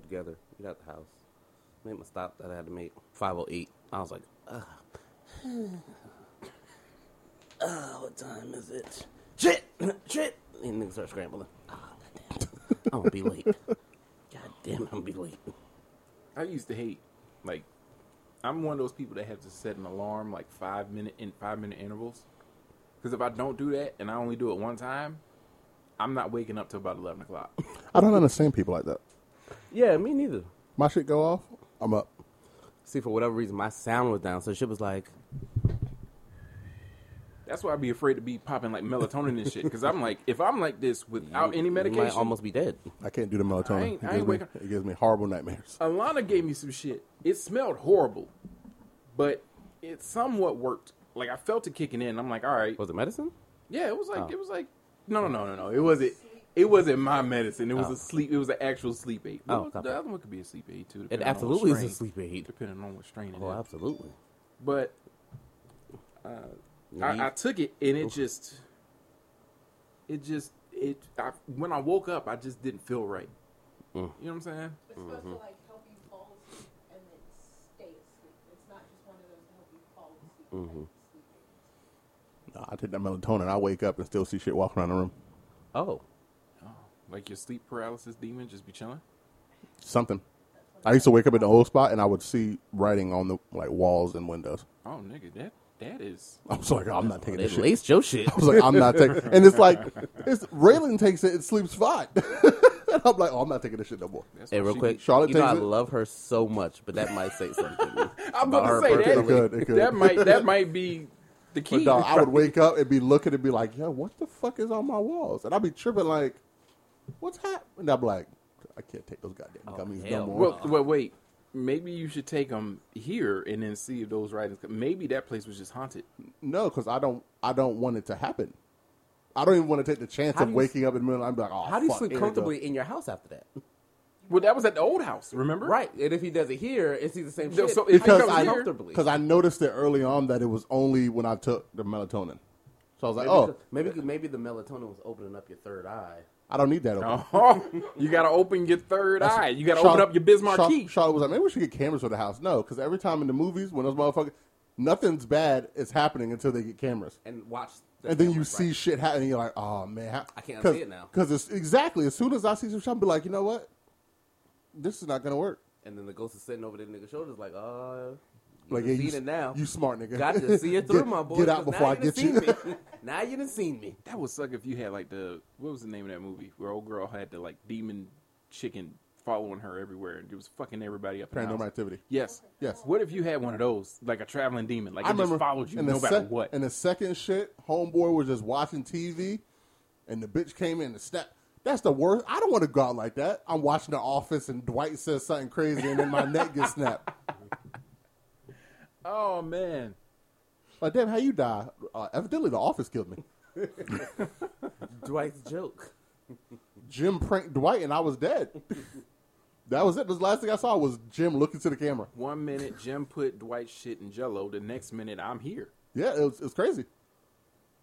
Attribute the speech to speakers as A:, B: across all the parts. A: together. Get out the house. Made my stop that I had to make. 508. I was like, ah. Ah, what time is it? Shit! Shit! And niggas start scrambling. Ah, goddamn. I'm gonna be late. God damn, I'm gonna be late.
B: I used to hate like I'm one of those people that have to set an alarm like five minute in five minute intervals. Because if I don't do that and I only do it one time, I'm not waking up till about eleven o'clock.
C: I don't understand people like that.
A: Yeah, me neither.
C: My shit go off, I'm up.
A: See, for whatever reason, my sound was down, so shit was like,
B: That's why I'd be afraid to be popping like melatonin and shit. Because I'm like, if I'm like this without any
A: you might
B: medication,
A: almost be dead.
C: I can't do the melatonin.
B: I ain't-
C: it,
B: I
C: gives
B: ain't
C: me,
B: wake up- Uh.
C: it gives me horrible nightmares.
B: Alana gave me some shit. It smelled horrible, but it somewhat worked. Like I felt it kicking in. I'm like, all right,
A: Was it medicine?
B: yeah. It was like
A: Oh.
B: it was like no, no, no, no, no. It wasn't. It wasn't my medicine. It was
A: Oh.
B: a sleep. It was an actual sleep aid.
A: Oh,
B: Well,
A: copy.
B: the other one could be a sleep aid too.
A: It
B: depending on what
A: absolutely is a
B: strain-
A: sleep aid.
B: depending on what strain it
A: Oh,
B: is.
A: absolutely.
B: But
A: You-
B: I, I took it and it just, it just, it. I, when I woke up, I just didn't feel right.
A: Mm.
B: You know what I'm saying?
D: It's supposed
A: Mm-hmm.
D: to like help you fall asleep and then stay asleep. It's not just one of those to help you fall asleep. Mm-hmm.
C: Nah, I take that melatonin, I wake up and still see shit walking around the room.
A: oh,
B: Like your sleep paralysis demon just be chilling.
C: Something. I used to wake up in the old spot and I would see writing on the like walls and windows.
B: Oh, nigga, that that is.
C: I was like, I'm not taking
A: they
C: this shit.
A: laced your shit.
C: I was like, I'm not taking. And it's like, it's Raylan takes it and sleeps fine. and I'm like, oh, I'm not taking this shit no more.
B: That's
A: Hey,
B: what
A: real
B: she
A: quick,
B: be-
C: Charlotte
A: you know I
C: takes it. Oh,
A: love her so much, but that might say something.
B: I'm
A: about her
B: about to say
C: It
B: that.
C: could, it could.
B: That might that might be the key.
C: But dog, I would wake up and be looking and be like, yo, what the fuck is on my walls? And I'd be tripping like, what's happening? And I'm like, I can't take those goddamn gummies
A: Oh, hell
C: no more.
B: well, well, wait. Maybe you should take them here and then see if those writings. Maybe that place was just haunted.
C: no, because I don't, I don't want it to happen. I don't even want to take the chance
A: How do
C: of
A: you-
C: waking up in the middle. I'm like, oh,
A: How do you
C: fuck,
A: sleep
C: here we go."
A: comfortably in your house after that?
B: Well, that was at the old house. Remember?
A: Right, and if he does it here, it's the same
B: No,
A: shit.
B: so
A: How
B: if
A: you
B: he comes
A: sleep
B: here-
A: comfortably.
C: Because I noticed it early on that it was only when I took the melatonin. So I was like,
A: Maybe,
C: oh,
A: maybe maybe the melatonin was opening up your third eye.
C: I don't need that. Open.
B: Oh, you gotta open your third eye. You gotta
C: Charlotte-
B: open up your Bismarck
C: Char-
B: key.
C: Charlotte was like, maybe we should get cameras for the house. No, because every time in the movies when those motherfuckers, nothing's bad is happening until they get cameras.
A: and watch.
C: And then you
A: cameras,
C: see
A: right?
C: shit happening, you're like, oh man, how-
A: I can't
C: cause,
A: see it now.
C: Because exactly as soon as I see some shit, I'll be like, you know what, this is not gonna work.
A: and then the ghost is sitting over the nigga's shoulders, like, uh, you
C: Like,
A: like
C: yeah,
A: seen
C: you,
A: it now.
C: you smart nigga.
A: got to see it through,
C: Get-
A: my boy.
C: Get out
A: 'cause
C: before
A: now
C: I
A: done
C: get you.
A: seen me. now you done seen me.
B: That would suck if you had like the what was the name of that movie where old girl had the like demon chicken following her everywhere and it was fucking everybody up. in the
C: Paranormal
B: house.
C: activity.
B: Yes.
C: Yes.
B: What if you had one of those, like a traveling demon, like
C: I
B: it just
C: remember
B: followed you
C: and
B: no
C: the
B: matter
C: sec-
B: what?
C: And the second shit, homeboy was just watching TV, and the bitch came in and snapped. That's the worst. I don't want to go out like that. I'm watching The Office, and Dwight says something crazy, and then my neck gets snapped.
B: oh man,
C: Like, damn, how you die? Uh, evidently, The Office killed me.
A: Dwight's joke.
C: Jim pranked Dwight, and I was dead. that was it. The last thing I saw was Jim looking to the camera.
B: one minute Jim put Dwight's shit in Jello, the next minute I'm here.
C: Yeah, it was, it was crazy.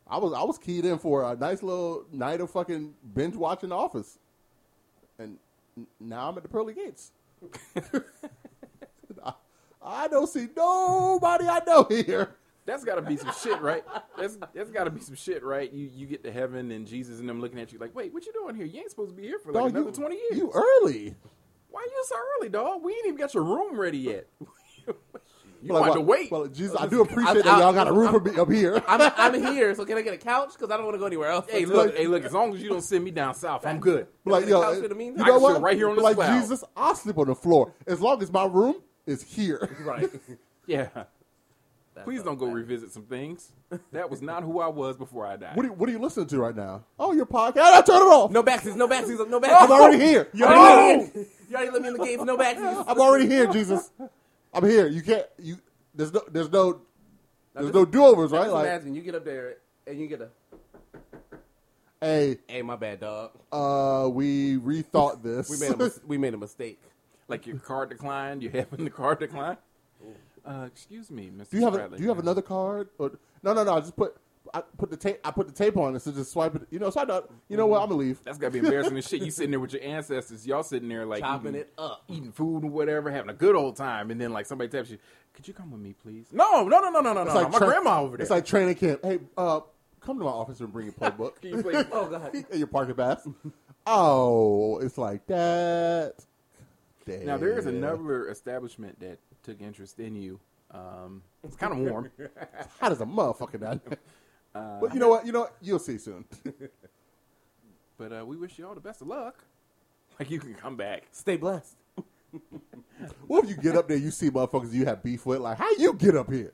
C: I was I was keyed in for a nice little night of fucking binge watching The Office, and n- now I'm at the pearly gates. I, I don't see nobody I know here.
B: That's got to be some shit, right? That's that's got to be some shit, right? You you get to heaven and Jesus and them looking at you like, wait, what you doing here? You ain't supposed to be here for like
C: Dog,
B: another
C: you-
B: twenty years.
C: You early.
B: Why you so early, dog? We ain't even got your room ready yet. you
C: Like,
B: want to
C: well-
B: wait?
C: Well, Jesus, I do appreciate
A: I-
C: that y'all
A: I-
C: got a room for me up here.
A: I'm, I'm here, so can I get a couch? Because I don't want to go anywhere else.
B: hey, look, hey, look. As long as you don't send me down south, I'm good.
C: like
A: the
C: yo,
A: couch in
C: you
A: the meantime?
B: I
C: know
B: can
C: what?
B: sit right here on this
C: like
B: cloud.
C: Jesus, I sleep on the floor as long as my room is here.
A: Right.
B: Yeah.
A: That's
B: Please
A: all
B: don't go
A: that.
B: revisit some things. That was not who I was before I died.
C: What are, you, what are you listening to right now? Oh, your podcast. I turn it off.
A: No backsies, no backsies, no
C: I'm
A: backsies.
C: already here.
A: You already, let me in. you already let me in the game for no backsies.
C: I'm already here, Jesus. I'm here. You can't. You there's no there's no there's no do overs, right?
A: Just
C: Like,
A: imagine you get up there and you get a,
C: hey,
A: hey, my bad, dog.
C: uh, we rethought this.
A: We made a, mis- we made a mistake.
B: Like your card declined. You having the card decline? Uh, excuse me, Mr.
C: do you have a,
B: Bradley.
C: do you have another card? Or, no, no, no. Just put I put the tape. I put the tape on instead of just swiping. You know, so I don't. You know what? I'm gonna leave.
B: Mm-hmm. That's gotta be embarrassing as shit. You sitting there with your ancestors, y'all sitting there like
A: Chopping
B: eating-
A: it up.
B: eating food and whatever, having a good old time, and then like somebody taps you, could you come with me, please? No, no, no, no, no, no, no. my
C: tra-
B: grandma over there.
C: It's like training camp. Hey, uh, come to my office and bring your playbook
B: Can you please-
A: Oh god.
C: and your parking pass. Oh, it's like that.
B: Now there is
C: Damn.
B: another establishment that took interest in you. Um, it's kind of warm.
C: Hot as a motherfucker down there.
A: Uh,
C: but you know what? You know what? You'll see soon.
B: But uh, we wish you all the best of luck. Like you can come back.
A: Stay blessed.
C: what if you get up there, you see motherfuckers you have beef with? Like, how you get up here?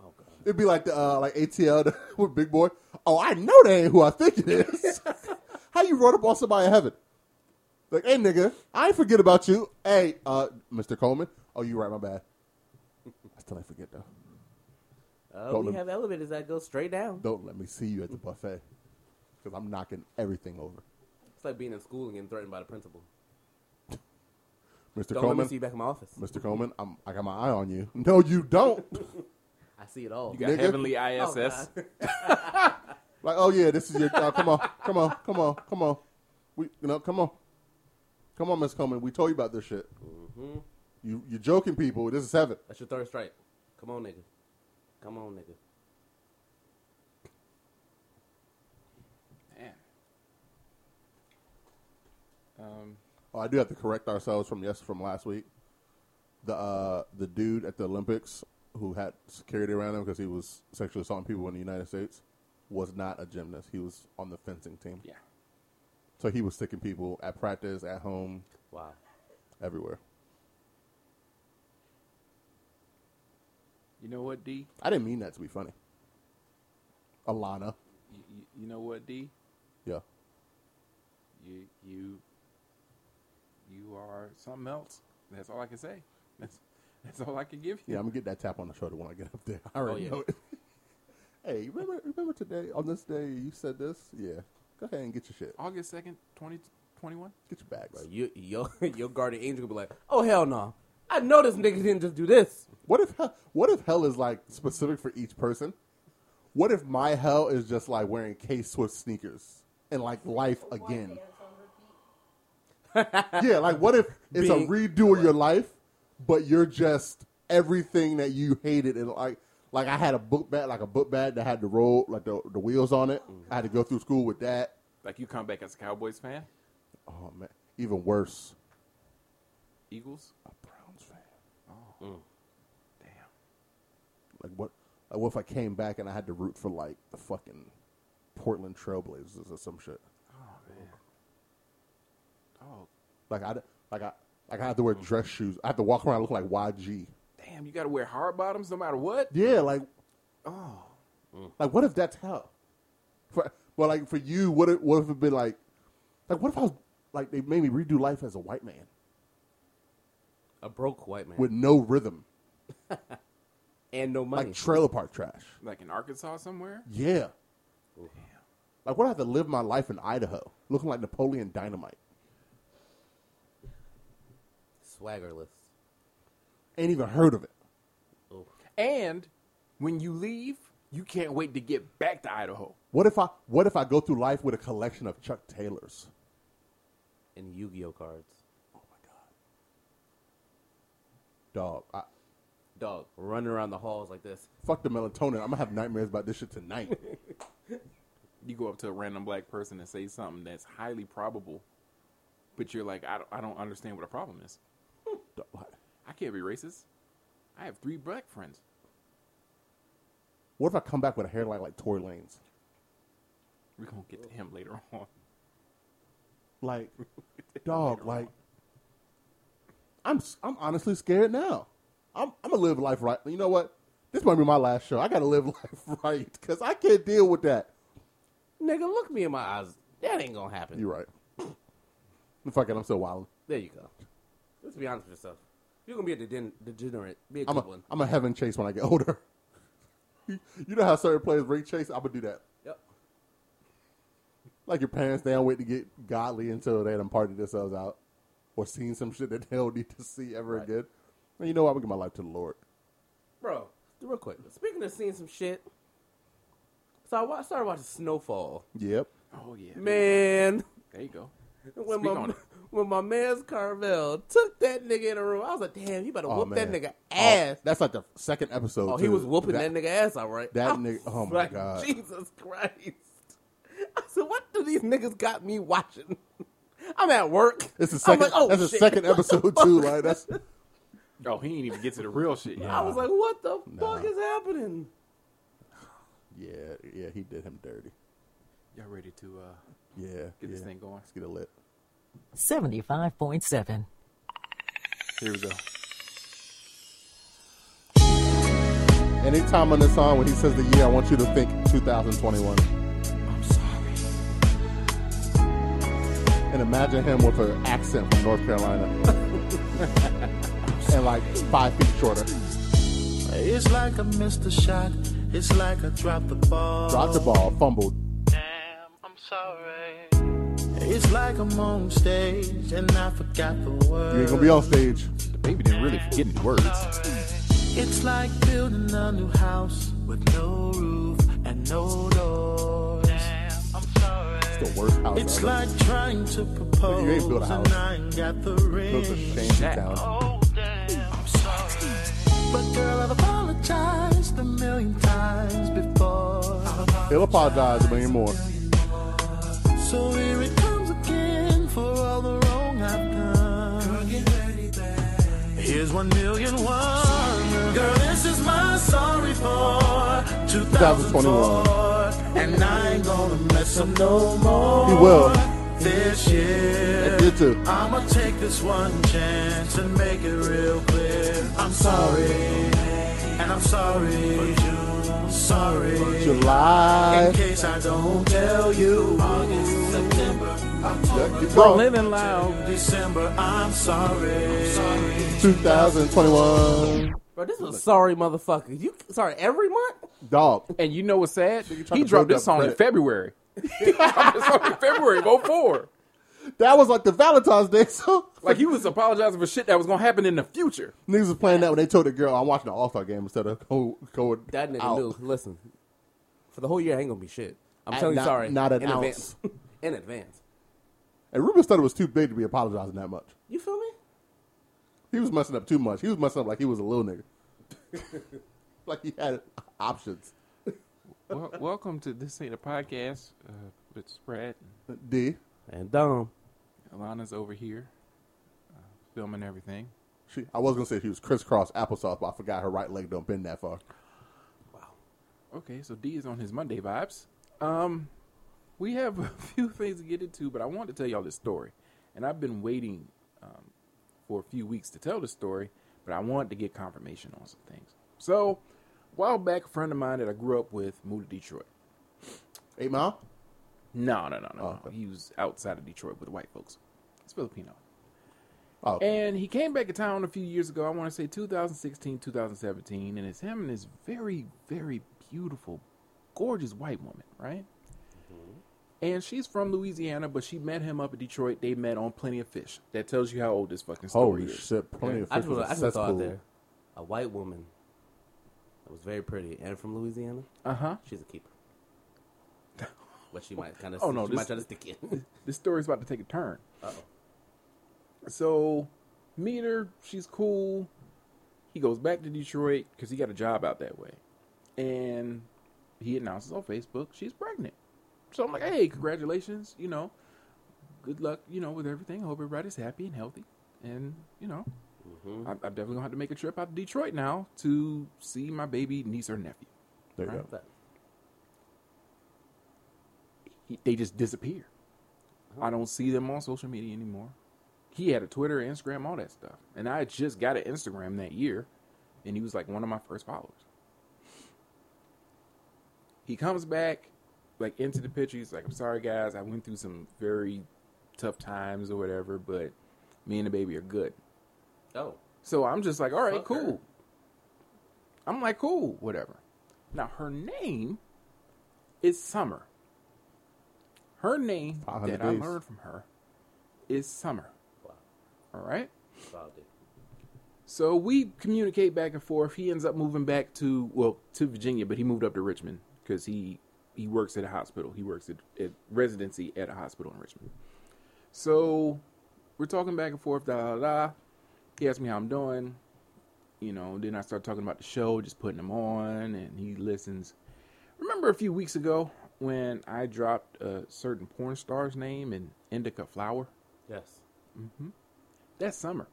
A: Oh god.
C: It'd be like the uh, like ATL with Big Boy. Oh, I know that ain't who I think it is. How you run up on somebody in heaven? Like, hey nigga, I ain't forget about you. Hey, uh, Mr. Coleman. Oh, you right, my bad. I still ain't forget though.
A: Uh,
C: Don't
A: we
C: let-
A: have elevators that go straight down.
C: Don't let me see you at the buffet because I'm knocking everything over,
A: It's like being in school and getting threatened by the principal. Don't let
C: Mr.
A: me
C: Coleman.
A: see you back in my office.
C: Mr. Coleman, I'm, I got my eye on you. No, you don't.
A: I see it all.
B: You got
C: Nigga.
B: heavenly
A: Oh,
B: ISS.
A: God.
C: like, oh yeah, this is your. Uh, come on, come on, come on, come on. We, you know, come on, come on, Miss Coleman. We told you about this shit. You, you're joking, people. This is heaven.
A: That's your third strike. Come on, nigga. Come on, nigga.
B: Man. Um,
C: Oh, I do have to correct ourselves from yes from last week. The uh, the dude at the Olympics who had security around him because he was sexually assaulting people in the United States was not a gymnast. He was on the fencing team,
B: yeah.
C: so he was sticking people at practice, at home,
A: Wow.
C: everywhere.
B: You know what, D?
C: I didn't mean that to be funny. Alana,
B: You, you, you know what, D?
C: yeah,
B: You you you are something else. That's all I can say. That's that's all I can give you.
C: yeah. I'm gonna get that tap on the shoulder when I get up there. I already
A: Oh, yeah.
C: know it. hey, remember remember today on this day you said this? Yeah, go ahead and get your shit.
B: August second, twenty twenty one.
C: Get your bags.
A: Bro, you, your, your guardian angel gonna be like, oh, hell no. I know this nigga didn't just do this.
C: What if hell, what if hell is like specific for each person? What if my hell is just like wearing K Swift sneakers and like life again?
D: Dance on repeat.
C: yeah, like what if it's
A: Being-
C: a redo of your life, but you're just everything that you hated and like like I had a book bag like a book bag that had the roll like the, the wheels on it.
A: Mm.
C: I had to go through school with that.
B: Like you come back as a Cowboys fan,
C: Oh man, even worse,
B: Eagles.
C: a Browns fan.
B: Damn.
C: Like what? Like what if I came back and I had to root for like the fucking Portland Trailblazers or some shit?
B: Oh man. Oh
C: Like I like I like I have to wear dress shoes. I have to walk around look like YG.
B: damn! You got to wear hard bottoms no matter what.
C: Yeah, like
B: Oh,
C: like what if that's hell? For but like for you, what if what if it been like like what if I was like they made me redo life as a white man
A: A broke white man.
C: with no rhythm,
A: and no money.
C: like trailer park trash?
B: like in Arkansas somewhere.
C: Yeah, like what if I have to live my life in Idaho looking like Napoleon Dynamite?
A: Swaggerless.
C: Ain't even heard of it.
A: Oh.
B: And when you leave, you can't wait to get back to Idaho.
C: What if I what if I go through life with a collection of Chuck Taylors?
A: And Yu Gi Oh cards.
C: Oh my god, dog! I,
A: Dog, running around the halls like this.
C: fuck the melatonin. I'm gonna have nightmares about this shit tonight.
B: You go up to a random black person and say something that's highly probable, but you're like, I don't, I don't understand what the problem is.
C: Dog, like,
B: I can't be racist. I have three black friends.
C: What if I come back with a hairline like Tory Lane's?
B: We're gonna get to him later on.
C: Like, dog, like, I'm s- I'm honestly scared now. I'm I'm gonna live life right. You know what? This might be my last show. I gotta live life right because I can't deal with that.
A: Nigga, look me in my eyes. That ain't gonna happen.
C: You're right. Fuck it, I'm still wilding.
A: There you go. Let's be honest with yourself. You're gonna be a degen- degenerate. Be a good
C: I'm a,
A: one.
C: I'm a heaven chase when I get older. you know how certain players ring chase? I'm gonna do that.
A: Yep.
C: Like your parents, they don't wait to get godly until they done party themselves out or seen some shit that they don't need to see ever
A: Right.
C: again. And you know what? I'm gonna give my life to the Lord.
A: Bro, real quick. Speaking of seeing some shit, So I wa- started watching Snowfall.
C: Yep.
B: Oh yeah,
A: Man,
B: There you go.
A: when
B: Speak
A: my
B: on it.
A: when my man's Carvel took that nigga in the room, I was like, damn, you better
C: Oh,
A: whoop that
C: man.
A: nigga
C: Oh,
A: ass.
C: that's like the second episode.
A: Oh, he
C: too.
A: was whooping that, nigga ass, all right.
C: that
A: I was
C: nigga- oh my
A: like,
C: God.
A: Jesus Christ! I said, what do these niggas got me watching? I'm at work.
C: It's the
A: I'm
C: second.
A: like, oh,
C: that's the
A: shit.
C: second episode too. Like that's
B: Oh, he didn't even get to the real shit yet.
A: I was like, what the
C: Nah.
A: fuck is happening?
C: yeah, yeah. He did him dirty.
B: Y'all ready to uh,
C: Yeah.
B: get this
C: yeah.
B: thing going?
C: Let's get it lit.
E: 75.7.
B: Here we go.
C: Anytime on this song when he says the year, I want you to think 2021. And imagine him with an accent from North Carolina. and like five feet shorter.
F: It's like I missed a shot. It's like I dropped the ball.
C: Dropped the ball, fumbled.
F: Damn, I'm sorry. It's like I'm on stage and I forgot the words.
C: You ain't gonna be on stage.
B: The baby didn't really forget any words.
F: It's like building a new house with no roof and no doors. Damn, I'm sorry.
C: It's the worst house
F: It's
C: ever.
F: like trying to propose
C: You ain't built a
F: and
C: house.
F: I ain't got the
C: It was a
F: ring.
C: shanty town.
F: Oh, damn, I'm sorry. But girl, I've apologized a million times before.
C: He'll apologize a million more.
F: So here it comes again for all the wrong I've done. Here's one million one. Girl, this is my sorry for 2021. And I ain't gonna mess up no more.
C: He will.
F: This year.
C: I did too.
F: I'ma take this one chance and make it real clear. I'm sorry. And I'm sorry. Sorry. In
C: July.
F: case I don't tell you, August, September, October,
C: Keep going.
B: Living loud.
F: December, I'm sorry.
C: 2021.
A: Bro, this was sorry, motherfucker. You sorry every month?
C: Dog.
B: And you know what's sad?
C: trying
B: He
C: to
B: dropped
C: build
B: this
C: up
B: song in
C: credit.
B: February. he dropped this song in February, before.
C: That was like the Valentine's Day song.
B: Like he was apologizing for shit that was gonna happen in the future.
C: Niggas was playing that when they told the girl, I'm watching the All Star game instead of go- going.
A: That nigga
C: out."
A: knew. Listen, for the whole year, I ain't gonna be shit. I'm
C: At
A: telling
C: not-
A: you, sorry.
C: not an
A: in
C: ounce.
A: advance. in advance.
C: And Rubens thought it was too big to be apologizing that much.
A: You feel me?
C: He was messing up too much. He was messing up like he was a little nigga. like he had options.
B: Well, welcome to this ain't a podcast uh, with Spread.
C: D,
A: And dumb.
B: Alana's over here uh, filming everything.
C: she, I was gonna say she was crisscross applesauce, but I forgot her right leg don't bend that far.
B: Okay, so D is on his Monday vibes. Um, we have a few things to get into, but I want to tell y'all this story, and I've been waiting um, for a few weeks to tell this story, but I wanted to get confirmation on some things. So, a while back, a friend of mine that I grew up with moved to Detroit.
C: Eight mile.
B: No, no, no, no.
C: Oh,
B: no. He was outside of Detroit with white folks. He's Filipino.
C: Oh,
B: And he came back to town a few years ago. I want to say 2016, 2017, and it's him and this very, very beautiful, gorgeous white woman, right?
C: Mm-hmm.
B: And she's from Louisiana, but she met him up in Detroit. They met on Plenty of Fish. That tells you how old this fucking story
C: holy
B: is.
C: shit! Plenty of
A: I
C: fish
A: just, wanna- I
C: was
A: just thought
C: cesspool.
A: out there, a white woman that was very pretty and from Louisiana.
B: Uh huh.
A: She's a keeper. But she might kind of.
B: Oh, no,
A: she
B: this-
A: might try to stick in.
B: This story's about to take a turn. So, meet her. She's cool. He goes back to Detroit because he got a job out that way, and he announces on Facebook she's pregnant. So I'm like, hey, congratulations. You know, good luck. You know, with everything. Hope everybody's happy and healthy. And you know, I'm, I'm definitely gonna have to make a trip out to Detroit now to see my baby niece or nephew.
C: There you go.
B: he, they just disappear. I don't see them on social media anymore. He had a Twitter, Instagram, all that stuff. And I just got an Instagram that year, and he was like one of my first followers. He comes back, like into the picture. He's like, I'm sorry, guys. I went through some very tough times or whatever, but me and the baby are good.
A: Oh,
B: So I'm just like, all right,
A: Fuck
B: cool.
A: her.
B: I'm like, cool, whatever. Now her name is Summer. Her name
C: 500
B: that I
C: days.
B: learned from her is Summer.
A: wow,
B: All right.
A: wow, dude.
B: So we communicate back and forth. He ends up moving back to well to Virginia, but he moved up to Richmond because he he works at a hospital. He works at, at residency at a hospital in Richmond. So we're talking back and forth, da da da. He asked me how I'm doing. You know, then I start talking about the show, just putting him on, and he listens. Remember a few weeks ago when I dropped a certain porn star's name and Indica Flower?
A: Yes.
B: That's Summer.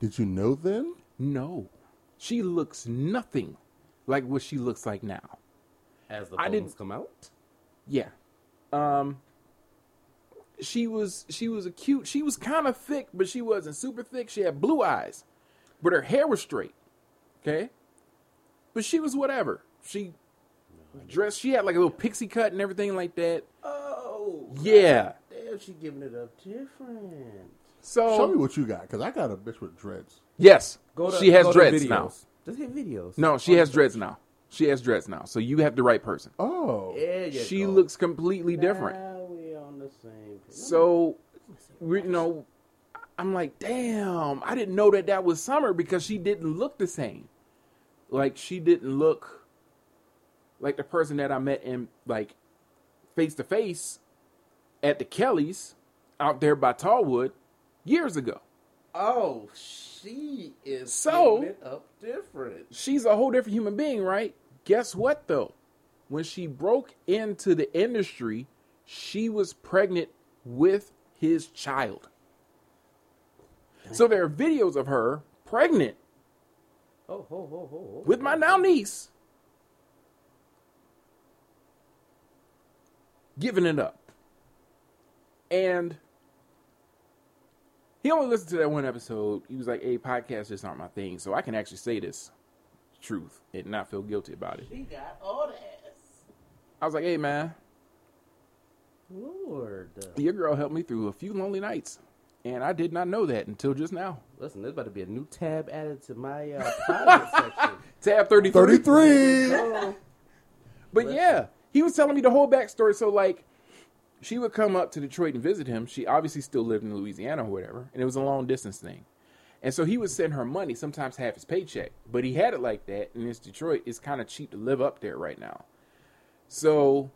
C: Did you know then?
B: No. She looks nothing like what she looks like now.
A: As the
B: I
A: poems
B: didn't-
A: come out.
B: Yeah. Um she was she was a cute she was kind of thick, but she wasn't super thick. She had blue eyes. But her hair was straight. Okay? But she was whatever. She dressed she had like a little pixie cut and everything like that.
A: Oh.
B: Yeah.
A: Damn, she giving it up different. Oh.
B: So
C: Show me what you got, because I got a bitch with dreads.
B: Yes.
A: Go to,
B: she has
A: go to
B: dreads
A: videos.
B: now.
A: Just hit videos.
B: No, she has dreads now. She has dreads now. So you have the right person.
C: Oh.
A: There you
B: She
A: go.
B: looks completely different.
A: Now we on the same page.
B: So, we- you know, I'm like, damn, I didn't know that that was Summer because she didn't look the same. Like she didn't look like the person that I met in like face to face at the Kellys out there by Tallwood years ago.
A: Oh, she is
B: So-
A: giving it up different.
B: she's a whole different human being, right? Guess what though? When she broke into the industry, she was pregnant with his child. So there are videos of her pregnant
A: Oh, ho, ho, ho, ho.
B: with my now niece giving it up. And he only listened to that one episode. He was like, hey, podcasts just aren't my thing, so I can actually say this truth and not feel guilty about it.
A: She got all that.
B: I was like, hey, man,
A: Lord.
B: your girl helped me through a few lonely nights. And I did not know that until just now.
A: Listen, there's about to be a new tab added to my uh, private section.
B: Tab 33.
C: 33!
A: Oh,
B: But
A: Listen.
B: yeah, he was telling me the whole backstory. So like, she would come up to Detroit and visit him. She obviously still lived in Louisiana or whatever, and it was a long distance thing. And so he would send her money, sometimes half his paycheck. But he had it like that, and it's Detroit. It's kind of cheap to live up there right now. So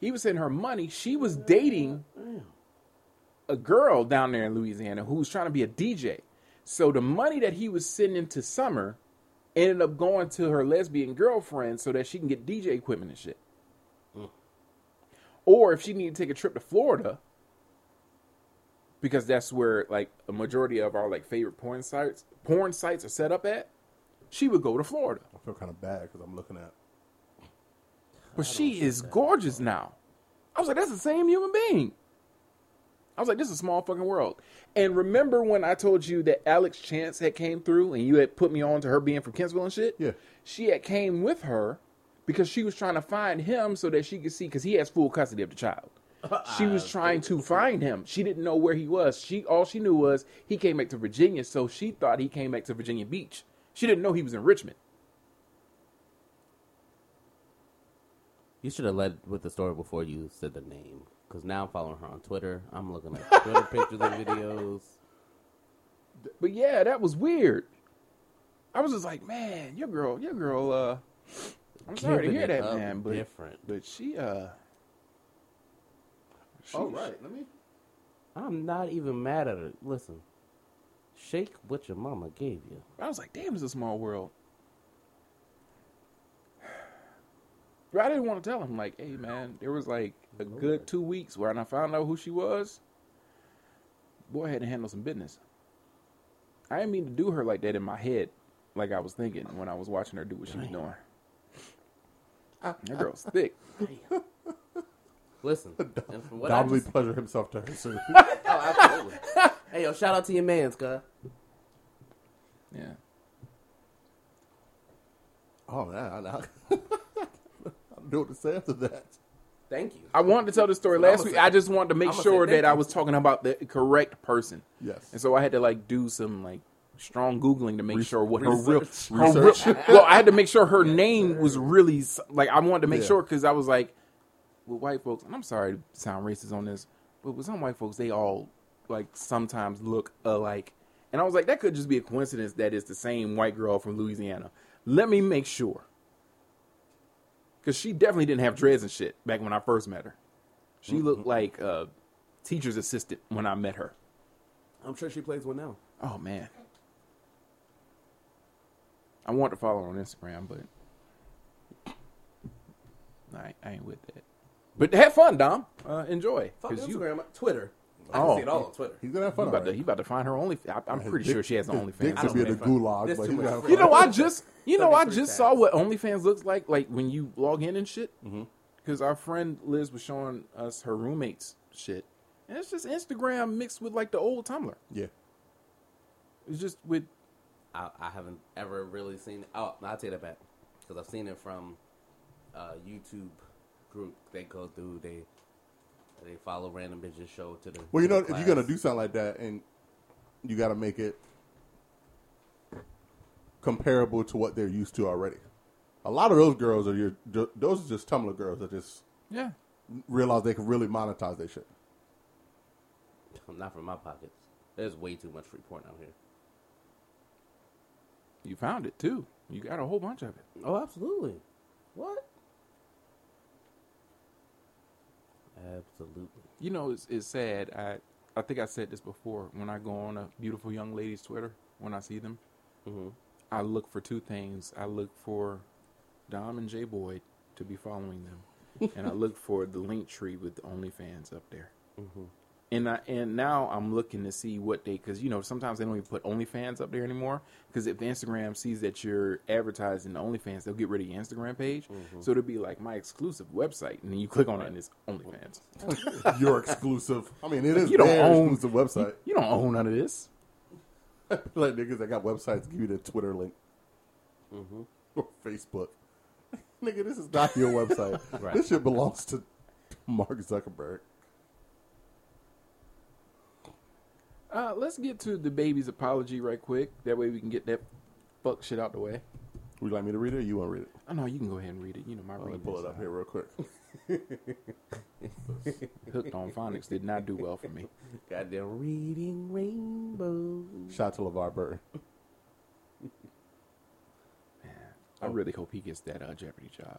B: he was sending her money. She was dating a girl down there in Louisiana who was trying to be a DJ. So the money that he was sending to Summer ended up going to her lesbian girlfriend so that she can get DJ equipment and shit. Or if she needed to take a trip to Florida, because that's where like a majority of our like favorite porn sites porn sites are set up at, she would go to Florida.
C: I feel kind of bad because I'm looking at.
B: But she is gorgeous now. I was like, that's the same human being. I was like, this is a small fucking world. And remember when I told you that Alex Chance had came through and you had put me on to her being from Kinsville and shit?
C: Yeah.
B: She had came with her because she was trying to find him so that she could see because he has full custody of the child. She was trying to find him. She didn't know where he was. She all she knew was he came back to Virginia, so she thought he came back to Virginia Beach. She didn't know he was in Richmond.
A: You should have led with the story before you said the name. Because now I'm following her on Twitter. I'm looking at Twitter pictures and videos.
B: But yeah, that was weird. I was just like, man, your girl, your girl. Uh, I'm sorry to
A: Giving
B: hear
A: it
B: that,
A: up
B: man. But
A: different.
B: but she, uh, she-
C: All right, let me.
A: I'm not even mad at her. Listen, shake what your mama gave you.
B: I was like, damn, it's a small world. But I didn't want to tell him, like, hey, man, there was like a good two weeks where when I found out who she was, boy, I had to handle some business. I didn't mean to do her like that in my head, like I was thinking when I was watching her do what she was doing. That girl's thick.
A: Listen, and from what I
C: Dom Lee
A: just-
C: pleasure himself to her soon.
A: oh, absolutely. hey, yo, shout out to your man's, cuz.
B: Yeah.
C: oh, man. I, I, I don't know what to say after that.
A: Thank you.
B: I wanted to tell the story
A: That's what
B: last
A: I'ma
B: week.
A: say.
B: I just wanted to make
A: I'ma
B: sure
A: say thank
B: that I
A: you.
B: was talking about the correct person.
C: Yes.
B: And so I had to like do some like strong googling to make sure what her real,
C: research.
B: her real-
C: Research.
B: well, I had to make sure her name was really s- like I wanted to make
C: Yeah.
B: sure because I was like, with white folks, and I'm sorry to sound racist on this, but with some white folks, they all like sometimes look alike. And I was like, that could just be a coincidence that it's the same white girl from Louisiana. Let me make sure. Because she definitely didn't have dreads and shit back when I first met her. She looked like a teacher's assistant when I met her.
A: I'm sure she plays one now.
B: Oh man. I want to follow her on Instagram, but I, I ain't with that. But have fun, Dom. Uh, enjoy.
A: Fuck
B: 'Cause you-
A: Instagram, Twitter. I can
B: Oh.
A: see it all on Twitter.
C: He's gonna have
B: You
C: fun.
B: about, to,
C: alright.
B: you about to find her only. I, I'm pretty
C: Dick-
B: sure she has an
C: Dick- Dick's
B: OnlyFans. I
C: gonna
B: don't
C: be in
B: know.
C: the gulag,
A: That's
C: but
A: too
C: he's
A: much
C: gonna have
A: for
B: You
C: fun.
B: know, I just you know I
A: That'd be
B: just
A: pretty
B: saw
A: bad.
B: what OnlyFans looks like, like when you log in and shit.
C: Mm-hmm.
B: Because our friend Liz was showing us her roommates shit, and it's just Instagram mixed with like the old Tumblr.
C: Yeah.
B: It's just with
A: I, I haven't ever really seen. Oh, no, I'll take that back because I've seen it from a YouTube group. They go through they they follow random bitches show to the.
C: Well, you
A: to
C: know,
A: the
C: if you're
A: class.
C: gonna do something like that, and you got to make it comparable to what they're used to already. A lot of those girls are your th- those are just Tumblr girls that just
B: yeah.
C: realize they can really monetize their shit.
A: not from my pockets. There's way too much free porn out here.
B: You found it too. You got a whole bunch of it.
A: Oh, absolutely. What? Absolutely.
B: You know, it's it's sad. I I think I said this before. When I go on a beautiful young lady's Twitter, when I see them,
A: Mm-hmm.
B: I look for two things. I look for Dom and Jay Boyd to be following them, and I look for the link tree with the OnlyFans up there. And I and now I'm looking to see what they because you know sometimes they don't even put OnlyFans up there anymore because if Instagram sees that you're advertising the OnlyFans, they'll get rid of your Instagram page. So it'll be like my exclusive website, and then you click on it and it's OnlyFans.
C: Your exclusive. I mean, it is
B: You don't
C: their
B: own-
C: exclusive website.
B: You don't own none of this.
C: like niggas that got websites give you the Twitter link or Facebook. Nigga, this is not your website.
A: Right.
C: This shit belongs to Mark Zuckerberg.
B: Uh, let's get to the baby's apology right quick. That way we can get that fuck shit out the way.
C: Would you like me to read it or you want to read it?
B: Oh no, you can go ahead and read it. Oh, You know my
C: Let me
B: reading
C: pull
B: is uh,
C: it up
B: not-
C: here real quick.
B: Hooked on phonics did not do well for me.
A: Goddamn reading rainbow.
C: Shout out to LeVar Burton. Oh.
B: I really hope he gets that uh, Jeopardy job.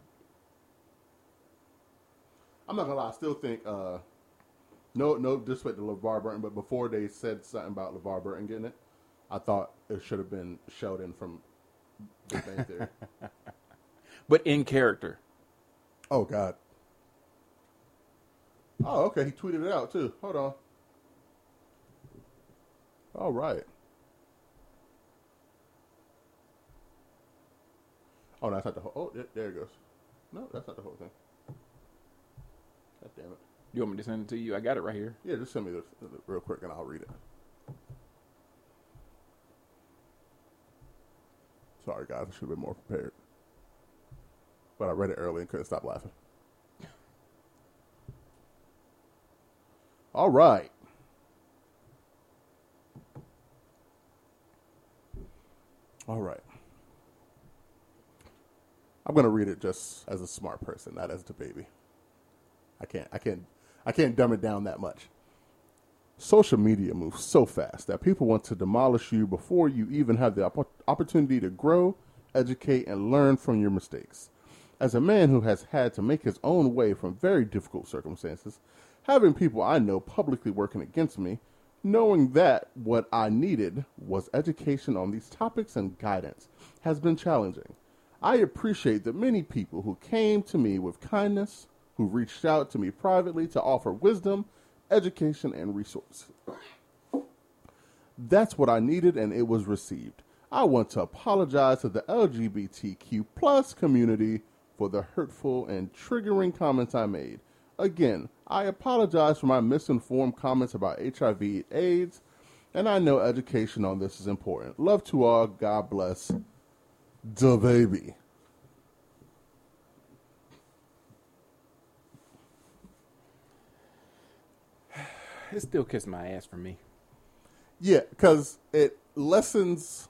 C: I'm not gonna lie, I still think uh no no disrespect to LeVar Burton, but before they said something about LeVar Burton getting it, I thought it should have been Sheldon from the Bang Theory.
B: But in character.
C: oh God. Oh, okay, he tweeted it out too. Hold on. All right. Oh, that's not the whole. Oh, there, there it goes. No, that's not the whole thing. God damn it.
B: You want me to send it to you? I got it right here.
C: Yeah, just send me this real quick and I'll read it. Sorry, guys. I should have been more prepared. But I read it early and couldn't stop laughing. All right. All right. I'm going to read it just as a smart person, not as the baby. I can't I can't I can't dumb it down that much. Social media moves so fast that people want to demolish you before you even have the oppo- opportunity to grow, educate and learn from your mistakes. As a man who has had to make his own way from very difficult circumstances, having people I know publicly working against me, knowing that what I needed was education on these topics and guidance has been challenging. I appreciate the many people who came to me with kindness, who reached out to me privately to offer wisdom, education, and resources. That's what I needed, and it was received. I want to apologize to the LGBTQ plus community for the hurtful and triggering comments I made. Again, I apologize for my misinformed comments about HIV AIDS, and I know education on this is important. Love to all. God bless. The baby.
B: It still kissed my ass for me.
C: Yeah, because it lessens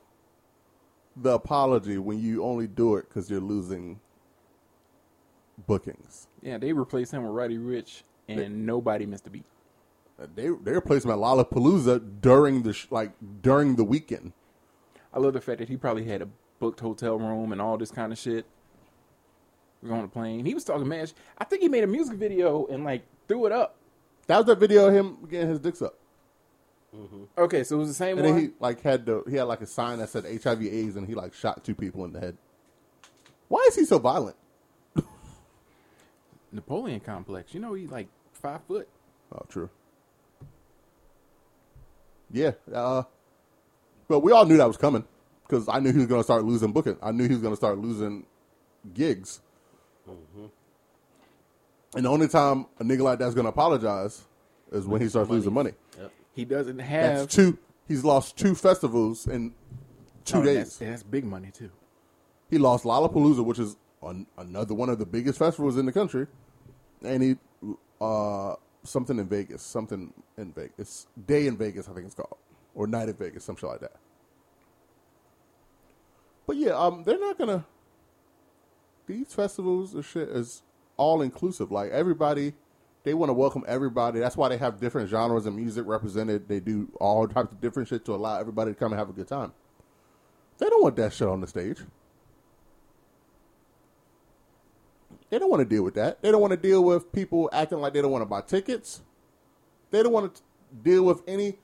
C: the apology when you only do it because you're losing bookings.
B: Yeah, they replaced him with Roddy Rich, and nobody missed a beat.
C: Uh, They they replaced him at Lollapalooza during the sh- like during the weekend.
B: I love the fact that he probably had a booked hotel room and all this kind of shit. was on the plane. He was talking mad. sh- I think he made a music video and like threw it up.
C: That was that video of him getting his dick sucked.
B: Okay, so it was the same
C: And
B: one.
C: then he like had the he had like a sign that said HIV AIDS and he like shot two people in the head. Why is he so violent?
B: Napoleon complex. You know he like five foot.
C: Oh, true. Yeah, uh, but we all knew that was coming because I knew he was going to start losing booking. I knew he was going to start losing gigs. Mm-hmm. And the only time a nigga like that's going to apologize is when he starts losing money.
A: Yep.
B: He doesn't have
C: That's two. He's lost two festivals in two
B: Oh, and
C: days.
B: that's- and that's big money too.
C: He lost Lollapalooza, which is an, another one of the biggest festivals in the country, and he uh something in Vegas, something in Vegas, day in Vegas, I think it's called, or night in Vegas, some shit like that. But yeah, um, they're not gonna. These festivals and shit is all inclusive. Like everybody, they want to welcome everybody. That's why they have different genres of music represented. They do all types of different shit to allow everybody to come and have a good time. They don't want that shit on the stage. They don't want to deal with that. They don't want to deal with people acting like they don't want to buy tickets. They don't want to deal with any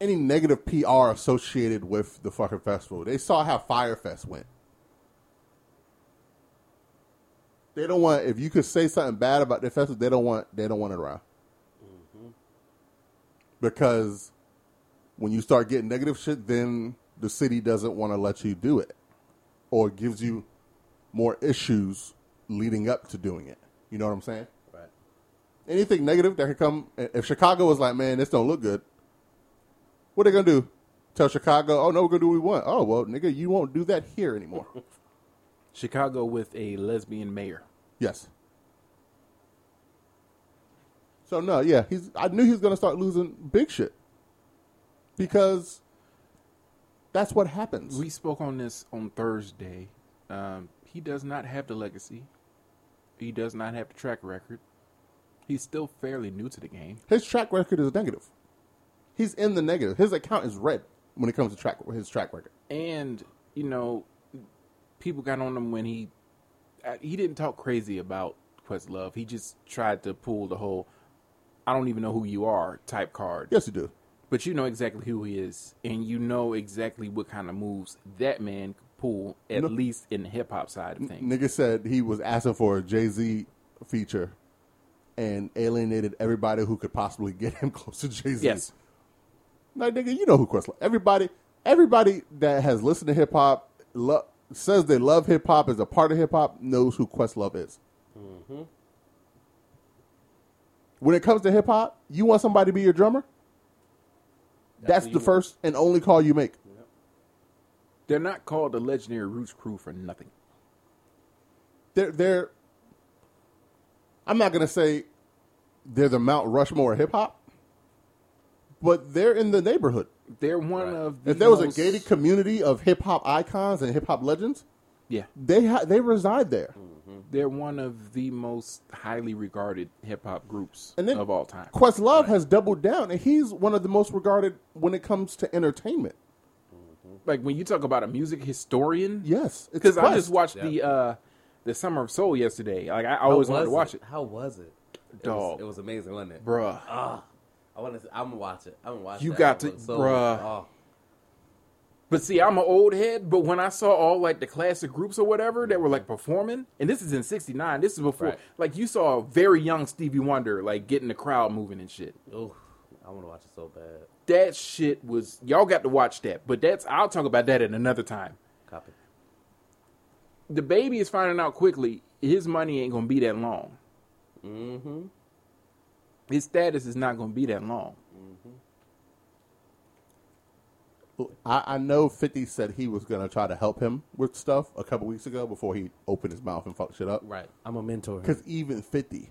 C: any negative PR associated with the fucking festival. They saw how Firefest went. They don't want if you could say something bad about the festival, they don't want they don't want it around. Because when you start getting negative shit, then the city doesn't want to let you do it or gives you more issues leading up to doing it. You know what I'm saying?
A: Right.
C: Anything negative that could come, if Chicago was like, man, this don't look good, what are they going to do? Tell Chicago, oh, no, we're going to do what we want. Oh, well, nigga, you won't do that here anymore.
B: Chicago with a lesbian mayor.
C: yes. So, no, yeah, he's. I knew he was going to start losing big shit because that's what happens.
B: We spoke on this on Thursday. Um, he does not have the legacy. He does not have the track record. He's still fairly new to the game.
C: His track record is negative. He's in the negative. His account is red when it comes to track his track record.
B: and you know, people got on him when he uh, he didn't talk crazy about Questlove. He just tried to pull the whole "I don't even know who you are" type card.
C: Yes, you do.
B: But you know exactly who he is, and you know exactly what kind of moves that man could pull. At
C: No.
B: least in the hip hop side of things.
C: Nigga said he was asking for a Jay Z feature and alienated everybody who could possibly get him close to Jay Z.
B: yes,
C: Like nigga, you know who Questlove. Everybody, everybody that has listened to hip hop, lo- says they love hip hop, is a part of hip hop, knows who Questlove is. When it comes to hip hop, you want somebody to be your drummer. That's,
A: who you
C: the
A: want.
C: first and only call you make.
B: they're not called the legendary Roots Crew for nothing.
C: They're they're. I'm not gonna say they're the Mount Rushmore of hip hop, but they're in the neighborhood.
B: They're one
A: Right.
B: of the
C: If there was a
B: most-
C: gated community of hip hop icons and hip hop legends,
B: yeah,
C: they ha- they reside there.
B: they're one of the most highly regarded hip hop groups
C: And then
B: of all time.
C: Questlove has doubled down, and he's one of the most regarded when it comes to entertainment.
B: like when you talk about a music historian,
C: Yes, it's
B: because I
C: Quest.
B: just watched
A: Yeah.
B: the uh the Summer of Soul yesterday. Like I always
A: How
B: wanted to
A: was
B: watch it,
A: How was it? It
B: Dog.
A: was, it was amazing, wasn't it? Ah,
B: bruh.
A: I want to. I'm gonna watch it. I'm gonna watch.
B: You
A: that.
B: got
A: It
B: to-
A: looks
B: bruh.
A: Oh,
B: But see, I'm an old head, but when I saw all like the classic groups or whatever that were like performing, and this is in '69, this is before
A: Right.
B: like you saw a very young Stevie Wonder like getting the crowd moving and shit.
A: oof. I want to watch it so bad.
B: That shit was y'all got to watch that. But that's I'll talk about that at another time.
A: Copy.
B: The baby is finding out quickly his money ain't gonna be that long.
A: Mm-hmm.
B: His status is not gonna be that long.
C: I, I know Fifty said he was gonna try to help him with stuff a couple weeks ago before he opened his mouth and fucked shit up.
A: Right. I'm a mentor.
C: Because even 50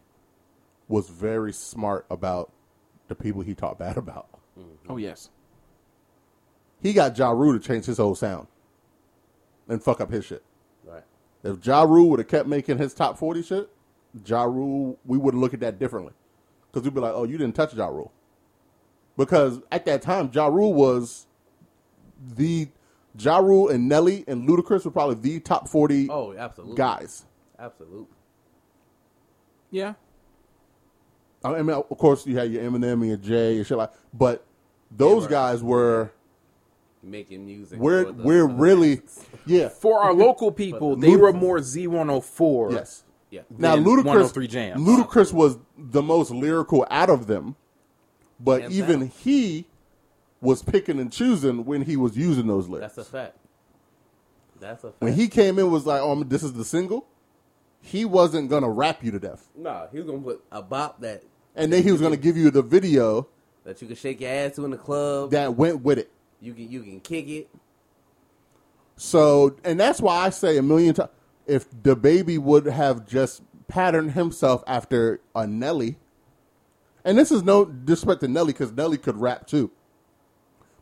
C: was very smart about the people he talked bad about.
B: Oh yes,
C: He got Ja Rule to change his whole sound and fuck up his shit.
A: Right.
C: If Ja Rule would have kept making his top 40 shit, Ja Rule, we would look at that differently. Because we'd be like, oh, you didn't touch Ja Rule. Because at that time, Ja Rule was the. Ja Rule and Nelly and Ludacris were probably the top 40
A: Oh, absolutely.
C: guys
A: Absolutely.
B: Yeah.
C: I mean, of course, you had your Eminem and your Jay and shit like, but
A: They
C: those
A: were-
C: guys were
A: Making music.
C: we're
A: for the-
C: we're
A: for the
C: really
A: masses.
C: yeah
B: For our local people, they were more Z104.
C: yes.
A: Yeah.
C: Now
B: than
C: Ludacris,
B: 103 Jam.
C: Ludacris was the most lyrical out of them, but
A: Hands
C: even
A: down.
C: he was picking and choosing when he was using those lyrics.
A: That's a fact. That's a fact.
C: when he came in, was like, "Oh, I'm- this is the single." He wasn't gonna rap you to death,
A: Nah, he was gonna put a bop that
C: and then he was gonna give you the video
A: that you can shake your ass to in the club.
C: that went with it.
A: you can you can kick it.
C: So, and that's why I say a million times if the baby would have just patterned himself after a Nelly, and this is no disrespect to Nelly because Nelly could rap too,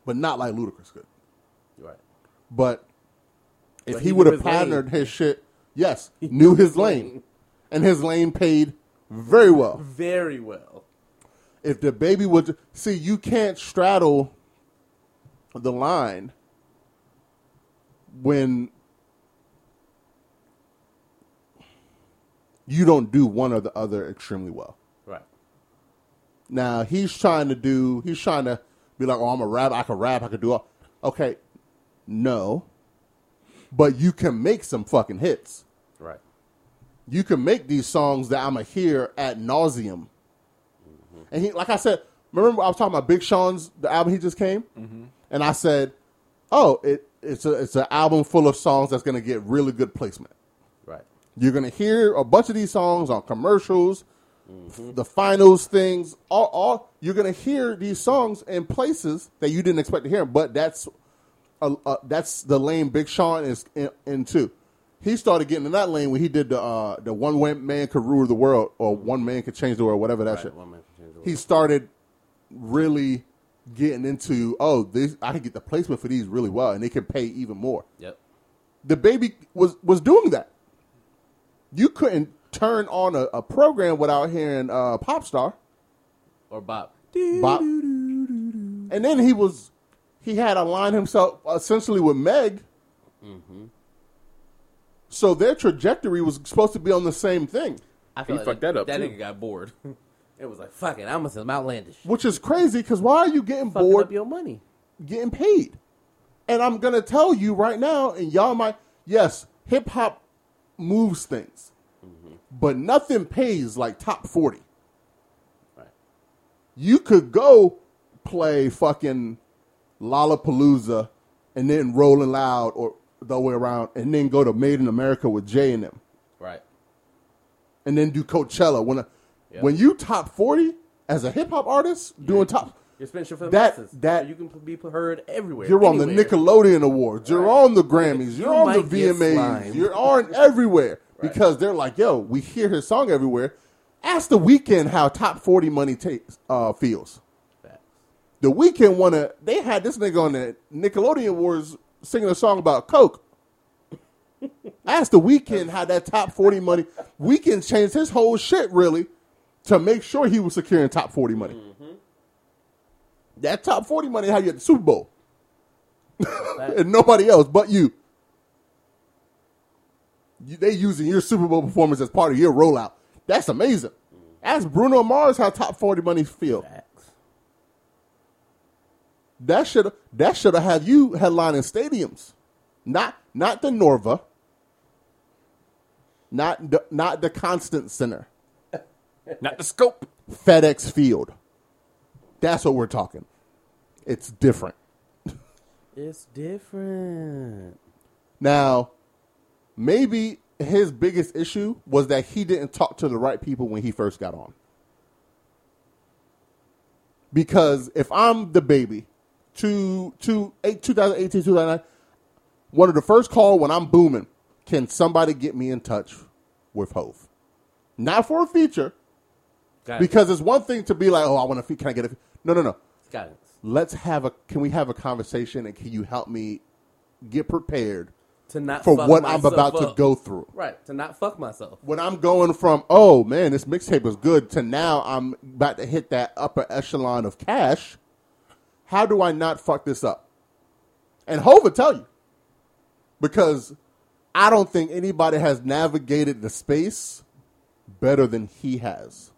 C: but not like Ludacris could.
A: Right.
C: But if
A: But
C: he,
A: he
C: would
A: knew
C: have
A: his lane.
C: patterned his shit, yes, knew his lane, and his lane paid very well.
A: Very well.
C: If the baby would see, you can't straddle the line when you don't do one or the other extremely well.
A: Right.
C: Now he's trying to do. He's trying to be like, "Oh, I'm a rap. I can rap. I can do all." Okay, no, but you can make some fucking hits.
A: Right.
C: You can make these songs that I'ma hear at nauseum. And he, like I said, remember I was talking about Big Sean's the album he just came, and I said, "Oh, it, it's a it's an album full of songs that's gonna get really good placement."
A: Right.
C: You're gonna hear a bunch of these songs on commercials,
A: Mm-hmm.
C: the finals things. All, all you're gonna hear these songs in places that you didn't expect to hear. 'em, But that's a, a, that's the lane Big Sean is in, into. He started getting in that lane when he did the uh, the one man could rule the world or one man could change the world, whatever that shit.
A: Right. One man can change the world.
C: He started really getting into oh, this I can get the placement for these really well, and they can pay even more
A: Yep.
C: the baby was was doing that. You couldn't turn on a, a program without hearing uh, pop star
A: Or bop.
C: bop, and then he was he had aligned himself essentially with Meg. So their trajectory was supposed to be on the same thing,
A: I
B: He fucked that up,
A: That
B: too.
A: nigga got bored. it was like fuck it. I'm gonna some outlandish.
C: which is crazy because why are you getting
A: Fucking
C: bored
A: up your money.
C: getting paid? And I'm gonna tell you right now, and y'all might yes, hip hop moves things, but nothing pays like top forty.
A: Right.
C: you could go play fucking Lollapalooza and then Rolling Loud or the other way around and then go to Made in America with Jay and them
A: Right.
C: and then do Coachella. When,
A: Yeah.
C: when you top 40 as a hip hop artist doing top,
A: You're special for the
C: That-
A: masses.
C: that-
A: you can be heard everywhere.
C: you're on the
A: anywhere.
C: Nickelodeon Awards, you're
A: Right.
C: on the Grammys,
A: You
C: you're on the
A: might get
C: VMAs,
A: slimed.
C: you're on everywhere
A: Right.
C: because they're like, yo, we hear his song everywhere. Ask the weekend how top 40 money takes, uh, feels.
A: Facts.
C: The weekend wanna they had this nigga on the Nickelodeon Wars singing a song about Coke. Ask the weekend how that top forty money weekend changed his whole shit really to make sure he was securing top forty money. That top forty money how you at the Super Bowl
A: Facts.
C: and nobody else but you. you. They using your Super Bowl performance as part of your rollout. That's amazing. Ask Bruno Mars how top forty money feel.
A: Facts.
C: That should that should have had you headlining stadiums, not not the Norva, not the, not the Constant Center,
B: Not the scope.
C: FedEx Field. That's what we're talking. It's different
A: It's different.
C: now. Maybe his biggest issue was that he didn't talk to the right people when he first got on. Because if I'm the baby, two two eight two thousand eighteen two thousand nine. one of the first call when I'm booming, can somebody get me in touch with Hove? Not for a feature,
A: Got it.
C: because it's one thing to be like, oh, I want to. Fe- can I get a? Fe-? No, no, no.
A: guidance
C: Let's have a. Can we have a conversation? And can you help me get prepared
A: to not
C: for
A: fuck
C: what I'm
A: myself
C: about to
A: up.
C: go through?
A: Right to not fuck myself.
C: When I'm going from, oh man, this mixtape is good, to now I'm about to hit that upper echelon of cash. How do I not fuck this up? And Hova tell you, because I don't think anybody has navigated the space better than he has.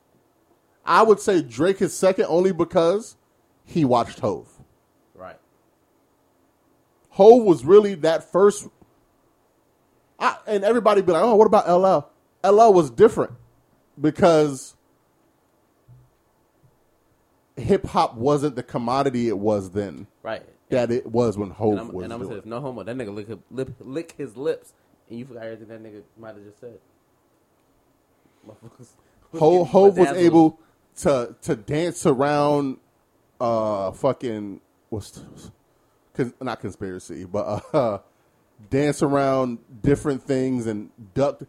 C: I would say Drake is second only because he watched Hove.
A: Right.
C: Hove was really that first. I, and everybody be like, oh, what about LL? LL was different because hip hop wasn't the commodity it was then
A: Right.
C: that it was when Hove
A: And I'm,
C: was
A: and I'm gonna
C: doing.
A: say
C: it.
A: this, no homo. That nigga lick, his- lip, lick his lips, and you forgot everything that nigga might have just said. Motherfuckers-
C: Ho
A: My
C: Hove was
A: dad's
C: able to to dance around uh fucking what's cons- not conspiracy, but uh dance around different things and duck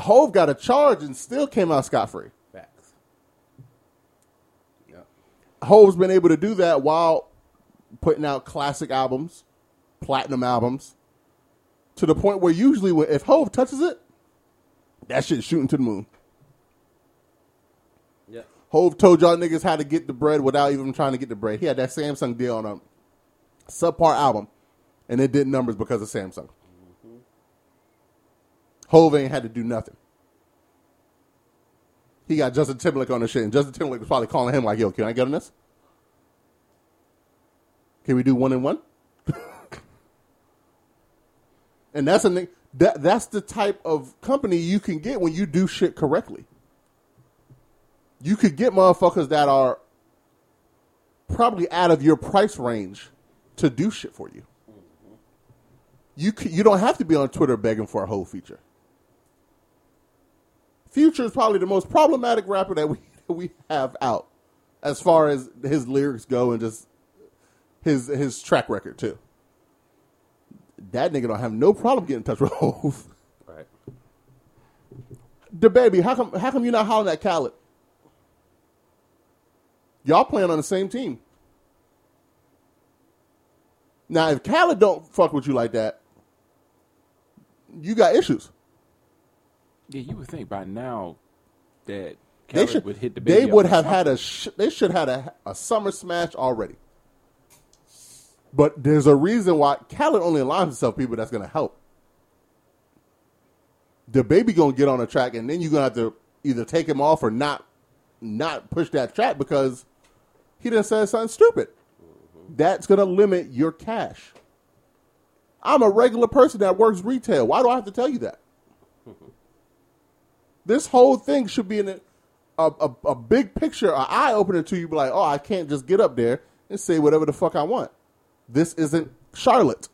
C: Hove got a charge and still came out scot free.
A: facts. Yeah.
C: Hove's been able to do that while putting out classic albums, platinum albums, to the point where usually when, if Hove touches it, that shit's shooting to the moon.
A: Yeah.
C: Hove told y'all niggas how to get the bread without even trying to get the bread. He had that Samsung deal on a subpar album, and it did numbers because of Samsung. Hove ain't had to do nothing. He got Justin Timberlake on the shit, and Justin Timberlake was probably calling him like, "Yo, can I get on this? Can we do one and one?" and that's a ni- that that's the type of company you can get when you do shit correctly you could get motherfuckers that are probably out of your price range to do shit for you. You c you don't have to be on Twitter begging for a whole feature. Future is probably the most problematic rapper that we that we have out, as far as his lyrics go and just his his track record too. That nigga don't have no problem getting in touch with Hove.
A: Right.
C: The baby, how come how come you not hollering at Khaled? Y'all playing on the same team. Now, if Khaled don't fuck with you like that, you got issues.
B: Yeah, you would think by now that
C: They
B: Khaled
C: should
B: would hit the baby.
C: they
B: up
C: would
B: or
C: have
B: something.
C: had a sh- they should have had a, a summer smash already. But there's a reason why Khaled only aligns himself with people that's gonna help. The baby gonna get on a track, and then you're gonna have to either take him off or not, not push that track because he done said something stupid.
B: Mm-hmm.
C: That's gonna limit your cash. I'm a regular person that works retail. Why do I have to tell you that? this whole thing should be in a, a, a, a big picture, an eye opener to you. Be like, oh, I can't just get up there and say whatever the fuck I want. This isn't Charlotte.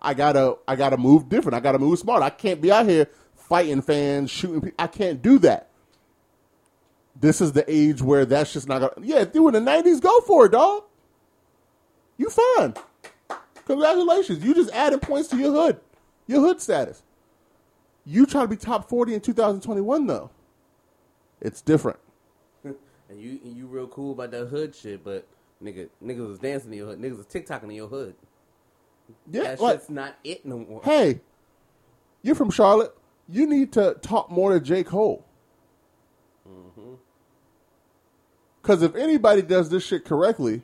C: I gotta, I gotta move different. I gotta move smart. I can't be out here fighting fans, shooting. Pe- I can't do that. This is the age where that's just not gonna. Yeah, if you were in the nineties, go for it, dog. You fine. Congratulations. You just added points to your hood, your hood status. You trying to be top 40 in 2021, though. It's different.
A: And you and you real cool about that hood shit, but nigga, niggas was dancing in your hood. Niggas was TikToking in your hood.
C: Yeah,
A: that
C: like,
A: shit's not it no more.
C: hey, you're from Charlotte. You need to talk more to J. Cole. Because if anybody does this shit correctly,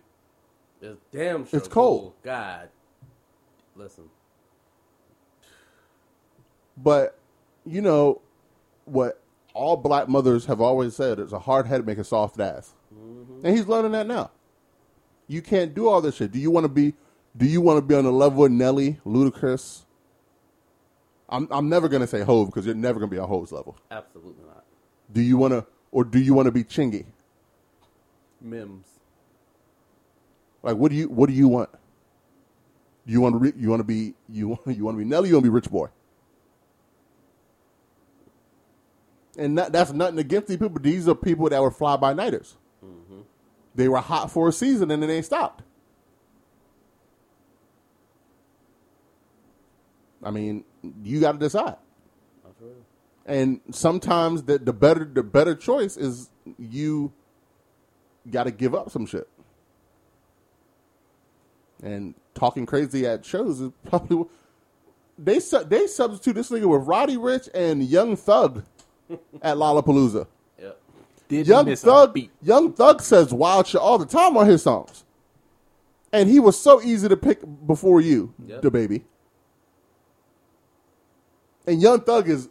A: It's damn sure
C: It's cold.
A: cool. God. Listen.
C: but you know what all black mothers have always said is a hard head make a soft ass. And he's learning that now. You can't do all this shit. Do you want to be? Do you want to be on the level of Nelly, Ludacris? I'm I'm never gonna say Hove because you're never gonna be on Hove's level.
A: Absolutely not.
C: Do you want to, or do you want to be Chingy?
A: Mims.
C: Like, what do you what do you want? Do you want to re, you want to be you want you want to be Nelly? You want to be Rich Boy? And that, that's nothing against these people. These are people that were fly by nighters. They were hot for a season and then they stopped. I mean, you got to decide.
A: Not for real.
C: And sometimes the, the better the better choice is you got to give up some shit. And talking crazy at shows is probably what- they su- they substitute this nigga with Roddy Rich and Young Thug at Lollapalooza.
A: Yep.
B: Didn't
C: Young
B: miss a
C: Thug
B: beat.
C: Young Thug says wild shit all the time on his songs, and he was so easy to pick before you,
A: Yep.
C: the baby. And Young Thug is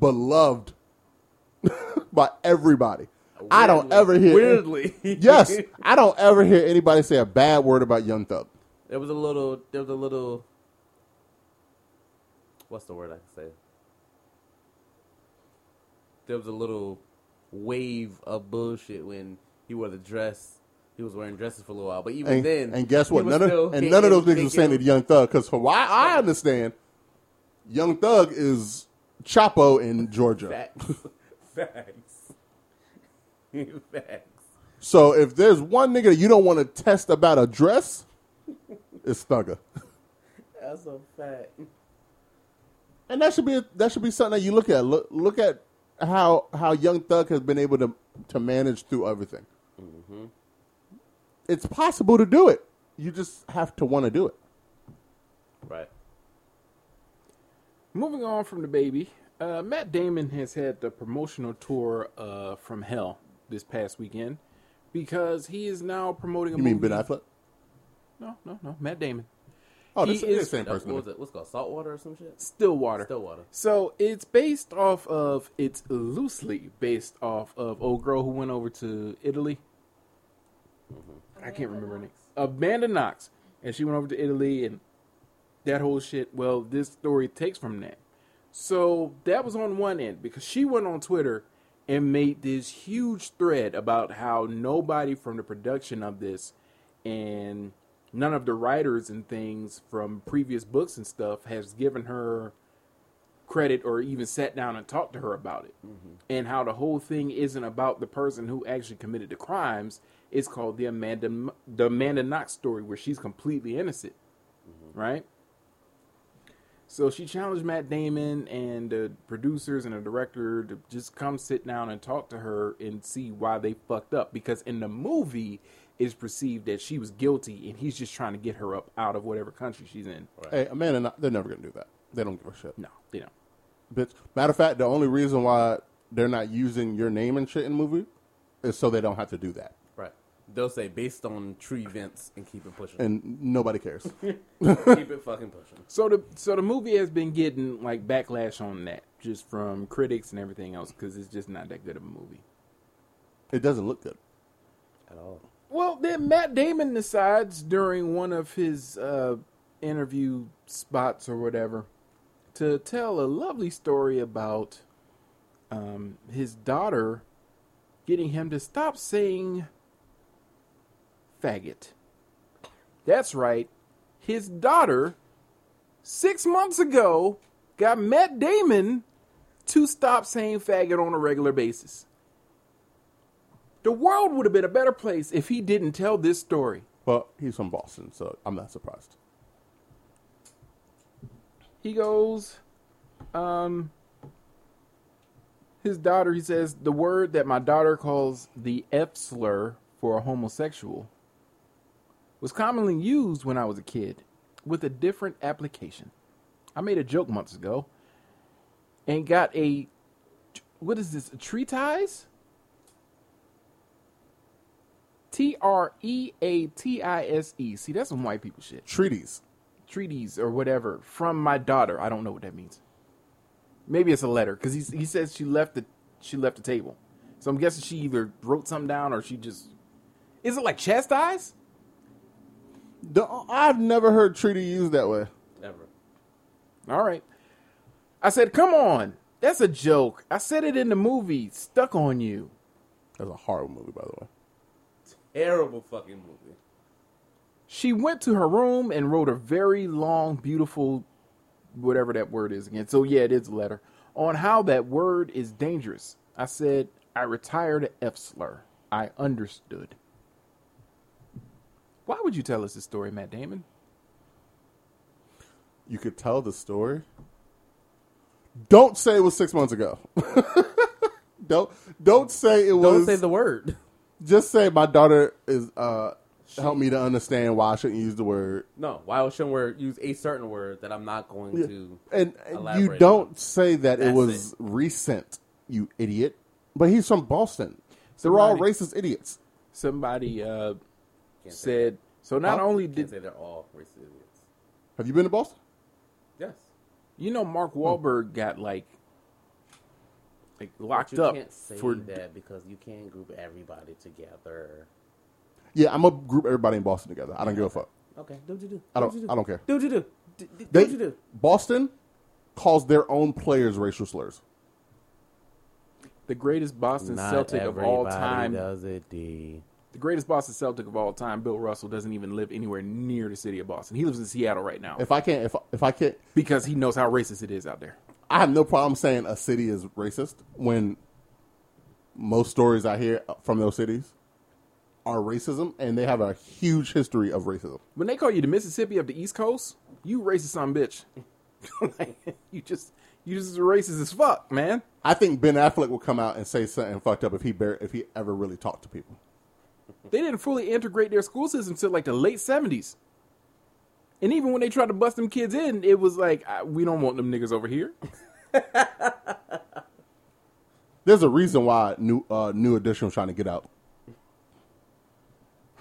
C: beloved by everybody. I don't
A: Weirdly-
C: ever hear
A: weirdly.
C: Yes, I don't ever hear anybody say a bad word about Young Thug.
A: There was a little. There was a little. What's the word I can say? There was a little wave of bullshit when he wore the dress. He was wearing dresses for a little while, but even
C: And,
A: then,
C: and guess what?
A: he was
C: None of,
A: still
C: and none of those
A: getting-
C: niggas were saying it to
A: making-
C: Young Thug because from what I understand, Young Thug is Chapo in Georgia.
A: Facts. Facts. Facts.
C: So if there's one nigga you don't want to test about a dress, it's Thugger.
A: That's a fact.
C: And that should be that should be something that you look at. Look, look at how how Young Thug has been able to to manage through everything. It's possible to do it. You just have to want to do it.
A: Right.
B: Moving on from the baby, uh, Matt Damon has had the promotional tour uh, from Hell this past weekend because he is now promoting a
C: You mean
B: movie.
C: Ben Affleck?
B: No, no, no. Matt Damon.
C: Oh,
B: He
C: this is
B: is-
C: the same
A: That's,
C: person.
A: what was it? What's it called saltwater or some shit?
B: Stillwater.
A: Stillwater.
B: So it's based off of, it's loosely based off of Old Girl Who Went Over to Italy. I can't remember her name. Amanda Knox. And she went over to Italy and that whole shit. Well, this story takes from that. So that was on one end because she went on Twitter and made this huge thread about how nobody from the production of this and none of the writers and things from previous books and stuff has given her credit or even sat down and talked to her about it and how the whole thing isn't about the person who actually committed the crimes it's called the amanda the amanda knox story where she's completely innocent right so she challenged matt damon and the producers and the director to just come sit down and talk to her and see why they fucked up because in the movie it's perceived that she was guilty and he's just trying to get her up out of whatever country she's in
C: Hey, Amanda, Knox- they're never gonna do that. They don't give a shit.
B: no you know
C: Bitch. Matter of fact, the only reason why they're not using your name and shit in movie is so they don't have to do that,
A: Right. They'll say based on true events and keep it pushing.
C: and nobody cares.
A: keep it fucking pushing.
B: So the so the movie has been getting like backlash on that, just from critics and everything else, because it's just not that good of a movie.
C: it doesn't look good.
A: At all.
B: Well, then Matt Damon decides during one of his uh, interview spots or whatever to tell a lovely story about um, his daughter getting him to stop saying faggot. That's right, his daughter six months ago got Matt Damon to stop saying faggot on a regular basis. The world would have been a better place if he didn't tell this story.
C: Well, he's from Boston, so I'm not surprised.
B: He goes, um, his daughter, he says, the word that my daughter calls the F slur for a homosexual was commonly used when I was a kid with a different application. I made a joke months ago and got a, what is this, a tree ties? T R E A T I S E. See, that's some white people shit
C: Treaties.
B: treaties or whatever from my daughter. I don't know what that means. Maybe it's a letter because he he says she left the she left the table. So I'm guessing she either wrote something down or she just is it like chastise?
C: The, I've never heard treaty used that way.
A: Never.
B: All right. I said, come on, that's a joke. I said it in the movie. Stuck on you.
C: That's a horrible movie, by the way.
A: Terrible fucking movie.
B: She went to her room and wrote a very long, beautiful, whatever that word is again. So, yeah, it is a letter on how that word is dangerous. I said, I retire the F slur. I understood. Why would you tell us this story, Matt Damon?
C: You could tell the story. Don't say it was six months ago. don't don't say it
A: Don't
C: was.
A: say the word.
C: just say my daughter is uh, helped me to understand why I shouldn't use the word.
A: No. Why shouldn't we use a certain word that I'm not going to?
C: And, and you
A: Elaborate
C: don't
A: on.
C: say that it
A: That's
C: was
A: it.
C: recent, you idiot. But he's from Boston. They're all
B: Somebody-
C: racist idiots.
B: Somebody uh,
A: Can't say
B: said, so not
C: Huh?
B: only
A: Can't
B: did
A: say they're all racist idiots.
C: Have you been to Boston?
A: Yes.
B: You know,
A: Hmm.
B: Mark Wahlberg got like like
A: But
B: locked
A: you
B: up
A: can't say
B: for
A: that because you can't group everybody together.
C: Yeah, I'm gonna group everybody in Boston together. I don't give a fuck.
A: Okay, do what you do.
C: I
A: Do
C: don't-
A: what you do.
C: I don't care.
A: Do what you do. Do, do, do
C: They
A: what you do.
C: Boston calls their own players racial slurs.
B: the greatest Boston
A: Not
B: Celtic of all
A: everybody
B: time.
A: does it, D.
B: The greatest Boston Celtic of all time, Bill Russell, doesn't even live anywhere near the city of Boston. He lives in Seattle right now
C: If I can't, if if I can't,
B: because he knows how racist it is out there.
C: I have no problem saying a city is racist when most stories I hear from those cities are racism, and they have a huge history of racism.
B: When they call you the Mississippi of the East Coast, you racist son bitch. like, you just you just racist as fuck, man.
C: I think Ben Affleck will come out and say something fucked up if he bar- if he ever really talked to people.
B: They didn't fully integrate their school system till like the late seventies. And even when they tried to bust them kids in, it was like I, we don't want them niggas over here.
C: There's a reason why new uh, new edition was trying to get out.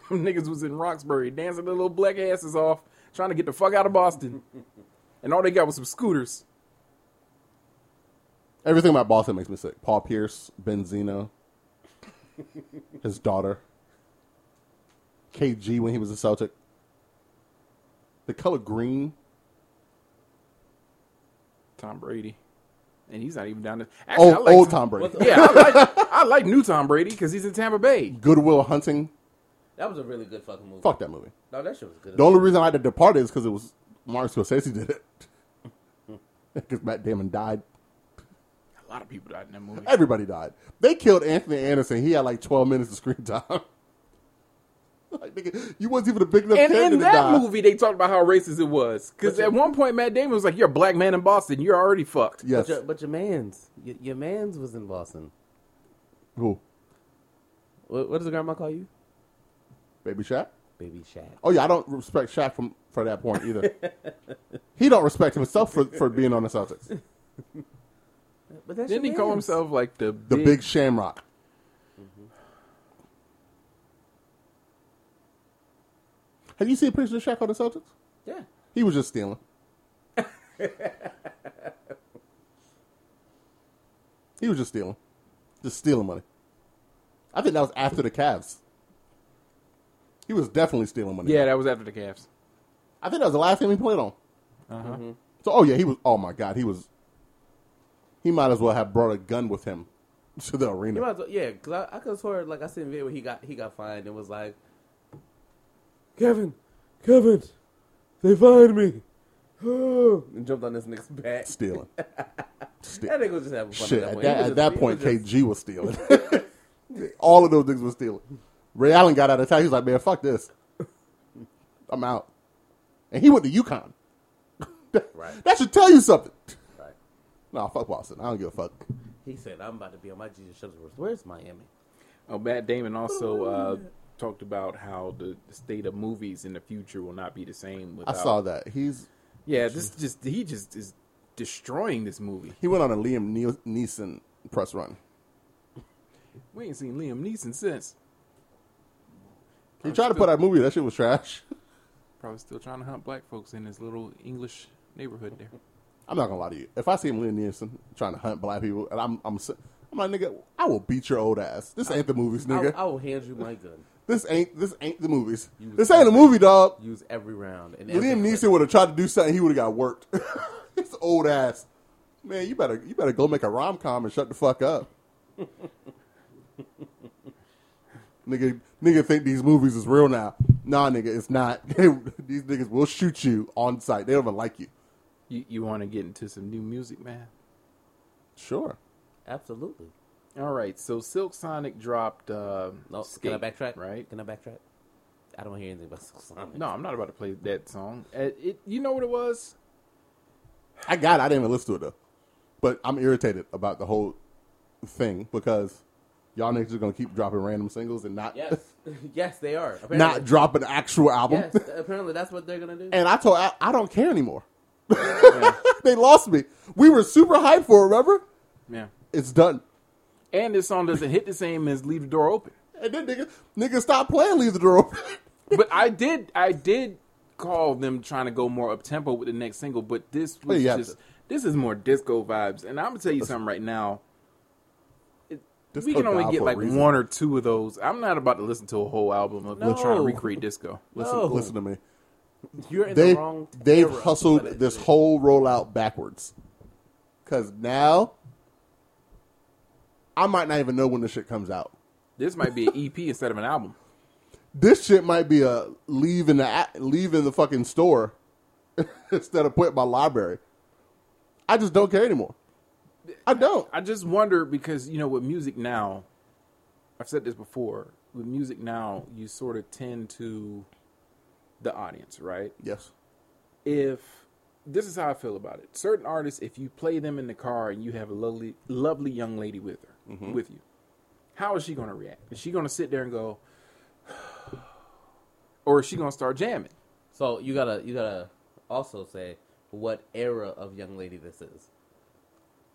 B: them niggas was in Roxbury dancing their little black asses off, trying to get the fuck out of Boston. and all they got was some scooters.
C: Everything about Boston makes me sick. Paul Pierce, Ben Zeno, his daughter, KG when he was a Celtic. The color green.
B: Tom Brady, and he's not even down there. Actually,
C: Old,
B: I like
C: Oh, old Tom Brady.
B: Yeah, I like, I like new Tom Brady because he's in Tampa Bay.
C: Goodwill Hunting.
A: That was a really good fucking movie.
C: Fuck that movie.
A: No, that shit was good. as
C: The only reason I had to depart is because it was Martin Scorsese did it. Because Matt Damon died.
B: A lot of people died in that movie.
C: Everybody died. They killed Anthony Anderson. He had like 12 minutes of screen time. like, nigga, you wasn't even a big enough
B: And
C: character
B: in
C: to
B: that
C: die.
B: movie, they talked about how racist it was. Because at one point, Matt Damon was like, "You're a black man in Boston. You're already fucked."
A: But
C: Yes.
A: your, but your man's, your, your man's was in Boston.
C: Who?
A: What, what does the grandma call you?
C: Baby Shaq?
A: Baby Shaq.
C: Oh yeah, I don't respect Shaq from for that point either. he don't respect himself for, for being on the Celtics.
A: But that's
B: Didn't
A: your
B: he call
A: man's.
B: himself like the
C: The big Mm-hmm. Shamrock. Have you seen pictures of Shaq on the Celtics?
A: Yeah.
C: He was just stealing. he was just stealing, just stealing money. I think that was after the Cavs. He was definitely stealing money.
B: Yeah, that was after the Cavs.
C: I think that was the last game he played on.
B: Uh-huh.
C: So, oh yeah, he was. Oh my God, he was. He might as well have brought a gun with him to the
A: You
C: arena.
A: might as well, yeah, because I, I could have sworn, like, I seen a video where he got, he got fined and was like, Kevin, Kevin, they fined me. and jumped on this nigga's back.
C: Stealing.
A: That nigga was just having fun
C: Shit.
A: at that
C: At
A: point.
C: that,
A: He was just-
C: at that
A: he was
C: point,
A: just-
C: KG was stealing. All of those things were stealing. Ray Allen got out of town. He was like, "Man, fuck this. I'm out." And he went to UConn.
A: Right.
C: That should tell you something.
A: Right.
C: Nah, fuck Boston. I don't give a fuck.
A: He said, I'm about to be on my Jesus Shuttlesworth. Where's Miami?
B: Oh, Matt Damon
C: Oh,
B: also uh, talked about how the, the state of movies in the future will not be the same.
C: I
B: Without,
C: saw that. He's
B: Yeah, this just he just is destroying this movie.
C: he went on a Liam Ne- Neeson press run.
B: We ain't seen Liam Neeson since.
C: He tried to put out a movie. That shit was trash.
B: Probably still trying to hunt black folks in his little English neighborhood there.
C: I'm not gonna lie to you. If I see him Liam Neeson trying to hunt black people, and I'm I'm si- I'm like nigga, I will beat your old ass. This ain't the movies,
A: I,
C: nigga.
A: I will hand you my gun.
C: this ain't this ain't the movies.
A: You was
C: This ain't a
A: perfect.
C: movie, dog.
A: Use every round. And every
C: Liam
A: clip.
C: Neeson would have tried to do something. He would have got worked. His old ass. Man, you better you better go make a rom com and shut the fuck up. nigga, nigga think these movies is real now. Nah, nigga, it's not. these niggas will shoot you on sight. They don't even like you.
B: You you want to get into some new music, man?
C: Sure.
A: Absolutely.
B: All right, so Silk Sonic dropped. Uh,
A: No,
B: Skate,
A: Oh, can I backtrack?
B: Right?
A: Can I backtrack? I don't hear anything about Silk Sonic.
B: No, I'm not about to play that song. Uh, it, you know what it was?
C: I got it. I didn't even listen to it though. But I'm irritated about the whole thing because y'all niggas are gonna keep dropping random singles and not
A: Yes, yes, they are. Apparently,
C: not drop an actual album.
A: Yes, apparently that's what they're gonna do.
C: And I told I, I don't care anymore. they lost me. We were super hyped for it, remember?
B: Yeah.
C: It's done.
B: And this song doesn't hit the same as "Leave the Door Open."
C: And then niggas niggas stop playing Leave the Door Open.
B: but I did I did call them trying to go more up tempo with the next single, but this was
C: you have
B: just
C: to.
B: This is more disco vibes, and I'm gonna tell you something right now. It, we
C: Disco
B: can only
C: died
B: get
C: for a
B: like
C: reason.
B: one or two of those. I'm not about to listen to a whole album of we're trying to
A: No.
B: recreate disco. Listen,
A: No.
C: Listen to me.
A: You're Oh. in
C: They
A: the wrong.
C: they've
A: era for
C: hustled
A: that
C: this
A: shit.
C: whole rollout backwards. Cause now I might not even know when this shit comes out.
B: this might be an EP instead of an album.
C: This shit might be a leave in the a- leave in the fucking store instead of put in my library. I just don't care anymore. I don't.
B: I just wonder because you know with music now, I've said this before. With music now, you sort of tend to the audience, right?
C: Yes.
B: If this is how I feel about it, certain artists, if you play them in the car and you have a lovely, lovely young lady with her,
A: Mm-hmm.
B: with you, how is she going to react? Is she going to sit there and go, or is she going to start jamming?
A: So you gotta you gotta also say what era of young lady this is.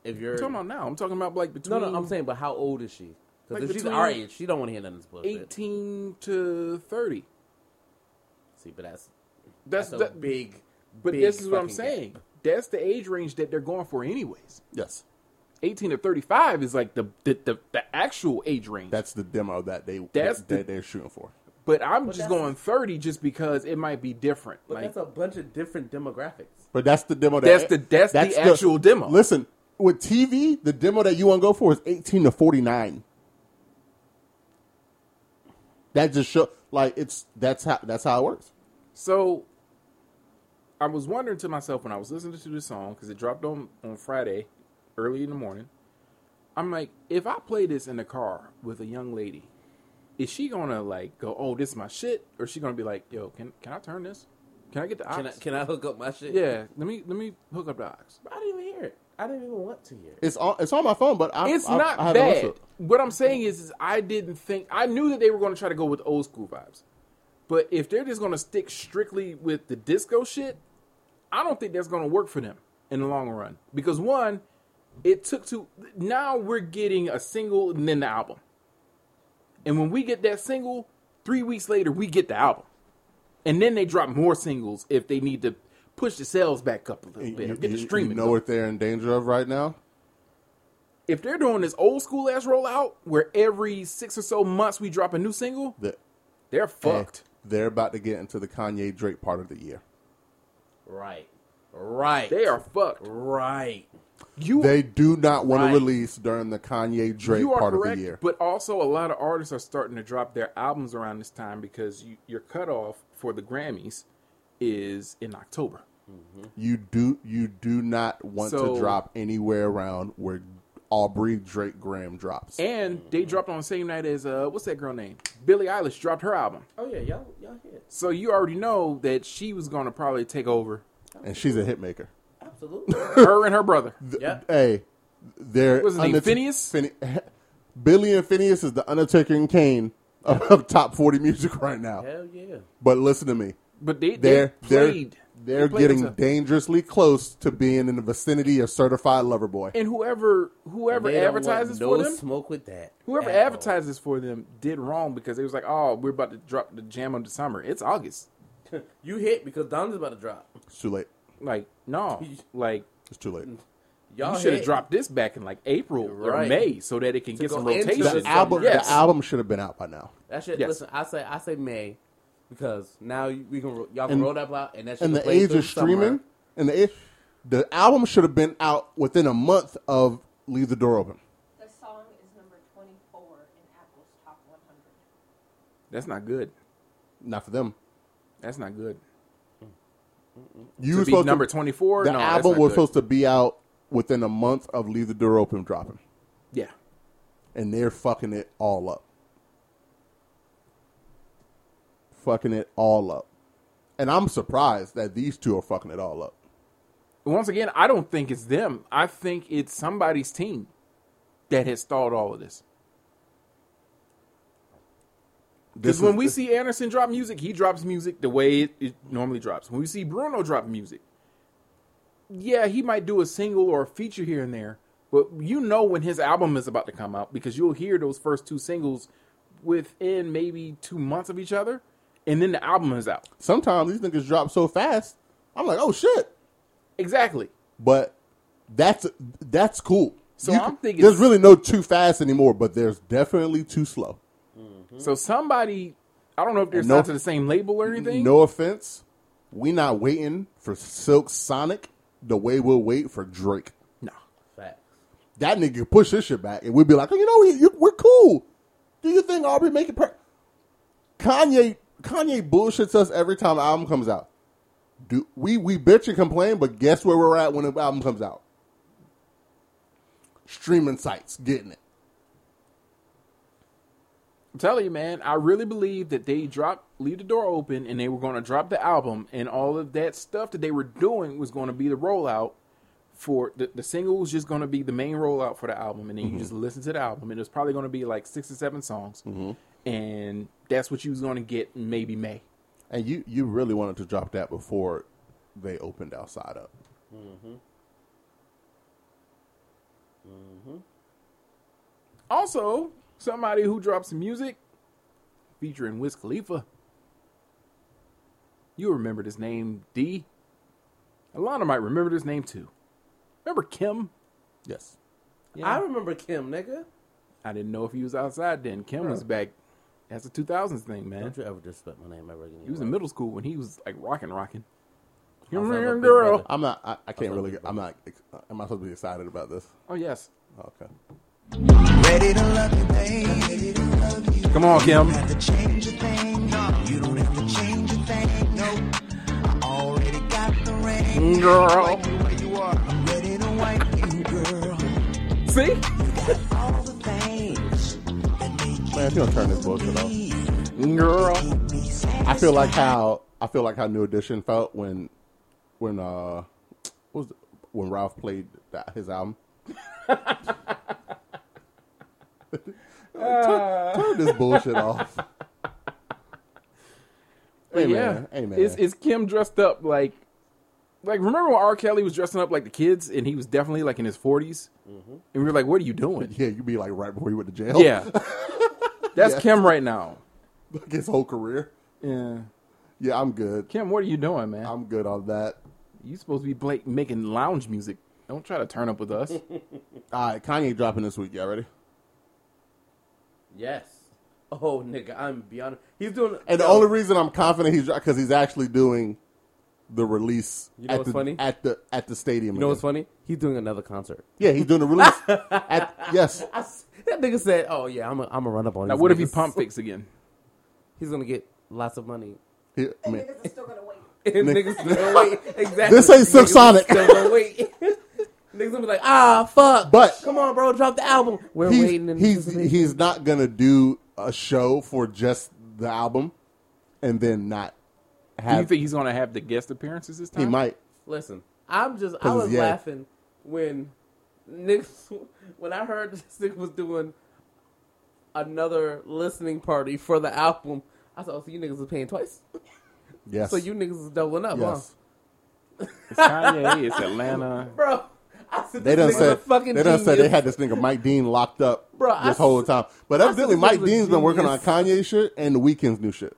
A: If you're
B: I'm talking about now. I'm talking about like between
A: no no, I'm saying, but how old is she?
B: Like
A: Because if she's
B: between
A: our age, she don't want to hear none of this bullshit.
B: 18 to 30.
A: See, but that's
B: That's,
A: that's,
B: the
A: a big.
B: But
A: big
B: this is what I'm
A: fucking
B: saying.
A: gap.
B: That's the age range that they're going for, anyways.
C: Yes.
B: 18 to 35 is like the the, the, the actual age range.
C: That's the demo that they
B: That's
C: that,
B: the-
C: that they're shooting for.
B: but I'm
A: But
B: just
A: that's-
B: going 30 just because it might be different.
A: But
B: like
A: that's a bunch of different demographics.
C: But that's the demo. That,
B: That's the- that's the actual demo.
C: Listen, with TV, the demo that you want to go for is eighteen to forty nine. That just show like it's that's how that's how it works.
B: so. I was wondering to myself when I was listening to the song because it dropped on on Friday, early in the morning. I'm like, if I play this in the car with a young lady, is she gonna like go, "Oh, this is my shit," or is she gonna be like, "Yo, can can I turn this? Can I get the
A: Can I
B: ox?
A: can I hook up my shit?
B: Yeah, let me let me hook up the ox.
A: I didn't even hear it. I didn't even want to hear it.
C: It's on it's on my phone, but I,
B: It's
C: I,
B: not
C: I haven't
B: bad.
C: listened.
B: What I'm saying is, is I didn't think I knew that they were going to try to go with old school vibes, but if they're just going to stick strictly with the disco shit, I don't think that's going to work for them in the long run. Because one, it took to now we're getting a single and then the album, and when we get that single, three weeks later we get the album, and then they drop more singles if they need to push the sales back up a little bit,
C: You,
B: get
C: you-
B: the
C: you
B: streaming.
C: know
B: going.
C: what they're in danger of right now?
B: if they're doing this old school ass rollout where every six or so months we drop a new single,
C: That
B: they're
C: Mm.
B: fucked.
C: they're about to get into the Kanye Drake part of the year.
A: Right, right.
B: They are fucked.
A: right.
B: You
C: They do not want
A: Right.
C: to release during the Kanye Drake
B: you are
C: part
B: correct,
C: of the year.
B: but also a lot of artists are starting to drop their albums around this time because you, your cutoff for the Grammys is in October.
C: You do you do not want
B: So-
C: to drop anywhere around where Aubrey Drake Graham drops.
B: And
C: Mm.
B: they dropped on the same night as uh, what's that girl name? Billie Eilish dropped her album.
A: Oh yeah, y'all y'all hear it.
B: So you already know that she was going to probably take over.
C: and she's a hit maker.
A: Absolutely.
B: Her and her brother.
A: yeah.
C: Hey, they're
B: What's his name,
C: Undert-
B: Phineas?
C: Phine- Billy and Phineas is the Undertaker and Kane of, of top forty music right now.
A: Hell yeah.
C: But listen to me,
B: But they they
C: they're they're
B: played.
C: they're
B: They played
C: getting
B: into-
C: dangerously close to being in the vicinity of certified lover boy.
B: and whoever whoever
A: They don't want
B: advertises
A: no
B: for them,
A: smoke with that.
B: whoever
A: at all.
B: advertises for them did wrong because it was like, oh, we're about to drop the jam of the summer. It's August.
A: you hit because Don's about to drop.
C: It's too late.
B: Like, no, like
C: It's too late.
A: Y'all
B: you should have
A: hit.
B: dropped this back in like April or
A: Oh, Right.
B: May so that it can get
A: go
B: some
A: into
B: rotation.
A: the
C: The album
B: Yes.
C: the album should have been out by now.
A: That shit.
B: Yes.
A: Listen, I say I say May because now you- we can ro- y'all can
C: And-
A: roll that out and that shit
C: And
A: can
C: the
A: play
C: age
A: through
C: of streaming
A: summer.
C: and the age, the album should have been out within a month of Leave the Door Open.
D: The song is number 24 in Apple's top 100.
B: That's not good.
C: Not for them.
B: That's not good.
C: You
B: To be
C: were supposed to-
B: number twenty four.
C: The
B: no, that's
C: album
B: not
C: was
B: good.
C: supposed to be out within a month of Leave the Door Open dropping,
B: Yeah.
C: and they're fucking it all up. Fucking it all up. And I'm surprised that these two are fucking it all up.
B: Once again, I don't think it's them. I think it's somebody's team that has stalled all of this. Because
C: is-
B: when we see Anderson drop music, he drops music the way it, it normally drops. When we see Bruno drop music, yeah, he might do a single or a feature here and there, but you know when his album is about to come out because you'll hear those first two singles within maybe two months of each other, and then the album is out.
C: sometimes these niggas drop so fast, I'm like, oh shit.
B: Exactly.
C: But That's that's cool.
B: So
C: You
B: I'm
C: can-
B: thinking-
C: there's really no too fast anymore, but there's definitely too slow.
B: So somebody, I don't know if they're
C: No.
B: signed to the same label or anything.
C: No offense, we not waiting for Silk Sonic the way we'll wait for Drake.
B: no.
A: Facts.
C: That nigga could push his shit back, and we'd be like, oh, you know, you, you- we're cool. Do you think Aubrey make it? Per-? Kanye Kanye bullshits us every time an album comes out. Do we we bitch and complain, but guess where we're at when the album comes out? Streaming sites getting it.
B: I'm telling you, man, I really believe that they dropped Leave the Door Open and they were going to drop the album, and all of that stuff that they were doing was going to be the rollout for the, the single was just going to be the main rollout for the album, and then you just listen to the album, and it's probably going to be like six or seven songs, and that's what you was going to get in maybe May.
C: And you you really wanted to drop that before they opened outside up.
B: Also, somebody who drops music featuring Wiz Khalifa. You remember this name, D. Alana might remember this name too. Remember Kim?
C: Yes.
A: I remember Kim, nigga.
B: I didn't know if he was outside then. Kim was back. That's a 2000s thing, man.
A: Don't you ever disrespect my name ever again.
B: He was in middle school when he was like rocking, rocking. You
A: I was
B: remember
A: like a big
B: girl?
A: brother.
C: I'm not. I, I can't
A: thought
C: really.
A: we
C: Get, I'm not. ex- Am I supposed to be excited about this?
B: Oh yes.
C: Okay.
E: Ready to love you, babe.
B: Come on, Kim.
E: Have to change a thing. No, you don't have to change a thing. No, I already got the ring.
B: Girl.
E: Where you are, I'm ready to wipe you, girl.
B: See?
E: All the things that make
C: Man, if you don't turn this bullshit off.
B: Girl.
E: me
C: I feel like how I feel like how New Edition felt when when uh what was the, when Ralph played that, his album. turn, turn this bullshit off. Hey man, hey man.
B: Is, is Kim dressed up like, like remember when R. Kelly was dressing up like the kids, and he was definitely like in his 40s
C: Mm-hmm.
B: and we were like, "What are you doing?"
C: yeah, you be like right before you went to jail.
B: yeah, that's Kim right now.
C: Like his whole career.
B: Yeah,
C: Yeah, I'm good.
B: Kim, what are you doing, man?
C: I'm good on that.
B: you supposed to be Blake making lounge music. Don't try to turn up with us.
C: All right, Kanye dropping this week. Y'all ready?
A: Yes. Oh, nigga, I'm beyond. He's doing.
C: And the
A: Yo,
C: only reason I'm confident he's because he's actually doing the release
A: You know
C: at
A: what's
C: the
A: funny?
C: at the at the stadium.
A: You know what's funny? He's doing another concert.
C: Yeah, he's doing the release. at, yes,
A: I s- that nigga said, "Oh yeah, I'm a, I'm a run up on."
B: now,
A: these
B: what if he
A: niggas."
B: pump fakes again?
A: He's gonna get lots of money.
C: He- I mean,
D: Niggas are still gonna wait.
A: And
C: Nigga.
A: niggas still wait. Exactly.
C: This ain't Silk
A: Niggas
C: Sonic.
A: Still gonna wait. niggas gonna be like, ah, fuck.
C: But-
A: come on, bro, drop the album. We're waiting. In
C: he's he's, he's not gonna do a show for just the album, and then not
B: Do you
C: have.
B: think he's gonna have the guest appearances this time?
C: he might.
A: Listen, I'm just. I
C: it's
A: was
C: Ye.
A: laughing when niggas when I heard this nigga was doing another listening party for the album. I said, oh, so you niggas is paying twice.
C: Yes.
A: So you niggas is doubling up,
C: Yes.
B: It's Kanye, it's
A: huh?
B: Atlanta.
A: Bro, I said,
C: They done
A: this nigga's a
C: said
A: fucking
C: they done said they
A: genius.
C: had this nigga Mike Dean locked up
A: Bro, I
C: this whole
A: s-
C: time. But evidently
A: this nigga's
C: Mike
A: a
C: Dean's been working on
A: genius.
C: Kanye shit and the Weeknd's new shit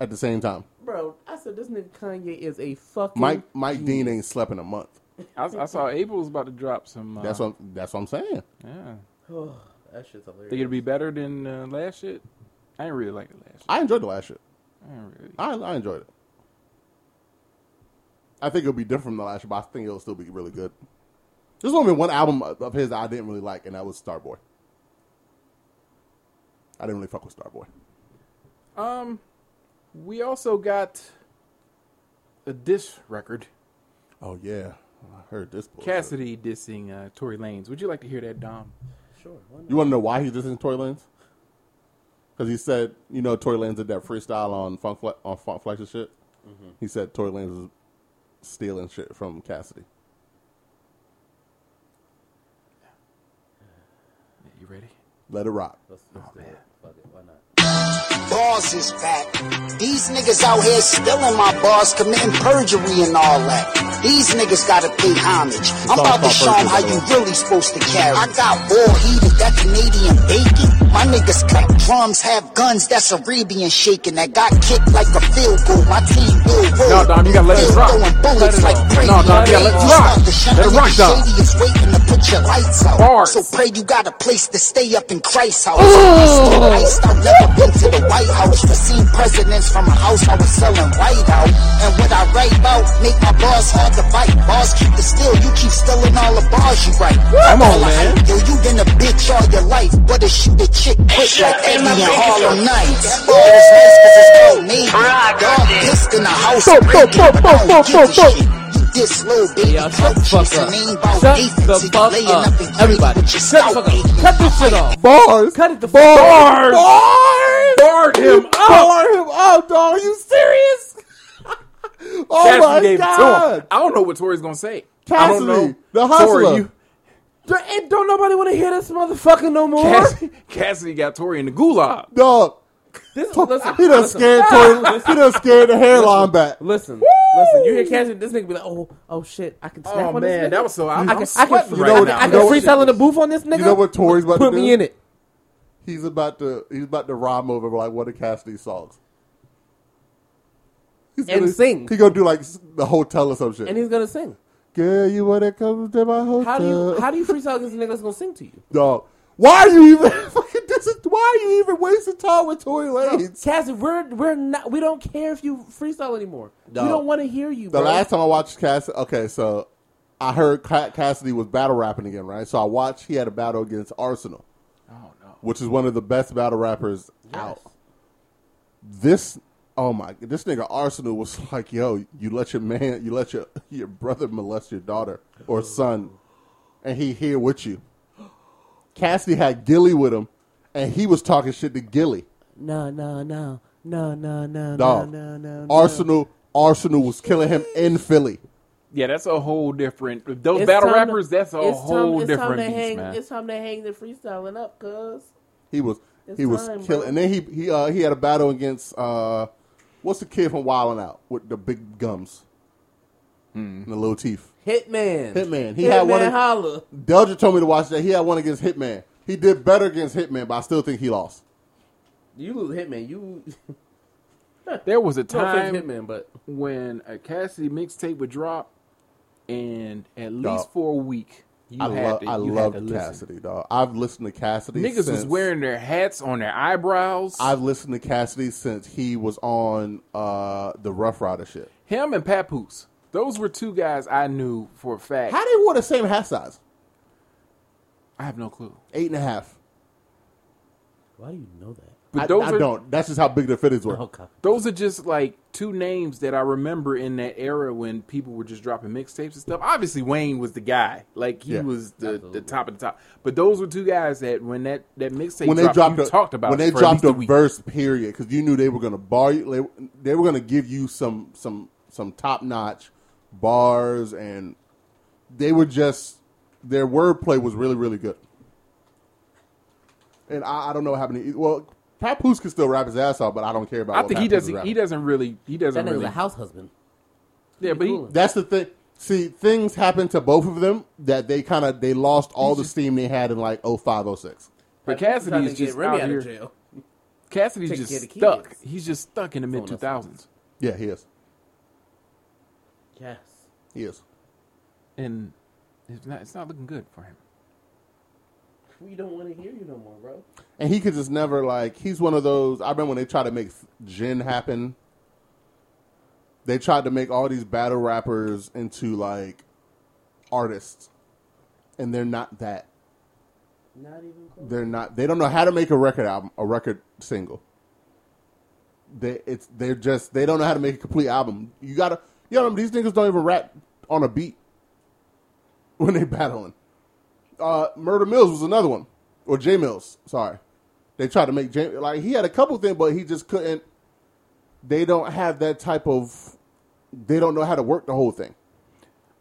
C: at the same time.
A: Bro, I said this nigga Kanye is a fucking
C: Mike Mike Dean ain't slept in a month.
B: I, I saw April was about to drop
A: Uh-huh.
B: some. Uh,
C: That's what that's what I'm saying.
B: Yeah,
A: that shit's hilarious.
B: think it'll be better than uh, last shit. I ain't really like the last shit.
C: I enjoyed the last shit.
B: I ain't really.
C: I, I enjoyed it. I think it'll be different from the last year, but I think it'll still be really good. There's only one album of his that I didn't really like, and that was Starboy. I didn't really fuck with Starboy.
B: Um, we also got a diss record.
C: Oh yeah, I heard this. Bullshit.
B: Cassidy dissing uh, Tory Lanez. Would you like to hear that, Dom?
A: sure. why not?
C: you want to know why he's dissing Tory Lanez? Because he said, you know, Tory Lanez did that freestyle on Funk Fle- on Funk Flex and shit.
B: Mm-hmm.
C: He said Tory Lanez was stealing shit from Cassidy.
B: Yeah, you ready?
C: Let it rock.
A: Let's, let's do it. Fuck it. Why not?
E: Boss is back.
G: These niggas out here stealing my bars, committing perjury and all that. These niggas gotta pay homage. I'm
C: all
G: about to
C: about
G: show
C: perjury,
G: 'em how
C: by the
G: you
C: way.
G: really supposed to carry. I got all heated, that Canadian bacon. My niggas cut drums, have guns, that's Arabian shaking. That got kicked like a field goal. My team Bill Rowe.
B: No, Dom, you gotta let it
G: Bill
B: drop.
G: throwing
B: Let
G: bullets
B: it
G: like
B: rock.
G: crazy.
B: No, Dom, you gotta let it
G: Niggas
B: rock.
G: start to shine.
B: Let it rock,
G: Niggas
B: Dom.
G: shady is waiting to put your lights out.
B: Bars.
G: So pray you got a place to stay up in Christ's house. I stay iced out, never been to the White House, but seen presidents from a house I was selling white out. And what I write about make my bars hard to bite. Bars keep the steal, you keep stealing all the bars you write.
B: Come on,
G: All I
B: man.
G: hate, Yo, you been a bitch all your life, but a shoot a chick quick like Eddie and Harlem Nights. All this space 'cause it's all me. Dog pissed in the house, breaking, but I don't give a shit. You This little baby
A: Yo, shut the
G: couch,
A: fuck up.
G: name about
A: Shut
G: Nathan,
A: the
G: so you
A: fuck
G: laying
A: up.
G: up in
A: Everybody,
G: with
A: shut
G: your
A: the
G: stout
A: fuck up.
G: baby.
A: Cut this shit off.
C: Bars.
A: Cut it the fuck off.
C: Bars. Bars.
B: Barred him up.
C: Bar him up, dog. Are you serious? oh
B: Cassidy
C: my
B: gave it to him.
C: god.
B: I don't know what Tori's gonna say. I don't
C: Cassidy,
B: know.
C: the
B: Tori,
C: hustler.
B: you,
A: Don't- and don't nobody want to hear this motherfucker no more.
B: Cassidy, Cassidy got Tori in the gulag.
C: Dog.
A: This, listen,
C: He done
A: listen,
C: scared Tori. He done scared the hairline back.
A: listen, listen. You hear Cassidy? This nigga be like, oh, oh shit, I can. Snap
B: Oh
A: on this
B: man,
A: nigga?
B: that was so. I,
A: I
B: I'm
A: can, I
B: sweating
A: can,
B: right
A: I
C: know
A: can,
B: now.
A: I can
C: know what-
A: freestyle in the booth on this nigga.
C: You know what Tori's about to
A: Put
C: do?
A: me in it.
C: He's about to he's about to rhyme over like one of Cassidy's songs. He's
A: And
C: gonna,
A: sing.
C: He gonna do like s- the hotel or some shit.
A: And he's gonna sing.
C: Girl, you wanna come to my hotel?
A: How do you how do you freestyle against a nigga that's gonna sing to you?
C: Dog, why are you even fucking? This is, why are you even wasting time with Tory Lanez?
A: Cassidy, we're we're not we don't care if you freestyle anymore.
C: Dog.
A: We don't want to hear you. bro.
C: The last time I watched Cassidy, okay, so I heard Ca- Cassidy was battle rapping again, right? So I watched he had a battle against Arsenal,
B: Oh no.
C: which is one of the best battle rappers out. This, oh my, this nigga Arsenal was like, yo, you let your man, you let your your brother molest your daughter or son, and he here with you. Cassidy had Gilly with him, and he was talking shit to Gilly.
A: no no no no no no no
C: Dog.
A: no no
C: Arsenal, Arsenal was killing him in Philly.
B: Yeah, that's a whole different. Those
A: It's
B: battle
A: time to-
B: rappers, that's a
A: it's
B: whole
A: time, it's
B: different
A: time to
B: beast,
A: hang,
B: man.
A: It's time to hang the freestyling up, cuz.
C: He was
A: It's
C: he was
A: time, bro.
C: killing. And then he he uh, he had a battle against uh, what's the kid from Wildin' Out with the big gums and the little teeth.
A: Hitman.
C: Hitman. He
A: Hitman
C: had one. of-
A: holla.
C: Delja told me to watch that. He had one against Hitman. He did better against Hitman, but I still think he lost.
A: You lose Hitman. You
B: There was a
A: no offense,
B: time
A: Hitman, but
B: when a Cassidy mixtape would drop, and at least
C: Dog.
B: for a week, you
C: I
B: had
C: love
B: to.
C: I
B: you
C: love
B: had to listen.
C: Cassidy dog. I've listened to Cassidy.
B: Niggas
C: since,
B: was wearing their hats on their eyebrows.
C: I've listened to Cassidy since he was on uh, the Rough Rider shit.
B: Him and Papoose. Those were two guys I knew for a fact.
C: How they wore the same hat size?
B: I have no clue.
C: Eight and a half.
A: why do you know that?
B: But
C: I,
B: those
C: I
B: are Oh,
C: don't. That's just how big their fittings were.
A: Okay.
B: those are just like two names that I remember in that era when people were just dropping mixtapes and stuff. Obviously, Wayne was the guy. Like he
C: Yeah.
B: was the, the top of the top. But those were two guys that when that that mixtape
C: when they
B: dropped,
C: dropped
B: you
C: a,
B: talked about
C: when
B: it
C: they
B: for at
C: dropped
B: least
C: a
B: a week.
C: verse period because you knew they were going to bar you they, they were going to give you some some some top notch bars and they were just their wordplay was really really good and I, I don't know what happened to either. well Papoose can still rap his ass off but I don't care about
B: I
C: what
B: think he
C: Papoose is
B: doesn't. He
C: rapping.
B: doesn't really. He doesn't
A: That nigga's
B: really.
A: a house husband.
B: yeah, but he,
A: cool.
C: that's the thing see things happened to both of them that they kind of they lost all the steam they had in like 0506
B: but
A: Trying
B: Cassidy
A: to
B: is
A: get
B: just
A: Remy
B: out
A: out of
B: here.
A: jail.
B: Cassidy's
A: Take care
B: just
A: of the
B: stuck.
A: kids.
B: He's just stuck in the mid two thousands,
C: yeah he is
A: Yes.
C: he is
B: and it's not. It's not looking good for him.
A: We don't want to hear you no more, bro.
C: and he could just never like he's one of those i remember when they tried to make gin happen they tried to make all these battle rappers into like artists and they're not that
A: Not even close.
C: they're not they don't know how to make a record album a record single they it's they're just they don't know how to make a complete album you gotta you know these niggas don't even rap on a beat when they battling uh murder mills was another one or j mills sorry they tried to make j like he had a couple things but he just couldn't they don't have that type of they don't know how to work the whole thing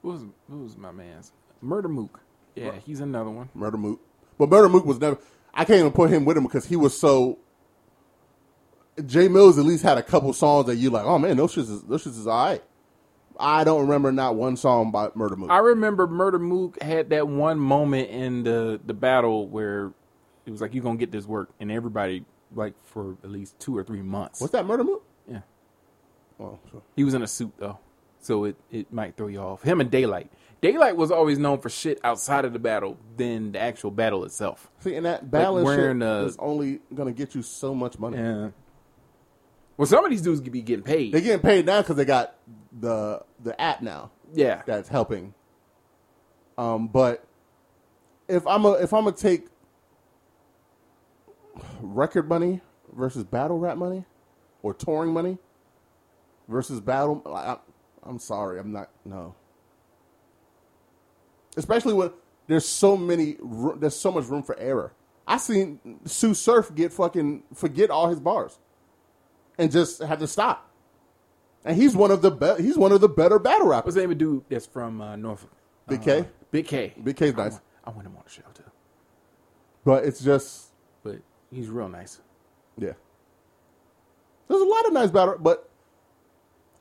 B: What was what was my man's Murder Mook? Yeah, he's another one.
C: Murder Mook. But Murder Mook was never. I can't even put him with him because he was so. J Mills at least had a couple songs that you like. Oh man, those shits is those shits is all right. I don't remember not one song by Murder Mook.
B: I remember Murder Mook had that one moment in the the battle where it was like you're gonna get this work, and everybody like for at least two or three months.
C: What's that Murder Mook?
B: Yeah,
C: Oh, sure.
B: he was in a suit though, so it it might throw you off. Him and Daylight. Daylight was always known for shit outside of the battle than the actual battle itself.
C: See, and that balance
B: wearing
C: shit
B: a-
C: is only gonna get you so much money.
B: Yeah. Well, some of these dudes could be getting paid.
C: They're getting paid now because they got the the app now
B: yeah.
C: that's helping. Um, but if I'm a if I'm gonna take record money versus battle rap money or touring money versus battle, I, I- I'm sorry, I'm not no. Especially when there's so many ro- there's so much room for error. I seen Sue Surf get fucking forget all his bars and just have to stop. And he's one of the be- he's one of the better battle rappers.
B: What's the name of dude that's from uh, Norfolk?
C: Big K?
B: Uh, Big K.
C: Big K's
B: I
C: nice.
B: want, I want him on the show too,
C: But it's just,
B: but he's real nice.
C: yeah. There's a lot of nice battle, but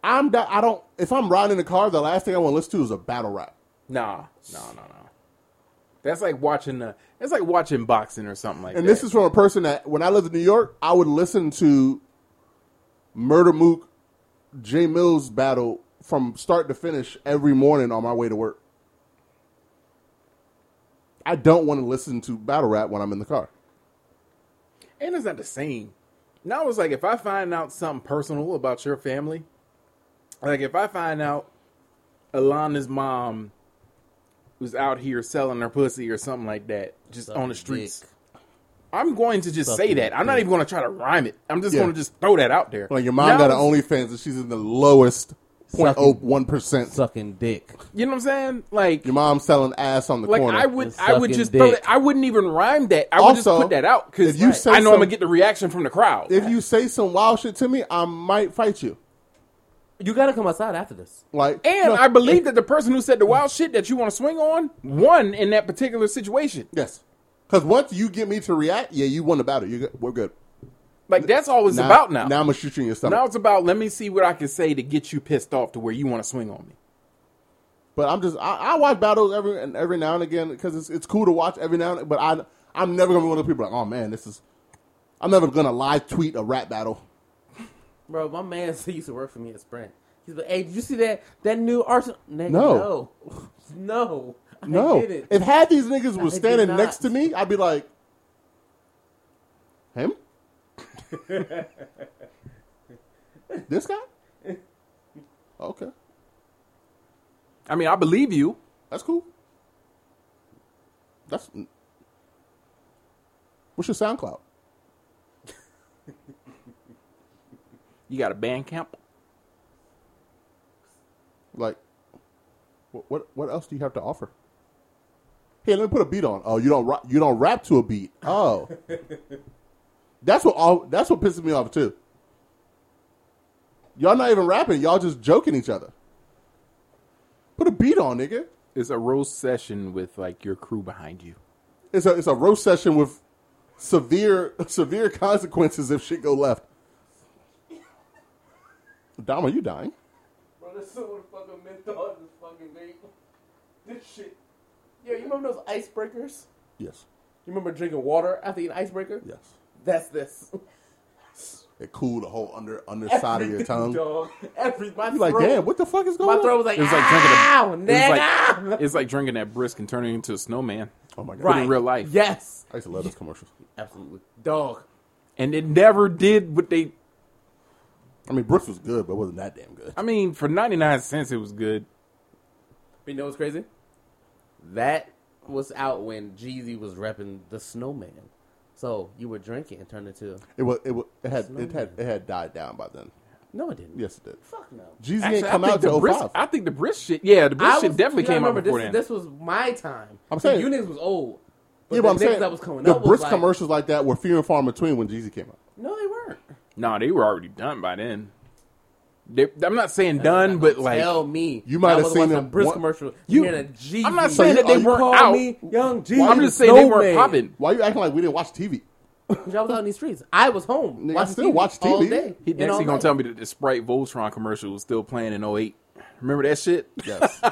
C: I'm not, I don't. If I'm riding in the car, the last thing I want to listen to is a battle rap.
B: Nah, no, no, no. That's like watching uh That's like watching boxing or something like
C: And
B: that.
C: this is from a person that when I lived in New York, I would listen to Murder Mook, J Mills battle from start to finish every morning on my way to work. I don't want to listen to battle rap when I'm in the car.
B: and it's not the same. Now it's like if I find out something personal about your family, like if I find out Alana's mom was out here selling her pussy or something like that, just on the streets.
A: dick.
B: I'm going to just say that. I'm not even going to try to rhyme it. I'm just
C: Yeah.
B: going to just throw that out there.
C: Like your mom
B: Now
C: got an
B: it's-
C: OnlyFans and she's in the lowest 0.01 percent.
A: Sucking dick.
B: You know what I'm saying? Like
C: Your mom's selling ass on the
B: Like
C: corner.
B: I would,
A: It's
B: I would
A: sucking
B: just throw
A: dick.
B: that, I wouldn't even rhyme that. I would
C: Also,
B: just put that out because
C: if you say
B: I know I'm gonna
C: some-
B: get the reaction from the crowd.
C: If you say some wild shit to me, I might fight you.
A: You gotta come outside after this.
C: Like,
B: and
C: no,
B: I believe that the person who said the wild shit that you want to swing on won in that particular situation.
C: yes, because once you get me to react, yeah, you won the battle. You good. we're good.
B: Like that's all it's about now.
C: Now
B: Now,
C: I'm gonna shoot you in your stomach.
B: it's about let me see what I can say to get you pissed off to where you want to swing on me.
C: But I'm just I, I watch battles every and every now and again because it's it's cool to watch every now and but I I'm never gonna be one of the people like oh man this is I'm never gonna live tweet a rap battle.
A: Bro, my man said he used to work for me at Sprint. He's like, hey, did you see that that new Arsenal? Nigga,
C: No.
A: no. No. I
C: No,
A: did it.
C: if half these niggas
A: I did
C: was standing
A: not.
C: next to me, I'd be like, him, this guy. Okay,
B: I mean, I believe you.
C: that's cool. That's what's your SoundCloud?
B: You got a band camp.
C: Like, what what, what else do you have to offer? Hey, let me put a beat on. Oh, you don't ra- you don't rap to a beat. Oh, that's what all that's what pisses me off too. Y'all not even rapping. Y'all just joking each other. Put a beat on, nigga.
B: It's a roast session with like your crew behind you.
C: It's a it's a roast session with severe severe consequences if shit go left. Dom, are you dying?
A: Bro, there's so much fucking menthol in this fucking thing. This shit. Yo, you remember those icebreakers?
C: Yes.
A: You remember drinking water after eating icebreaker?
C: Yes.
A: That's this.
C: It cooled the whole under underside of your
A: Everything,
C: tongue.
A: Dog. Every, my
C: You're like,
A: throat-
C: damn, what the fuck is going
A: My
C: on?
A: throat was like,
B: It was like drinking
A: ow,
B: a. It was
A: nigga.
B: like, it's like drinking that brisk and turning into a snowman.
C: oh my god.
B: Right. in real life.
A: Yes.
C: I used to love those commercials.
A: Absolutely. Dog.
B: and it never did what they.
C: I mean, Brooks was good, but it wasn't that damn good.
B: I mean, for ninety nine cents, it was good.
A: You know what's crazy? That was out when Jeezy was repping the Snowman. So you were drinking and turned into
C: It was. It, was, it had. It had. It had died down by then.
A: no, it didn't.
C: Yes, it did.
A: Fuck no.
C: Jeezy
B: Actually,
C: didn't come
B: I think
C: out
B: the
C: till
B: brisk,
C: 05.
B: I think the brisk shit. Yeah, the brisk
A: I
B: shit
A: was-
B: definitely
A: you gotta
B: came out
A: remember,
B: before
A: this,
B: then.
A: This was my time.
C: I'm
A: See,
C: saying-
A: you niggas was old.
C: yeah, but
A: the
C: I'm saying
A: niggas that was coming
C: the
A: up was
C: brisk
A: like-
C: commercials like that were few and far in between when Jeezy came out.
A: No, they weren't.
B: nah, they were already done by then. They, I'm not saying done, but like
A: tell me,
C: You
A: I
C: might have
A: was
C: seen
A: watching a
C: them
A: brisk
C: one-
A: commercial.
B: You-
A: You had a Jeezy.
B: I'm not
C: So
B: saying
C: you-
B: that they
C: are you
B: weren't
A: call
B: out.
A: me young Jeezy.
B: Well, I'm just saying they weren't
A: Snowman.
B: popping.
C: Why are you acting like we didn't watch TV?
A: Because I was out in these streets. I was home.
C: Nigga, I
A: watching
C: still watch
A: all
C: TV.
A: day.
B: He
A: and
B: next
A: all
B: he gonna
A: night.
B: tell me that the Sprite Voltron commercial was still playing in 08. Remember that shit?
C: Yes.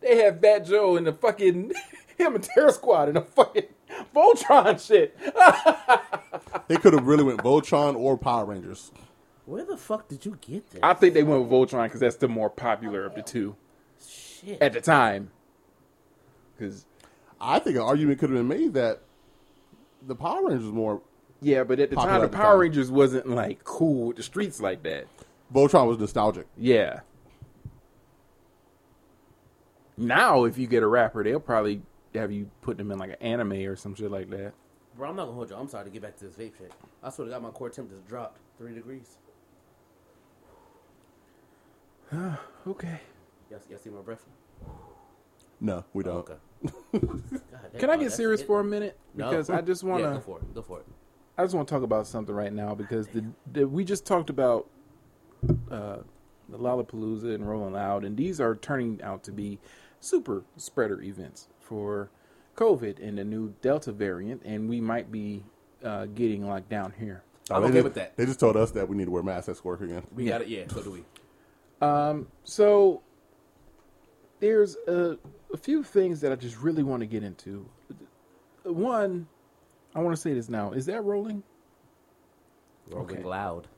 B: They had Fat Joe and the fucking him and Terror Squad and the fucking Voltron shit.
C: they could have really went Voltron or Power Rangers.
A: Where the fuck did you get this?
B: I think they went with Voltron because that's the more popular of the two
A: Shit.
B: at the time. Because
C: I think an argument could have been made that the Power Rangers was more
B: yeah, but at the
C: Popular
B: time
C: at
B: the
C: the
B: Power
C: time.
B: Rangers wasn't like cool with the streets like that.
C: Voltron was nostalgic.
B: Yeah. Now, if you get a rapper, they'll probably have you put them in like an anime or some shit like that.
A: Bro, I'm not gonna hold you. I'm sorry to get back to this vape shit. I swear to God, my core temp just dropped three degrees.
B: Okay.
A: Y'all, y'all see my breath?
C: No, we don't.
A: Okay. God damn,
B: Can I
A: bro, Oh,
B: get
A: that's
B: serious
A: it.
B: for a minute?
A: No.
B: Because I just want to.
A: Yeah, go for it. Go for it.
B: I just want to talk about something right now because the, the we just talked about uh, the Lollapalooza and Rolling Loud, and these are turning out to be super spreader events for COVID and the new Delta variant, and we might be uh, getting like down here.
A: I'm
C: They
A: okay
C: just-
A: with that.
C: They just told us that we need to wear masks at work again.
A: We got it. Yeah, so do we.
B: So there's a, a few things that I just really want to get into. One, I want to say this now: is that rolling?
A: Rolling loud.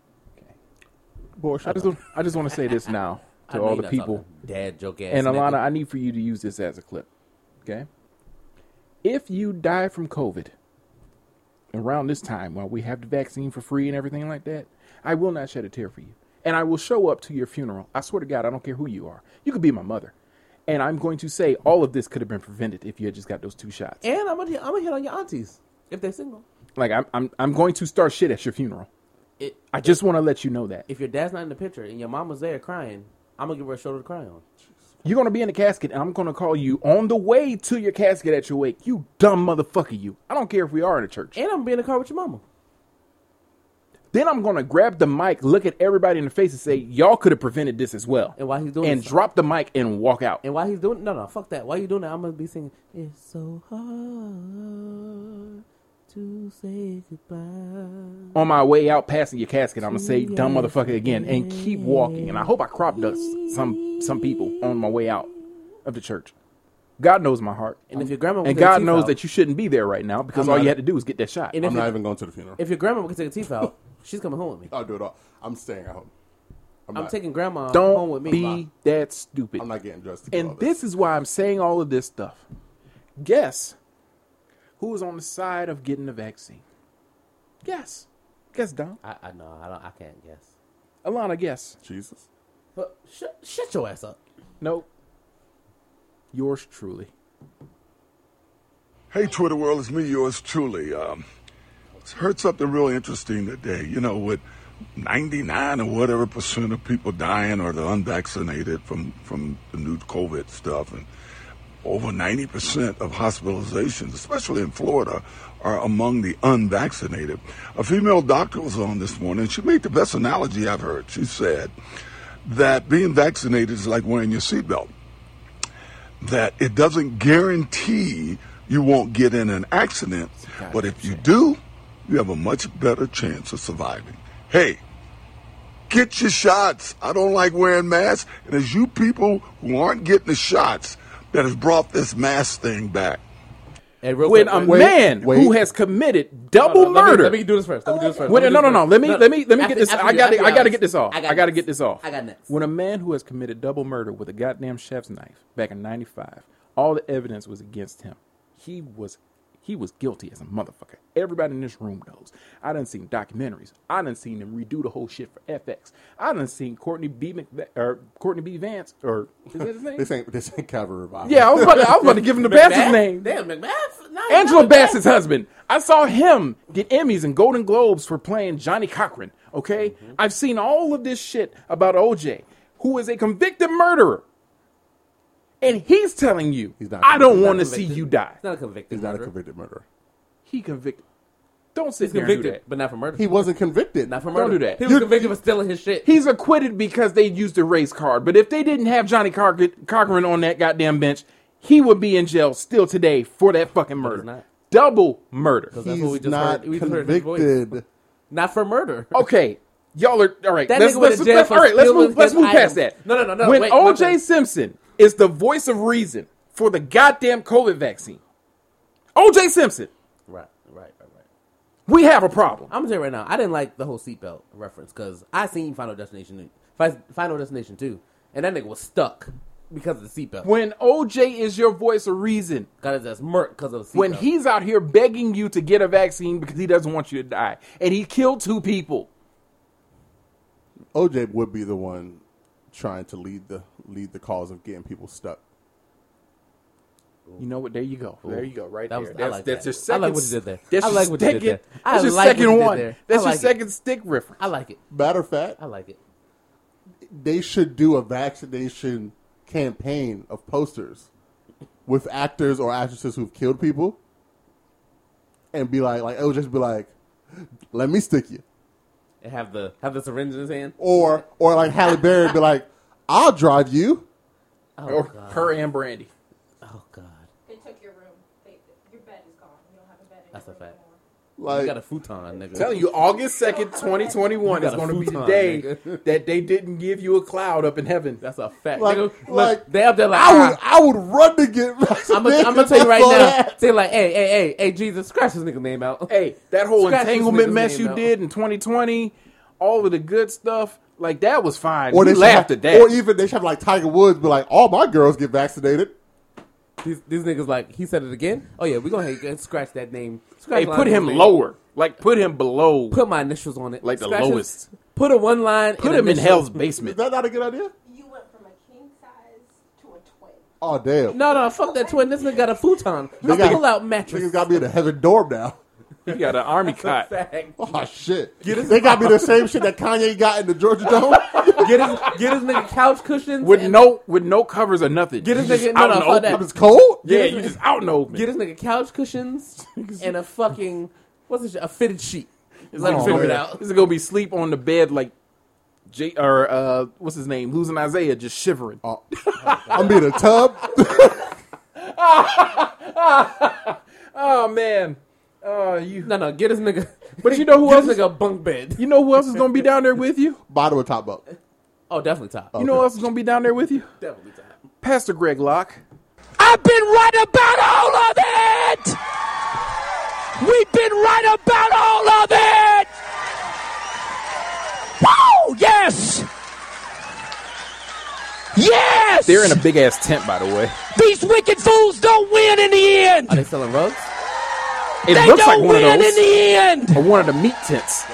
B: I just don't- I just want to say this now
A: I
B: to
A: know
B: all
A: you
B: the
A: not
B: people.
A: talking Dad joke ass.
B: And
A: nigga.
B: Alana, I need for you to use this as a clip. Okay? If you die from COVID around this time while we have the vaccine for free and everything like that, I will not shed a tear for you. And I will show up to your funeral. I swear to God, I don't care who you are. You could be my mother. And I'm going to say all of this could have been prevented if you had just got those two shots.
A: And I'm gonna, I'm gonna hit on your aunties if they're single.
B: Like I'm I'm I'm going to start shit at your funeral.
A: It,
B: I just want to let you know that.
A: if your dad's not in the picture and your mama's there crying, I'm gonna give her a shoulder to cry on.
B: You're gonna be in the casket, and I'm gonna call you on the way to your casket at your wake. You dumb motherfucker, you. I don't care if we are in a church.
A: And I'm gonna be in the car with your mama.
B: Then I'm gonna grab the mic, look at everybody in the face, and say, "Y'all could have prevented this as well."
A: And while he's doing
B: and
A: this-
B: drop the mic and walk out.
A: And while he's doing no no fuck that. While you doing that, I'm gonna be singing. It's so hard to say goodbye.
B: on my way out, passing your casket, I'm gonna say, "Dumb motherfucker" again, and keep walking. And I hope I cropped us some some people on my way out of the church. God knows my heart,
A: And if your grandma was
B: and
A: gonna
B: God
A: teeth
B: knows
A: out-
B: that you shouldn't be there right now because
C: I'm
B: all you
C: not-
B: had to do was get that shot.
A: And
C: I'm
A: if,
C: not
A: your,
C: even going to the funeral.
A: if your grandma can take a teeth out, she's coming home with me.
C: I'll do it all. I'm staying at home. I'm,
A: I'm
C: not,
A: taking grandma home with
B: Don't
A: me.
B: be that stupid.
C: I'm not getting dressed. To do all
B: And this is why I'm saying all of this stuff. Guess who is on the side of getting the vaccine? Guess. Guess, Don.
A: I, I know. I don't. I can't guess.
B: Alana, guess.
C: Jesus.
A: But shut, shut your ass up.
B: Nope. Yours truly.
H: Hey, Twitter world, it's me, yours truly. Um, heard something real interesting today. You know, with 99 or whatever percent of people dying or the unvaccinated from, from the new COVID stuff, and over 90% of hospitalizations, especially in Florida, are among the unvaccinated. A female doctor was on this morning. She made the best analogy I've heard. She said that being vaccinated is like wearing your seatbelt that it doesn't guarantee you won't get in an accident, but if you do, you have a much better chance of surviving. Hey, get your shots. I don't like wearing masks, and it's you people who aren't getting the shots that has brought this mask thing back.
A: Hey, real
B: When
A: quick,
B: a
A: wait,
C: wait,
B: man
C: wait.
B: who has committed
A: hold on,
B: double
A: Let me,
B: murder.
A: let me do this first. Let me do this first.
B: Wait,
A: let me
B: no,
A: do
B: no,
A: this
B: no.
A: first.
B: Let me, let me, let me
A: after-
B: get this.
A: after
B: I
A: you-
B: got,
A: after
B: to, I
A: you
B: got to
A: ask.
B: get this off. I got, to
A: next.
B: get this off.
A: I got next.
B: When a man who has committed double murder with a goddamn chef's knife back in '95, all the evidence was against him. He was, he was guilty as a motherfucker. Everybody in this room knows. I done seen documentaries. I done seen them redo the whole shit for FX. I done seen Courtney B. McV- or Courtney B. Vance or is that his name?
C: This ain't this ain't Cavalry Revival.
B: yeah, I
A: oh.
B: was about to, I was about to give him the bastard's name.
A: Damn, McMath. No,
B: Angela
A: no,
B: Bassett's husband. I saw him get Emmys and Golden Globes for playing Johnny Cochran. Okay, I've seen all of this shit about OJ, who is a convicted murderer, and he's telling you,
C: He's not-
B: "I don't
C: he's not
B: want to see
A: convicted.
B: you die."
A: He's not a convicted.
C: he's not a
A: murderer.
C: convicted murderer.
B: He convicted. Don't sit
A: He's
B: there and do
A: convicted,
B: that.
A: but not for murder.
C: He wasn't convicted.
A: not for
B: Don't
A: murder.
B: do that.
A: He was
B: You're-
A: convicted for stealing his shit.
B: He's acquitted because they used the race card. But if they didn't have Johnny Coch- Cochran on that goddamn bench, he would be in jail still today for that fucking murder.
A: not.
B: double murder.
A: 'Cause that's what we
C: He's
A: just
C: not
A: heard. We just heard his voice.
C: convicted. Oh.
A: Not for murder.
B: Okay, y'all are all right.
A: That
B: let's,
A: nigga went
B: let's,
A: to jail
B: let's-
A: for
B: all right, let's
A: stealing
B: move. Let's
A: his
B: move past
A: item.
B: that.
A: No, no, no, no,
B: When
A: wait, my
B: O.J.
A: bad.
B: Simpson is the voice of reason for the goddamn COVID vaccine, O.J. Simpson,
A: Right, right, right, right.
B: we have a problem.
A: I'm gonna tell you right now, I didn't like the whole seatbelt reference because I seen Final Destination, Fi- Final Destination two, and that nigga was stuck because of the seatbelt.
B: When O.J. is your voice of reason,
A: Got his ass murked because of the seatbelt.
B: when he's out here begging you to get a vaccine because he doesn't want you to die, and he killed two people.
C: OJ would be the one trying to lead the lead the cause of getting people stuck.
B: You know what? There you go. There you go. Right
A: That
B: there.
A: was- I
B: that's,
A: like
B: that's
A: that.
B: your second.
A: I like what you did there.
B: That's
A: I
B: your
A: like what you did
B: second-
A: there. I
B: That's your
A: like what you
B: second
A: did
B: one.
A: there.
B: That's
A: I
B: your
A: like it.
B: second stick reference.
A: I like it.
C: Matter of fact,
A: I like it.
C: they should do a vaccination campaign of posters with actors or actresses who've killed people, and be like, like it would just be like, "Let me stick you,"
A: And have the have the syringe in his hand.
C: or or like Halle Berry be like, "I'll drive you."
A: Oh
B: or
A: god.
B: her and Brandy.
A: Oh god.
D: They took your room. They, your bed is gone. You don't have a bed in
A: That's
D: your
A: a
D: room
A: fact.
D: anymore.
A: you got
C: Like
A: a futon, nigga.
B: telling you, August second, twenty twenty one
A: You
B: is
A: got a
B: going to be the
A: futon,
B: day
A: nigga.
B: that they didn't give you a cloud up in heaven.
A: that's a fact.
C: Like-
A: nigga, look,
C: like-
A: they up there like.
C: I would,
A: ah.
C: I would run to get vaccinated.
A: I'm gonna I'm gonna tell you right
C: That's all
A: now.
C: that.
A: Say like, hey, hey, hey, hey, Jesus, scratch this nigga name out.
B: Hey, that whole
A: Scratch this
B: entanglement
A: nigga's
B: mess
A: name
B: you
A: out.
B: did in twenty twenty, all of the good stuff, like that was fine. we
C: should
B: laughed
C: have-
B: at that.
C: Or even they should have like Tiger Woods be like, all my girls get vaccinated.
A: These, these niggas like he said it again. Oh yeah, we gonna ahead and scratch that name. Scratch
B: hey,
A: line
B: put
A: his
B: him
A: name.
B: lower. Like put him below. Put,
A: Put my initials on it.
B: Like the
A: his-
B: lowest.
A: put a one line. and
B: him in
A: initials.
B: hell's
C: Is
B: basement.
C: that not a good idea?
D: You went from a king size to a twin.
C: Oh damn.
A: No, no, fuck that twin. This nigga got a futon.
C: They
A: Let's
C: got-
A: pull out
C: Niggas
A: mattress.
C: got me in a heaven dorm now.
B: you got an army cot.
A: Fact.
C: Oh shit. They got me the same shit that Kanye got in the Georgia Dome.
A: Get his get his nigga couch cushions
B: With
A: and-
B: no with no covers or nothing.
A: Get his
B: You just
A: nigga- no,
B: out
A: no,
B: in the
A: fuck
B: open.
A: that.
C: I was cold.
B: Yeah,
A: his
B: you
A: nigga-
B: just out in the open.
A: Get his nigga couch cushions and a fucking what's this shit? A fitted sheet. Let him
C: Oh,
A: figure it
C: man.
A: out.
B: This is gonna be sleep on the bed like J or uh what's his name? Losing Isaiah just shivering.
C: Oh. I'm in a tub.
B: Oh man. Oh you
A: No, no, get his nigga.
B: But you know who
A: get
B: else
A: His
B: is,
A: nigga a bunk bed.
B: you know who else is gonna be down there with you?
C: Bottom or top up.
A: Oh, definitely top.
B: You know who else is gonna be down there with you?
A: definitely top.
B: Pastor Greg Locke.
E: I've been right about all of it. We've been right about all of it. Woo! Yes. Yes.
B: They're in a big ass tent, by the way.
E: These wicked fools don't win in the end.
A: Are they selling rugs?
B: It
E: They
B: looks like
E: don't
B: one of
E: win in
B: those.
E: the end.
B: Or one of the meat tents.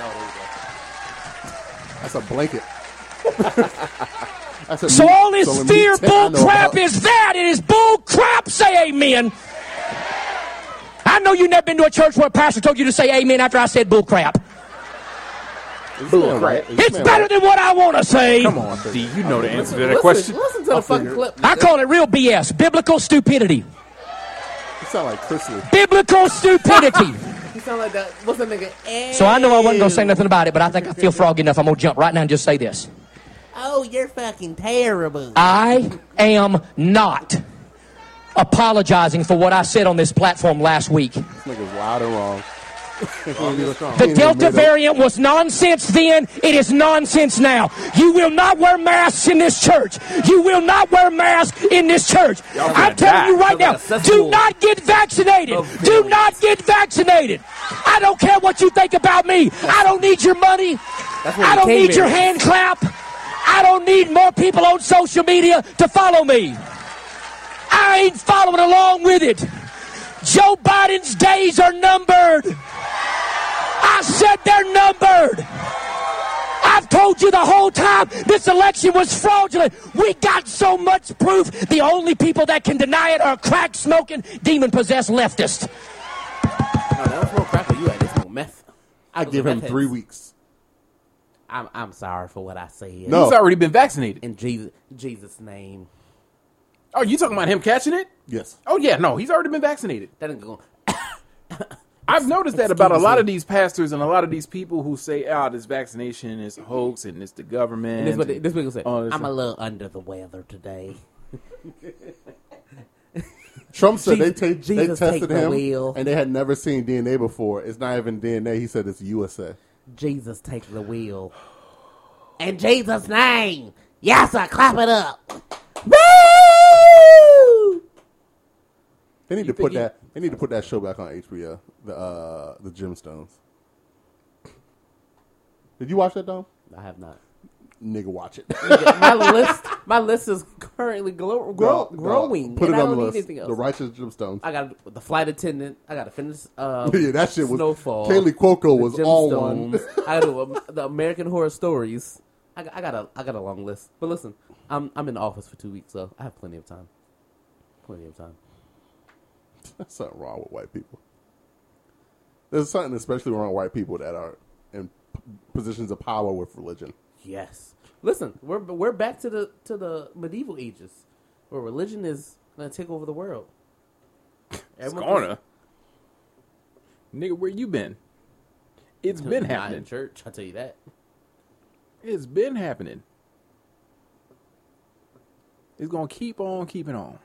C: That's a blanket. That's a
E: So
C: meat-
E: all this
C: so let me
E: fear
C: tell- I
E: bull
C: know
E: crap
C: about-
E: is that. It is bull crap. Say amen. I know you never been to a church where a pastor told you to say amen after I said bull crap.
B: Bull crap.
E: It's better than what I want to say.
B: Come on, D, you know the answer to that
A: listen,
B: question.
A: listen to the fucking clip.
E: I call it real BS, biblical stupidity.
C: You sound like Chrisley.
E: Biblical stupidity.
A: You sound like that. What's that nigga? Eh,
E: so I know I wasn't going to say nothing about it, but I think I feel froggy enough. I'm going to jump right now and just say this.
I: Oh, you're fucking terrible.
E: I am not apologizing for what I said on this platform last week.
C: This nigga's wild and wrong.
A: Oh,
E: The Delta variant was nonsense then. It is nonsense now. You will not wear masks in this church. You will not wear masks in this church.
B: Y'all
E: I'm
B: gonna die.
E: telling you right
A: Y'all
E: now,
A: got a
E: do
A: cesspool
E: not get vaccinated.
A: of
E: Do
A: variants.
E: not get vaccinated. I don't care what you think about me. I don't need your money.
A: where
E: I
A: we
E: don't
A: came
E: need your
A: in.
E: hand clap. I don't need more people on social media to follow me. I ain't following along with it. Joe Biden's days are numbered. I said they're numbered. I've told you the whole time this election was fraudulent. We got so much proof. The only people that can deny it are crack smoking, demon possessed leftists.
A: No, that was more crack than you had. This more meth.
C: I give him three weeks.
A: I'm I'm sorry for what I said.
C: No.
B: He's already been vaccinated.
A: In Jesus Jesus name.
B: Oh, you talking about him catching it?
C: Yes.
B: Oh yeah, no, he's already been vaccinated.
A: That ain't going
B: I've noticed that about a
A: Excuse
B: lot
A: me.
B: of these pastors and a lot of these people who say, "Ah, this vaccination is a hoax and it's the government."
A: This what they- Oh, this nigga said.
B: Oh, this-
A: I'm a little under the weather today.
C: Trump said
J: Jesus-
C: they, ta- they
J: Jesus take
C: tested
J: the
C: him
J: wheel.
C: and they had never seen DNA before. It's not even DNA. He said it's USA.
J: Jesus take the wheel.
I: In Jesus' name. Yes, sir. Clap it up.
J: Woo!
C: They need
B: You
C: to put
B: think he-
C: that. They need to put that show back on HBO. The uh, the Gemstones. Did you watch that, Dom?
A: I have not.
C: Nigga, watch it.
J: my list, my list is currently glo- grow,
C: No, no.
J: growing.
C: Put
J: and
C: it
J: I
C: on
J: don't
C: the
J: need
C: list.
J: anything else.
C: The Righteous Gemstones.
A: I got the flight attendant. I got to finish.
J: um,
A: Uh,
C: yeah, that shit was.
A: Snowfall.
C: Kaylee Cuoco was
A: the
C: all one.
A: Gemstones. I do um, the American Horror Stories. I, got- I got a I got a long list. But listen, I'm I'm in the office for two weeks, so I have plenty of time. Plenty of time.
C: There's something wrong with white people. There's something especially wrong with white people that are in p- positions of power with religion.
A: Yes. Listen, we're we're back to the to the medieval ages, where religion is gonna take over the world.
B: It's
A: Everyone-
B: gonna. Nigga, where you been? It's been
A: Not in
B: happening.
A: church. I tell you that.
B: It's been happening. It's gonna keep on keeping on.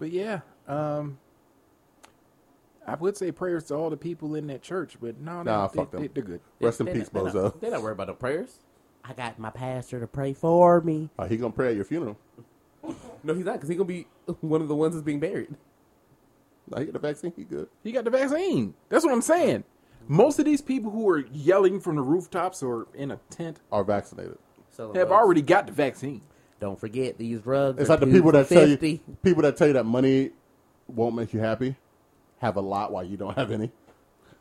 B: But yeah, um, I would say prayers to all the people in that church, but no,
C: Nah,
B: they,
C: fuck
B: they,
C: them.
B: They're good.
C: Rest in
A: They-
C: peace,
A: they not-
C: Bozo.
A: They not worried about the prayers.
J: I got my pastor to pray for me.
C: Uh, he gonna pray at your funeral.
A: No, he's not because he's gonna be one of the ones that's being buried.
C: Now he get the vaccine. He good.
B: He got the vaccine. That's what I'm saying. Most of these people who are yelling from the rooftops or in a tent
C: Are vaccinated.
A: Selling
B: have
A: drugs.
B: already got the vaccine.
J: Don't forget these rugs.
C: It's
J: are
C: like the
J: two
C: people
J: for
C: that tell
J: 50.
C: you people that tell you that money won't make you happy. Have a lot while you don't have any.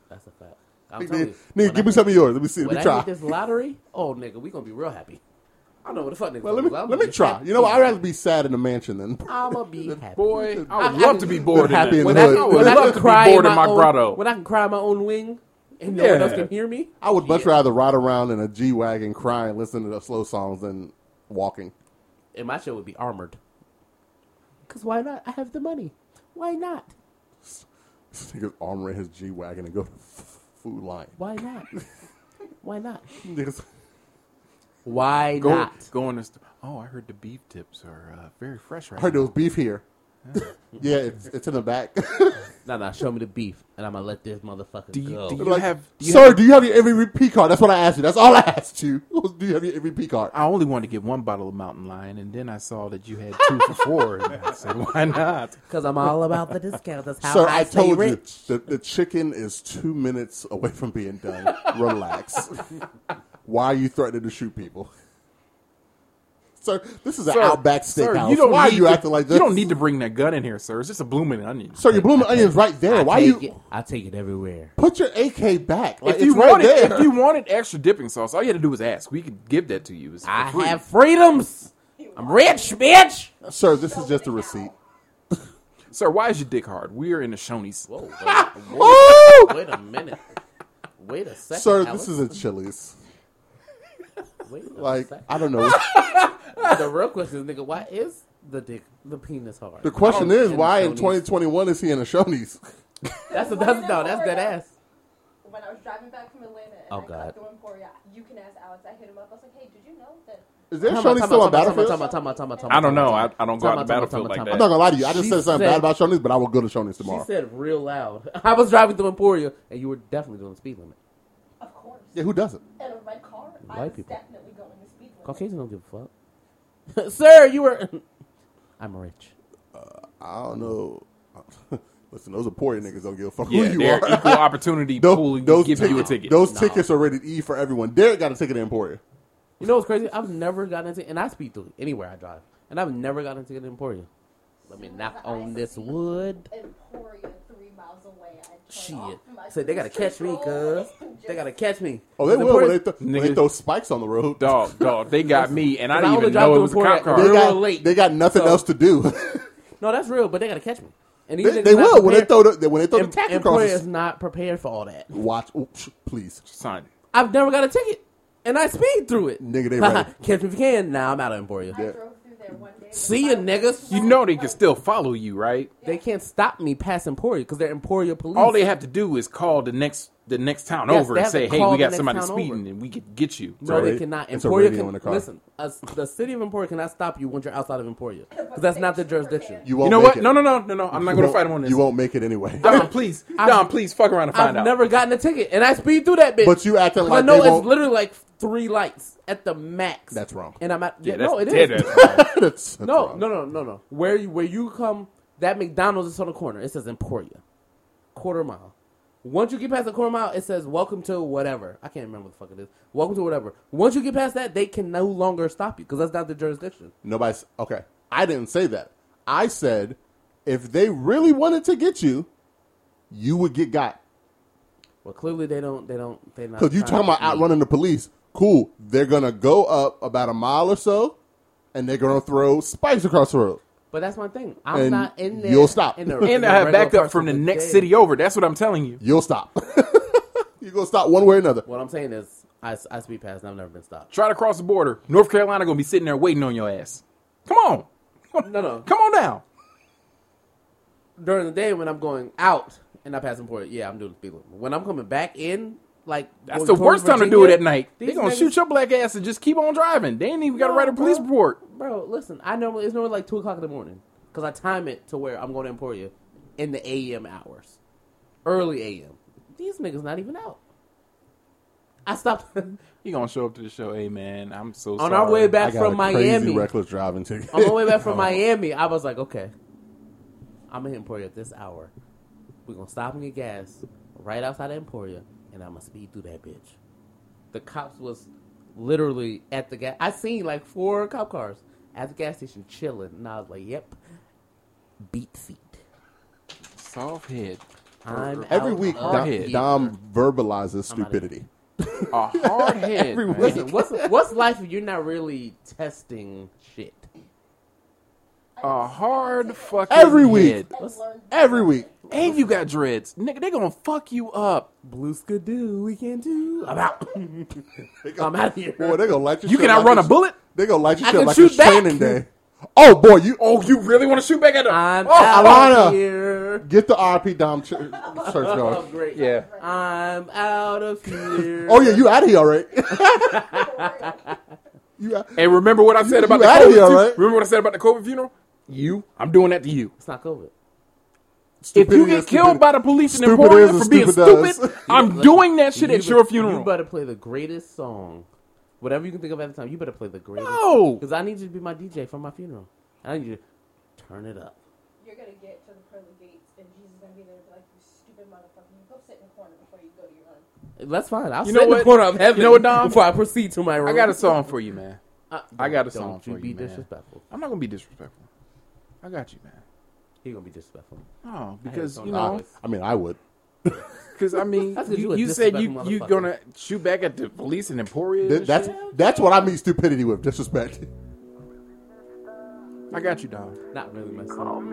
A: That's a fact.
C: Nigga,
A: I'm telling you.
C: nigga,
A: when I-
C: give me some of yours. Let me see. Let
A: When
C: me
A: I
C: try.
A: get this lottery, oh nigga, we gonna be real happy. I don't know what the fuck niggas. gonna
C: Well, let me
A: do. I'm
C: let
A: gonna
C: me
A: be
C: try.
A: happy.
C: You know, what? I'd rather be sad in a mansion than
J: I'ma be happy.
B: Boy, I
A: I'm
B: would love
A: happy-
B: to be bored in
C: happy
B: that.
C: in
B: When
C: the
B: I,
C: hood.
B: I
C: When
B: would
A: I
B: love
A: can
B: to be
A: cry
B: bored in
A: my
B: my
A: own-
B: grotto.
A: When I can cry in my own wing, and no
B: Yeah.
A: one else can hear me.
C: I would much
A: Yeah.
C: rather ride around in a G wagon crying, listening to the slow songs than walking.
A: And my show would be armored. Cause why not? I have the money. Why not?
C: This nigga's armoring his G wagon and go to f- food line.
A: Why not? why not?
C: Niggas-
A: Why
B: go,
A: not?
B: Going to st- oh, I heard the beef tips are uh, very fresh right
C: I heard there
B: now.
C: was beef here. yeah, it's, it's in the back.
A: No, no. Show me the beef, and I'm gonna let this motherfucker
B: Do you-
A: go.
B: do you-
C: like,
B: have- do you
C: sir,
B: have-
C: do you have your MVP card? That's what I asked you. That's all I asked you. Do you have your MVP card?
B: I only wanted to get one bottle of Mountain Lion, and then I saw that you had two for four. And I said, why not?
J: Cause I'm all about the discount. That's how
C: Sir,
J: I,
C: I
J: stay
C: told you
J: rich.
C: the, the chicken is two minutes away from being done. Relax. Why are you threatening to shoot people? Sir, this is an
B: Sir,
C: outback
B: sir,
C: steakhouse.
B: you don't
C: Why are
B: need
C: you
B: to-
C: acting like this?
B: You don't need to bring that gun in here, sir. It's just a blooming onion.
C: Sir, your blooming onions right there.
A: I
C: Why
A: take
C: you
A: It, I take it everywhere.
C: put your AK back? Like,
B: if you
C: it's right
B: wanted,
C: there.
B: if you wanted extra dipping sauce, all you had to do was ask. We could give that to you. It's for
A: I
B: free.
A: have freedoms. I'm rich, bitch.
C: Sir, this is just a receipt.
B: Sir, why is your dick hard? We are in the Shoney's.
A: Whoa, wait,
C: Ooh!
A: Oh, wait a minute. Wait a second.
C: Sir,
A: Alex.
C: this is a Chili's.
A: Wait a
C: Like,
A: second.
C: I don't know.
A: the real question is, nigga, why is the dick, the penis hard?
C: The question
A: Oh,
C: is,
A: and
C: why in
A: Shoney's.
C: 2021 is he in a Shoney's?
A: That's a, that's no, that's dead ass.
D: When I was driving back from Atlanta and
A: Oh,
D: I
A: God.
D: got through Emporia, you can ask Alex. I hit him up. I was like, hey, did you know that?
C: Is there
A: Time out,
C: Shoney's
A: time
C: still
A: out,
C: on
A: time out, time out,
C: Battlefield?
A: time out, time out, time out, time out,
B: I don't
A: time out,
B: know.
A: time
B: I,
A: out.
B: I don't go
A: Time out,
B: out to
A: time out,
B: battlefield
A: time out,
B: like
A: time
B: that.
C: I'm not gonna lie to you. I just
A: She
C: said something
A: said-
C: bad about Shoney's, but I will go to Shoney's tomorrow.
A: She said real loud. I was driving through Emporia, and you were definitely doing the speed limit.
D: Of course.
C: yeah, who doesn't?
D: In a red car,
A: White
D: I was
A: people.
D: definitely going to speed limit.
A: Caucasian don't give a fuck. Sir, you were. I'm rich.
C: I don't know. Listen, those are poor niggas don't give a fuck
B: Yeah,
C: who you
B: they're
C: are.
B: equal opportunity
C: Those-
B: pool
C: those
B: giving you a
C: tickets-
B: ticket.
C: Those
A: Nah.
C: tickets are rated E for everyone. Derek got a ticket to Emporia.
A: You know what's crazy? I've never gotten into, and I speed through anywhere I drive, and I've never gotten into an Emporia. Let me knock on this wood.
D: Emporia, three miles away. I turned
A: Shit.
D: off my
A: Said they gotta catch me,
D: control
A: cuz.
D: and just
A: They gotta catch me.
C: Oh, they
A: Cause
C: will when they,
A: Emporia-
C: th- when they
B: Nigga.
C: throw spikes on the road.
B: Dog, dog, they got me, and I
A: Cause I
B: didn't
A: only
B: even
A: drive
B: know it
A: through
B: was a
A: Emporia
B: cop
A: at
C: They
B: car.
A: Real
C: got,
A: late.
C: they got nothing
A: So-
C: else to do.
A: No, that's real, but they gotta catch me. And these
C: they
A: niggas
C: they
A: not
C: will when they
A: prepared-
C: throw the when they throw
A: Em-
C: the tack across.
A: Emporia
C: the
A: is not prepared for all that.
C: Watch, oops, please.
B: Son,
A: I've never got a ticket, and I speed through it.
C: Nigga, they ready.
A: catch me if you can. Nah, I'm out of Emporia.
D: I drove through there one day.
A: See ya, niggas.
B: you know they can still follow you, right?
A: They can't stop me past Emporia because they're Emporia police.
B: All they have to do is call the next the next town
J: Yes,
B: over
J: they
B: and
J: have to
B: say, "Hey,
J: call
B: we
J: the
B: got
J: next
B: somebody
J: town
B: speeding,
J: over.
B: and we could get you."
A: No,
C: Sorry.
A: they cannot.
C: It's a
A: Emporia
C: radio
A: can,
C: in the car.
A: Listen, us, the city of Emporia cannot stop you when you're outside of Emporia because that's not their jurisdiction.
C: You
B: You
C: won't.
B: know
C: make
B: what?
C: It.
B: No, no, no, no, no. I'm not going
C: You
B: to
C: won't-
B: fight him on this.
C: You won't make it anyway.
B: Don, please, Don, please, fuck around
A: I've
B: and find out.
A: never gotten a ticket, and I speed through that bitch.
C: But you acting
A: I
C: like
A: know
C: they
A: it's
C: won't-
A: literally like three lights at the max.
C: That's wrong.
A: And I'm at
B: Yeah,
A: yeah,
B: that's
A: no, it
B: dead
A: is.
B: ass wrong.
C: That's- that's
A: No,
C: wrong.
A: no, no, no, no. Where you where you come, that McDonald's is on the corner. It says Emporia, quarter mile. Once you get past the quarter mile, it says "Welcome to whatever." I can't remember what the fuck it is. Welcome to whatever. Once you get past that, they can no longer stop you because that's not the jurisdiction.
C: Nobody's okay. I didn't say that. I said if they really wanted to get you, you would get got.
A: Well, clearly they don't. They don't. They not.
C: Because you talking about outrunning the police. Cool. They're gonna go up about a mile or so, and they're gonna throw spikes across the road.
A: But that's my thing. I'm
C: And
A: not in there.
C: you'll stop.
A: in the-
C: And
A: in
B: And
A: the
B: I have
A: regular
B: backed up from the
A: person
B: next
A: today.
B: city over. That's what I'm telling you.
C: You'll stop. You're gonna stop one way or another.
A: What I'm saying is, I, I speed past and I've never been stopped.
B: Try to cross the border. North Carolina going to be sitting there waiting on your ass. Come on.
A: No, no.
B: Come on down.
A: During the day when I'm going out and I pass Emporia, yeah, I'm doing the speed limit. When I'm coming back in, like
B: That's
A: going
B: the
A: towards
B: worst time to do it
A: Virginia,
B: at night. They're
A: these
B: going to
A: niggas-
B: shoot your black ass and just keep on driving. They ain't even got to
A: No,
B: write a police
A: bro.
B: report.
A: Bro, listen, I normally it's normally like two o'clock in the morning because I time it to where I'm going to Emporia in the a.m. hours, early a.m. These niggas not even out. I stopped on
B: He going to show up to the show. Hey, man, I'm so sorry.
A: our way back
C: I got
A: from
C: a crazy
A: Miami.
C: reckless driving ticket.
A: on my way back
C: Oh.
A: from Miami, I was like, okay, I'm in Emporia at this hour. We're gonna stop and get gas right outside of Emporia, and I'm gonna speed through that bitch. The cops was literally at the gas. I seen like four cop cars at the gas station chilling, and I was like, yep, beat feet.
B: Soft head.
A: I'm
C: Every
A: out
C: week,
A: of
C: Dom,
A: here.
C: Dom
A: I'm
C: verbalizes
A: outta here.
C: stupidity.
B: A hard head.
C: Every
B: man.
C: week.
A: Listen, what's what's life if you're not really testing shit?
B: A hard fucking
C: Every week.
B: head.
C: Every week,
B: And you got dreads. Nigga, they going to fuck you up.
A: Blue skidoo, we can do. I'm out. I'm out of here.
C: boy, they gonna light your.
B: You
C: shit
B: cannot
C: like
B: run a
C: it's-
B: bullet?
C: They gonna light your
A: I
C: shit
A: can
C: like
A: shoot
C: it's
A: back.
C: training day. Oh boy, you
B: Oh, you really want to shoot back at them?
A: I'm
B: Oh,
A: out
C: Alana.
A: of here. Oh,
C: get the RP Dom ch- church going.
A: Great.
B: yeah.
A: I'm out of here.
C: Oh yeah, you out of here, right? you out-
B: And remember what I said about
C: you
B: the
C: outta
B: COVID
C: here,
B: fu-
C: right?
B: Remember what I said about the COVID funeral? You, I'm doing that to you.
A: It's not COVID.
B: If you
C: Stupidity
B: get
C: is
B: killed
C: stupidity.
B: by the police in
C: Stupid
B: Emporia
C: is and
B: for being
C: stupid
B: stupid,
C: does.
B: I'm doing that shit at
A: You
B: your
A: bet-
B: funeral.
A: You better play the greatest song, whatever you can think of at the time. You better play the greatest.
B: No.
A: because I need you to be my DJ for my funeral. I need you to turn it up.
D: You're gonna get to the pearly gates, and Jesus is gonna be there and be like, "You stupid motherfucker! You go sit in the corner before you go to your own."
A: That's fine. I'll
B: You
A: you
B: know
A: know in
B: what?
A: the corner of heaven.
B: You know what, Dom?
A: Before I proceed to my room,
B: I got a song for you, man.
A: Uh,
B: I got a
A: don't
B: song
A: you
B: for
A: be
B: you, man.
A: disrespectful.
B: I'm not gonna be disrespectful. I got you, man.
A: He gonna be disrespectful.
B: Oh, because
A: song
B: you
C: Uh,
B: know,
C: I mean, I would.
B: because I mean,
A: That's 'cause you
B: you,
A: a
B: you said you
A: disrespectful
B: you
A: motherfucker.
B: gonna shoot back at the police in Emporia.
C: Th-
B: and
C: that's
B: shit?
C: that's what I mean stupidity with disrespect.
B: I got you, Dom.
A: Not really my song.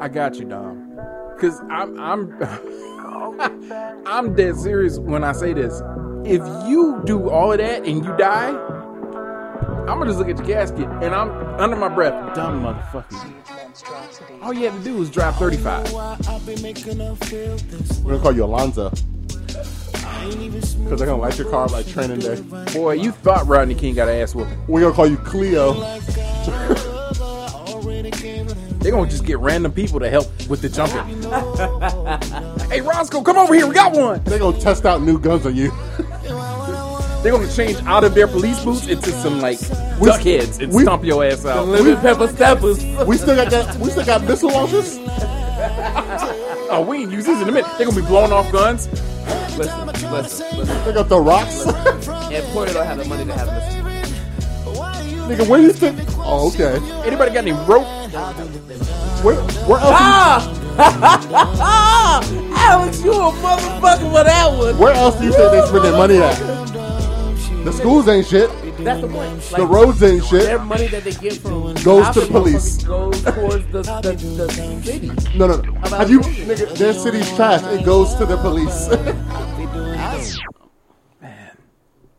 B: I got you, Dom. Cause I'm I'm I'm dead serious when I say this. If you do all of that and you die, I'm gonna just look at your casket and I'm under my breath, dumb motherfucker. All you had to do was drive 35.
C: We're gonna call you Alonzo because they're gonna light your car like training day.
B: Boy, you thought Rodney King got an ass whooping.
C: We're gonna call you Cleo.
B: They're gonna just get random people to help with the jumping. hey Roscoe, come over here, we got one!
C: They're gonna test out new guns on you.
B: They're gonna change out of their police boots into some like duck heads and
C: we-
B: stomp your ass out.
A: Lemon pepper steppers.
C: We still got that. We still got missile launchers.
B: Oh, we ain't use these in a minute. They're gonna be blowing off guns.
A: Listen, listen, listen.
C: They got the rocks.
A: And Porter don't have the money to have this.
C: Nigga, where you think? Oh, okay.
B: Anybody got any rope? Ah!
C: Where, where else?
A: Ah! Alex, you a motherfucker for that one.
C: Where else do you think they spend their money at? The schools ain't shit.
A: That's the point. Like,
C: The roads ain't shit.
A: Their money that they get from
C: Goes to
A: shopping
C: police.
A: Goes towards the, the, the city.
C: No, no. no. Have you? Nigga, their city's trash. It goes to the police.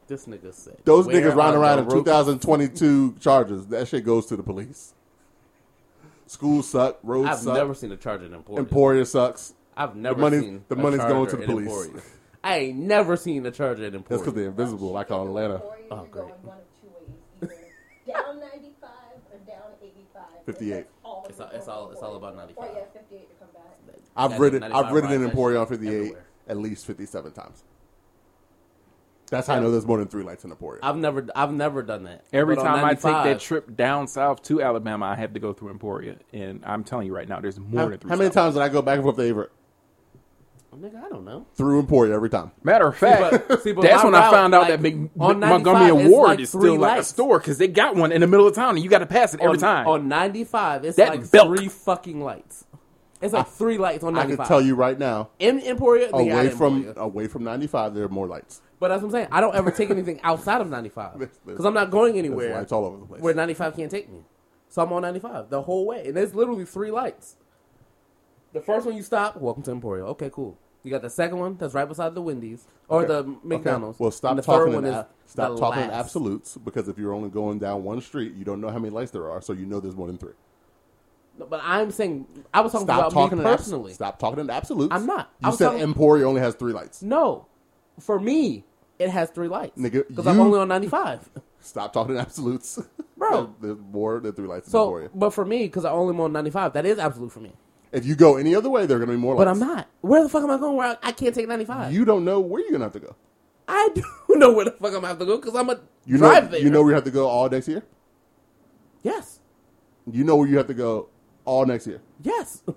A: This nigga said.
C: Those
A: where
C: niggas riding
A: are
C: around
A: the
C: in
A: roads?
C: 2022 Chargers. That shit goes to the police. Schools suck. Roads
A: I've
C: suck.
A: never seen a charger in Emporia.
C: Emporia sucks.
A: I've never
C: money's-
A: seen
C: the
A: a
C: money's going
A: charger
C: to the
A: in
C: police.
A: Emporia. I ain't never seen a charger in Emporia.
C: That's because they're invisible, like on Atlanta.
D: Or you
A: Oh,
D: could
A: great.
D: go in one of two ways. Either down 95 or down 85. and
C: 58.
D: that's all
A: It's
D: you
A: all- it's
D: go
A: all- it's all
D: for.
A: about 95.
D: Or yeah, 58 to come back.
C: I've
A: That's
C: ridden
A: a
C: I've ridden
A: 95
C: in
A: ride,
C: Emporia on
A: that's
C: 58
A: everywhere.
C: at least 57 times. That's how I know there's more than three lights in Emporia.
A: I've never, I've never done that.
B: Every
A: But on
B: time I take
A: 95,
B: that trip down south to Alabama, I have to go through Emporia, and I'm telling you right now, there's more
C: how,
B: than three.
C: how many
B: stops.
C: times did I go back and forth to Aver-
A: oh, nigga, I don't know.
C: through Emporia every time?
B: Matter of fact,
A: but- see, but
B: that's
A: my
B: when I
A: route,
B: found out
A: like,
B: that Mc-
A: on
B: Montgomery
A: 95, it's
B: Award
A: like
B: is
A: three
B: still like a
A: lights.
B: store because they got one in the middle of town, and you got to pass it every
A: on,
B: time.
A: on 95, it's
B: That
A: like
B: belt.
A: three fucking lights. It's like three lights on
C: I
A: 95.
C: can tell you right now,
A: in Emporia, nigga, out
C: away
A: of
C: from
A: Emporia.
C: away from 95, there are more lights.
A: But that's what I'm saying. I don't ever take anything outside of 95
C: There's- there's-
A: because I'm not going anywhere.
C: lights all over the place.
A: Where 95 can't take me, so I'm on 95 the whole way, and there's literally three lights. The first one you stop, welcome to Emporia. Okay, cool. You got the second one that's right beside the Wendy's or
C: Okay.
A: the
C: Okay.
A: McDonald's.
C: Well, stop
A: and the
C: talking.
A: Third one
C: in
A: is
C: ab- stop
A: the
C: talking in
A: last.
C: absolutes because if you're only going down one street, you don't know how many lights there are, so you know there's more than three.
A: No, but I'm saying I was talking
C: Stop
A: about
C: talking
A: me
C: in abs-
A: personally.
C: Stop talking in absolutes.
A: I'm not. I
C: You
A: was
C: said
A: talking-
C: Emporia only has three lights.
A: No, for me, it has three lights.
C: Nigga,
A: because I'm
C: you-
A: only on 95.
C: Stop talking in absolutes,
A: Bro.
C: There- there's more than three lights in
A: So,
C: Emporia.
A: but for me, because I only am on 95, that is absolute for me.
C: If you go any other way, there are going to be more.
A: But
C: lights.
A: I'm not. Where the fuck am I going? Where I, I can't take 95.
C: You don't know where you're going to have to go.
A: I do know where the fuck I'm gonna have to go because I'm a
C: You know,
A: drive there.
C: you know where you have to go all next year.
A: yes,
C: You know where you have to go all next year.
A: yes.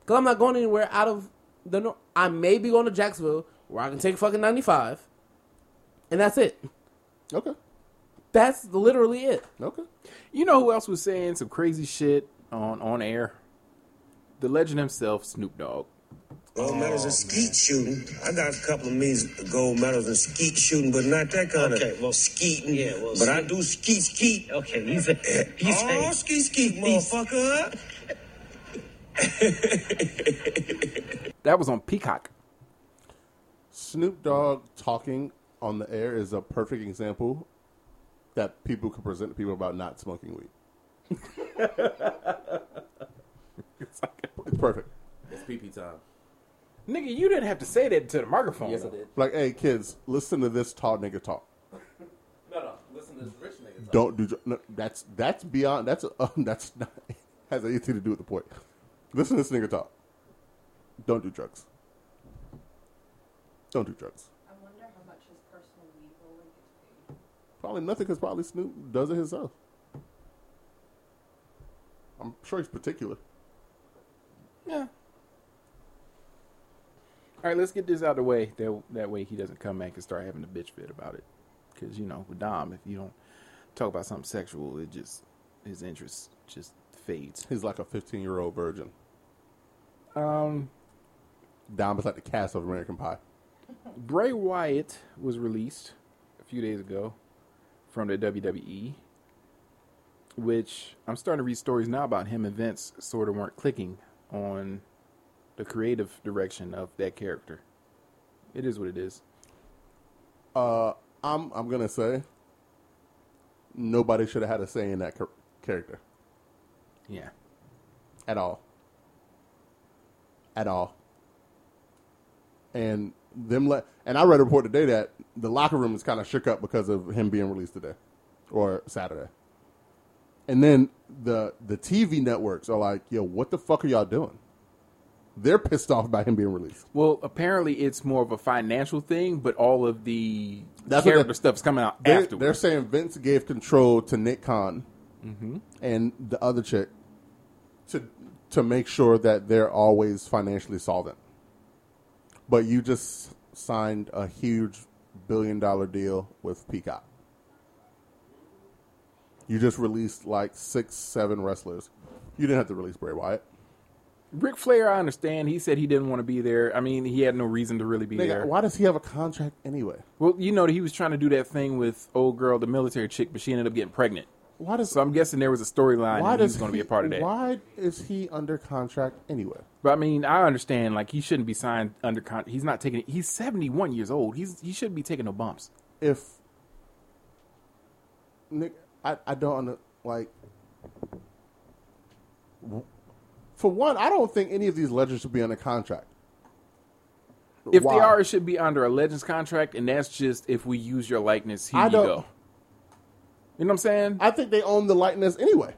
A: Because I'm not going anywhere out of the north. I may be going to Jacksonville where I can take fucking 95, and that's it.
C: Okay.
A: That's literally it.
C: Okay.
B: you know who else was saying some crazy shit on on air? The legend himself, Snoop Dogg.
K: Gold medals in skeet shooting. I got a couple of me's gold medals in skeet shooting, but not that kind of skeeting. Yeah, well, but I do skeet skeet. Okay, he's a he's oh, skeet skeet, motherfucker.
B: That was on Peacock.
C: Snoop Dogg talking on the air is a perfect example that people could present to people about not smoking weed. It's perfect.
A: It's PP time.
B: Nigga, you didn't have to say that to the microphone.
A: Yes, I
B: though.
A: did.
C: Like, hey, kids, listen to this tall nigga talk.
A: No, no. Listen to this rich nigga.
C: Don't do dr- no, that's that's beyond that's uh, that's not has anything to do with the point. Listen to this nigga talk. Don't do drugs. Don't do drugs.
D: I wonder how much his personal weed roller gets paid.
C: Probably nothing because probably Snoop does it himself. I'm sure he's particular.
B: Yeah. All right, let's get this out of the way. That that way he doesn't come back and start having a bitch fit about it. Because you know, with Dom, if you don't talk about something sexual, it just his interest just fades.
C: He's like a 15 year old virgin.
B: Um,
C: Dom is like the cast of American Pie.
B: Bray Wyatt was released a few days ago from the WWE, which I'm starting to read stories now about him and Vince sort of weren't clicking on the creative direction of that character. It is what it is.
C: Uh, I'm I'm gonna say nobody should have had a say in that char- character
B: Yeah.
C: at all, at all. And them let and I read a report today that the locker room is kind of shook up because of him being released today or Saturday. And then the the TV networks are like, "Yo, what the fuck are y'all doing?" They're pissed off about him being released.
B: Well, apparently it's more of a financial thing, but all of the
C: That's what
B: character
C: they-
B: stuff's coming out
C: They're,
B: afterwards.
C: they're saying Vince gave control to Nick Khan
B: Mm-hmm.
C: and the other chick to to make sure that they're always financially solvent. But you just signed a huge billion dollar deal with Peacock. You just released like six, seven wrestlers. You didn't have to release Bray Wyatt.
B: Ric Flair, I understand. He said he didn't want to be there. I mean, he had no reason to really be
C: Nigga,
B: there.
C: why does he have a contract anyway?
B: Well, you know, he was trying to do that thing with old girl, the military chick, but she ended up getting pregnant.
C: Why does
B: So I'm guessing there was a storyline
C: why
B: that he
C: does
B: was going to be
C: he-
B: a part of that.
C: Why is he under contract anyway?
B: But I mean, I understand. Like he shouldn't be signed under contract. He's not taking. He's 71 years old. He's he shouldn't be taking no bumps.
C: if Nick, I, I don't under, like. for one, I don't think any of these legends should be under contract.
B: If
C: Why?
B: they are, it should be under a Legends contract, and that's just if we use your likeness. Here
C: I
B: you
C: don't-
B: go. You know what I'm saying?
C: I think they own the likeness anyway.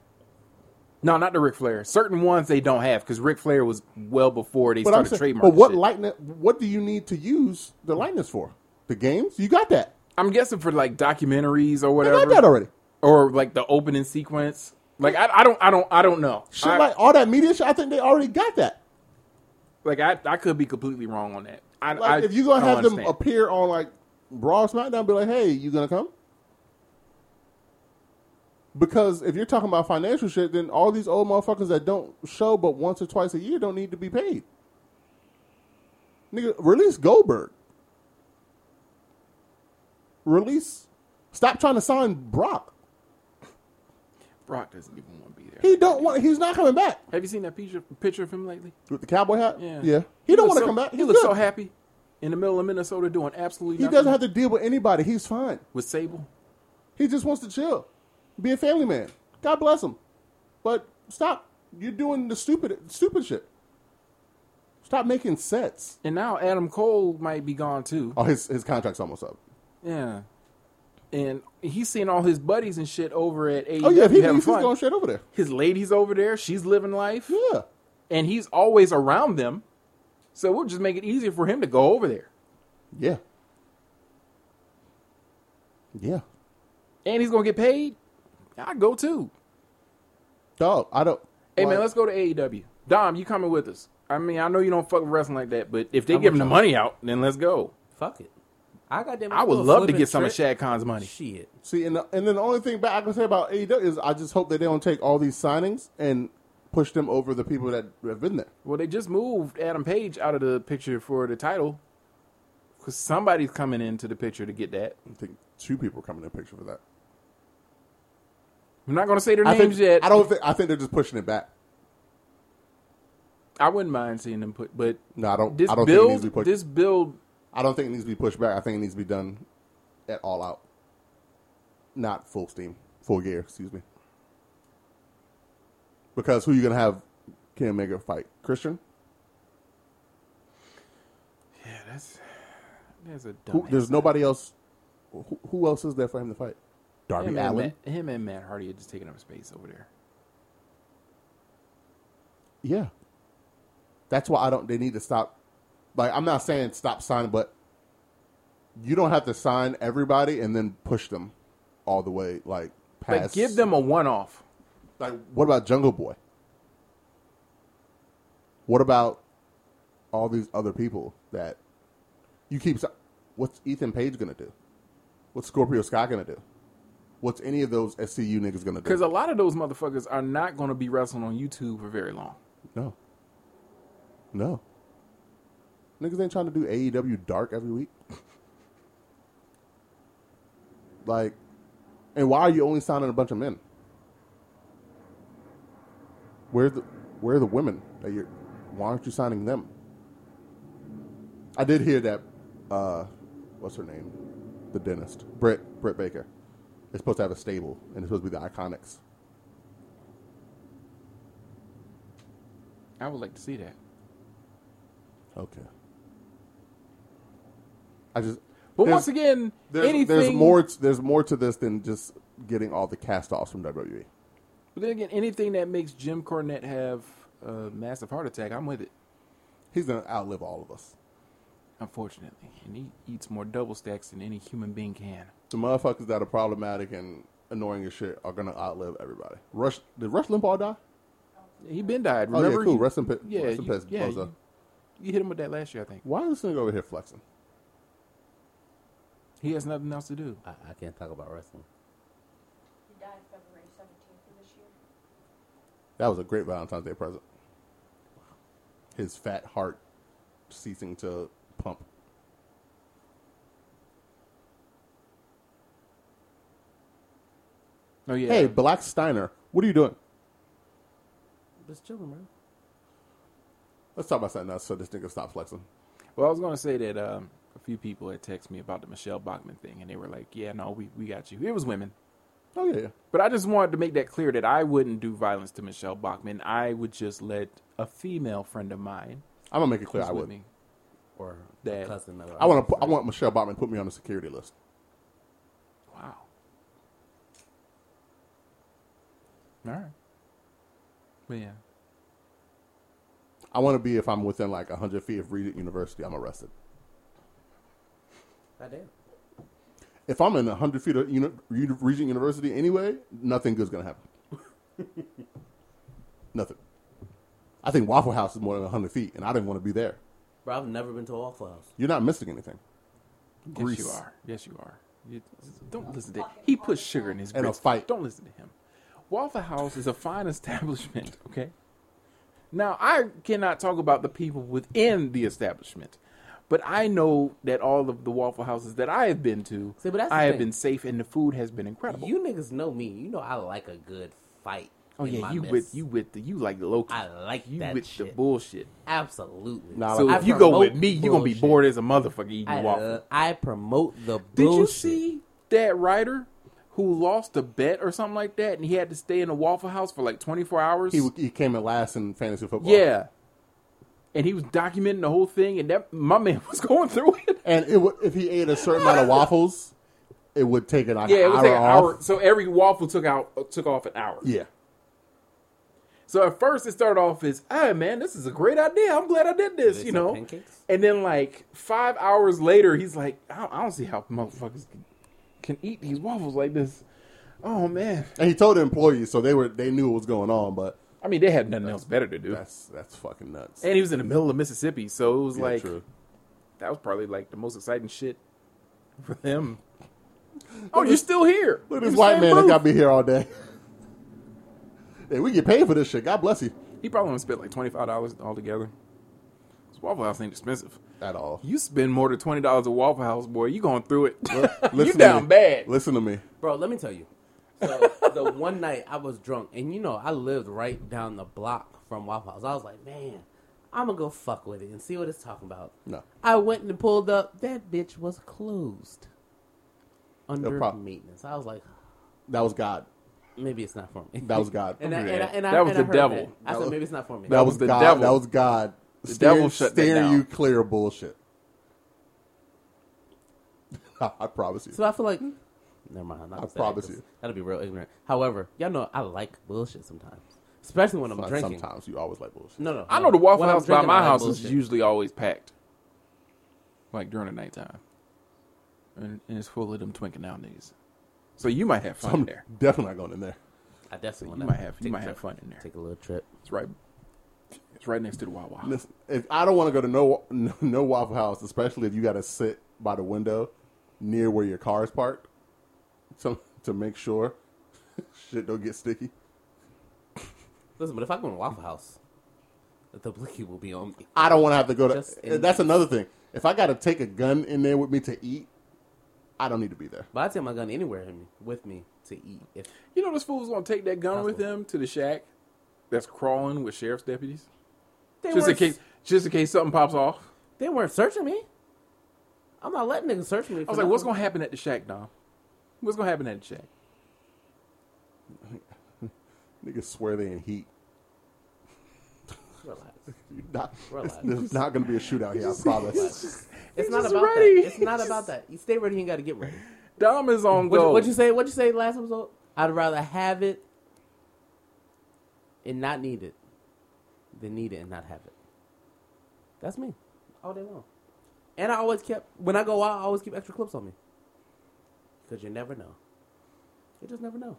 B: No, not the Ric Flair. Certain ones they don't have because Ric Flair was well before they
C: But I'm
B: started
C: saying,
B: trademarking.
C: but what
B: shit.
C: likeness? What do you need to use the likeness for? The games? You got that?
B: I'm guessing for like documentaries or whatever.
C: that already.
B: Or like the opening sequence. Like I, I don't, I don't, I don't know.
C: Shit,
B: I-
C: like all that media shit. I think they already got that.
B: like I, I could be completely wrong on that. I,
C: Like
B: I-
C: if you're gonna
B: I don't
C: have them
B: understand.
C: appear on like Raw or SmackDown, be like, hey, you gonna come? Because if you're talking about financial shit, then all these old motherfuckers that don't show but once or twice a year don't need to be paid. Nigga, release Goldberg. Release. Stop trying to sign Brock.
B: Brock doesn't even want to be there.
C: He don't want. He's not coming back
B: Have you seen that picture, picture of him lately?
C: with the cowboy hat.
B: Yeah,
C: He,
B: looks
C: don't want to
B: so-
C: come back.
B: He
C: He's
B: looks
C: good.
B: so happy in the middle of Minnesota doing absolutely.
C: He
B: nothing
C: doesn't have to deal with anybody. He's fine.
B: with Sable.
C: He just wants to chill, be a family man. God bless him. But stop. You're doing the stupid, stupid shit. Stop making sets.
B: And now Adam Cole might be gone too.
C: Oh, his his contract's almost up.
B: Yeah. And he's seeing all his buddies and shit over at AEW
C: Oh yeah, if he
B: having
C: leaves, he's
B: fun.
C: going straight over there.
B: His lady's over there. She's living life.
C: Yeah.
B: And he's always around them. So we'll just make it easier for him to go over there.
C: Yeah. Yeah.
B: And he's going to get paid. I go too.
C: Dog, I don't.
B: Hey,
C: like,
B: man, let's go to AEW. Dom, you coming with us? I mean, I know you don't fuck with wrestling like that, but if they give him the money out, then let's go.
A: Fuck it. I got them.
B: I would love to get some of Shad Khan's money.
A: Shit.
C: See, and, the, and then the only thing back I can say about AEW is I just hope that they don't take all these signings and push them over the people that have been there.
B: Well, they just moved Adam Page out of the picture for the title because somebody's coming into the picture to get that.
C: I think two people come in the picture for that.
B: I'm not going to say their
C: I
B: names
C: think,
B: yet.
C: I don't think. I think they're just pushing it back.
B: I wouldn't mind seeing them put, but
C: No, I don't.
B: this
C: I don't think it
B: build,
C: needs to be pushed.
B: this build,
C: I don't think it needs to be pushed back. I think it needs to be done at all out, not full steam, full gear. Excuse me. Because who you gonna have? Can Omega fight Christian?
B: yeah, that's that's a dumb.
C: Who, there's nobody else. Who, who else is there for him to fight? Darby
B: him and,
C: Allen.
B: Matt, him and Matt Hardy are just taking up space over there.
C: Yeah. That's why I don't. They need to stop. Like I'm not saying stop signing, but you don't have to sign everybody and then push them all the way like past.
B: Like, give them a one-off.
C: Like, what about Jungle Boy? What about all these other people that you keep? s- What's Ethan Page gonna do? What's Scorpio Sky gonna do? What's any of those SCU niggas gonna
B: Because
C: do?
B: a lot of those motherfuckers are not going to be wrestling on YouTube for very long.
C: no, no. Niggas ain't trying to do AEW dark every week. like, and why are you only signing a bunch of men? Where the where are the women that you're why aren't you signing them? I did hear that uh what's her name? The dentist. Britt Britt Baker. It's supposed to have a stable and it's supposed to be the iconics.
B: I would like to see that.
C: Okay. I just
B: But
C: there's-
B: once again,
C: there's,
B: anything
C: there's more t- there's more to this than just getting all the cast offs from E. WWE.
B: But then again, anything that makes Jim Cornette have a massive heart attack, I'm with it.
C: He's gonna outlive all of us.
B: Unfortunately, and he eats more double stacks than any human being can.
C: the motherfuckers that are problematic and annoying as shit are gonna outlive everybody. Rush did Rush Limbaugh die?
B: He been died.
C: Oh, yeah,
B: Oh, Remember?
C: cool.
B: You-
C: Rest in pi-
B: Yeah,
C: rest in
B: you-
C: peace,
B: yeah,
C: Bozo.
B: you- you hit him with that last year, I think.
C: Why is this nigga over here flexing?
B: He has nothing else to do.
A: I, I can't talk about wrestling.
D: He died February 17th of this year.
C: That was a great Valentine's Day present. His fat heart ceasing to pump.
B: Oh yeah.
C: Hey, Black Steiner, what are you doing?
A: Just chilling, bro.
C: Let's talk about something else so this nigga stops flexing.
B: Well, I was gonna say that um, a few people had texted me about the Michelle Bachman thing, and they were like, "Yeah, no, we we got you." It was women.
C: Oh yeah.
B: But I just wanted to make that clear that I wouldn't do violence to Michelle Bachman. I would just let a female friend of mine.
C: I'm gonna make it clear
B: who's
C: I
B: with
C: would.
B: me.
A: Or
B: Dad.
A: cousin. of-
C: I want to. I want Michelle Bachman to put me on the security list.
B: Wow. All right. But yeah.
C: I want to be if I'm within like 100 feet of Reed University, I'm arrested.
A: God damn.
C: If I'm in 100 feet of uni- Uni- Regent University anyway, nothing good's going to happen. nothing. I think Waffle House is more than 100 feet, and I didn't want to be there.
A: Bro, I've never been to a Waffle House.
C: You're not missing anything. Grease.
B: Yes, you are. Yes, you are. You, don't listen to He puts sugar in his
C: And a
B: grits.
C: fight.
B: Don't listen to him. Waffle House is a fine establishment, okay? Now, I cannot talk about the people within the establishment, but I know that all of the Waffle Houses that I have been to,
A: See, but that's the
B: I have
A: thing.
B: been safe and the food has been incredible.
A: You niggas know me. You know I like a good fight.
B: oh,
A: in
B: yeah,
A: my
B: you
A: midst.
B: with, you with the, you like the local.
A: I like
B: you
A: that
B: with the
A: shit.
B: bullshit.
A: Absolutely.
C: Nah, I
B: so
A: like
B: if
A: that.
B: you go with
A: Promote
B: me, you're going to be
A: bullshit.
B: bored as a motherfucker eating
A: I,
B: waffle.
A: uh, I promote the bullshit.
B: Did you see that writer who lost a bet or something like that, and he had to stay in a Waffle House for like 24 hours?
C: He, he came in last in fantasy football.
B: yeah, and he was documenting the whole thing, and that my man was going through it.
C: And it would, if he ate a certain amount of waffles, it would take it like
B: Yeah,
C: an
B: it was
C: hour
B: like an
C: off.
B: hour. So every waffle took out uh, took off an hour.
C: Yeah.
B: So at first it started off as, "Ah, man, this is a great idea. I'm glad I did this,"
A: they
B: you
A: sell
B: know.
A: pancakes?
B: And then like five hours later, he's like, "I don't, I don't see how motherfuckers can, can eat these waffles like this." Oh man,
C: And he told the employees, so they were they knew what was going on, but
B: I mean they had nothing else better to do.
C: that's that's fucking nuts.
B: And he was in the middle of Mississippi, so it was
C: Yeah,
B: like
C: true.
B: that was probably like the most exciting shit for them. oh, you're still here.
C: Look at
B: In
C: this
B: the
C: white
B: same
C: man that
B: booth.
C: got me here all day. hey, we get paid for this shit. God bless you.
B: He probably only spent like twenty five dollars altogether. This Waffle House ain't expensive.
C: At all.
B: You spend more than twenty dollars at Waffle House, boy, you going through it. you
C: Listen to
B: down
C: me.
B: bad.
C: Listen to me.
A: Bro, let me tell you. So the one night I was drunk, and you know I lived right down the block from Waffle House. I was like, man, I'm gonna go fuck with it and see what it's talking about.
C: No.
A: I went and pulled up. That bitch was closed under
C: prob-
A: maintenance. I was like,
C: That was God.
A: maybe it's not for me.
C: That was God.
A: and, I, and, I, and I
B: That was
A: and I
B: the
A: heard
B: devil.
A: that. I
C: That
A: said
C: was-
A: maybe it's not for me.
B: That was the
C: God.
B: devil.
C: That was God.
B: The
C: Staring-
B: devil shut that
C: Staring
B: down.
C: you clear of bullshit. I promise you.
A: So I feel like, never mind. I'm not
C: I
A: gonna say
C: promise
A: that 'cause
C: you.
A: that'll be real ignorant. However, y'all know I like bullshit sometimes, especially when I'm
C: But
A: drinking.
C: Sometimes you always like bullshit.
A: No, no.
B: I know the Waffle
A: When I'm
B: House by
A: drinking, I
B: my
A: like
B: house is
A: bullshit.
B: usually always packed. Like during the nighttime. And, and it's full of them twinking out niggas. So you might have fun
C: I'm
B: there.
C: definitely not going in there.
A: I definitely
B: You
A: want to
B: might have- you
A: take a
B: might have
A: trip.
B: fun in there.
A: Take a little trip.
B: It's right it's right next to the Wawa.
C: Listen, if I don't want to go to no, no no Waffle House, especially if you got to sit by the window near where your car is parked, to to make sure shit don't get sticky.
A: Listen, but if I go to Waffle House, the blicky will be on me.
C: I don't want to have to go to. eh,
A: Just in-
C: that's another thing. If I got to take a gun in there with me to eat, I don't need to be there.
A: But I take my gun anywhere in- with me to eat. If
B: You know this fool's gonna take that gun with
A: Possible.
B: him to the shack that's crawling with sheriff's deputies?
A: they
B: Just in
A: weren't-
B: case just in case something pops off.
A: they weren't searching me. I'm not letting niggas search me.
B: I was like, what's gonna happen at the shack, Dom? What's gonna happen at the shack?
C: Niggas swear they in heat.
A: Relax.
C: Not,
A: Relax.
C: There's not going to be a shootout here. I promise.
A: It's
B: He's
A: not
B: just
A: about
B: ready.
A: that. It's not about that. You stay ready. You ain't got to get ready.
B: Dom is on
A: What
B: go.
A: you, what you say? What you say last episode? I'd rather have it and not need it than need it and not have it. That's me, all day long. And I always kept when I go out, I always keep extra clips on me because you never know. You just never know,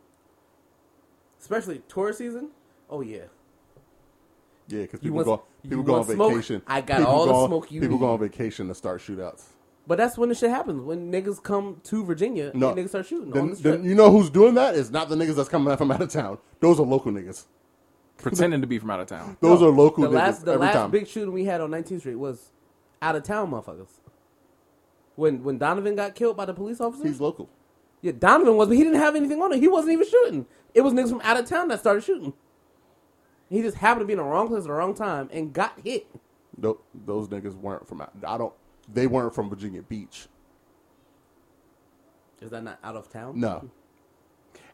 A: especially tourist season. Oh yeah,
C: yeah, because
A: You
C: people
A: want-
C: go
A: you
C: people go on
A: want smoke?
C: vacation.
A: I got
C: people
A: all the
C: go on-
A: smoke you
C: People go
A: need.
C: on vacation to start shootouts.
A: but that's when the shit happens. When niggas come to Virginia,
C: No,
A: and niggas start shooting.
C: Then-
A: on the
C: then
A: strip.
C: you know who's doing that? It's not the niggas that's coming out from out of town. Those are local niggas.
B: pretending to be from out of town.
C: Those are local
A: the
C: niggas
A: last the
C: every
A: last
C: time.
A: big shooting we had on 19th Street was out of town motherfuckers. When when Donovan got killed by the police officers,
C: He's local.
A: yeah, Donovan was, but he didn't have anything on him. He wasn't even shooting. It was niggas from out of town that started shooting. He just happened to be in the wrong place at the wrong time and got hit.
C: Tho- Those niggas weren't from. out- I don't. They weren't from Virginia Beach.
A: Is that not out of town?
C: No,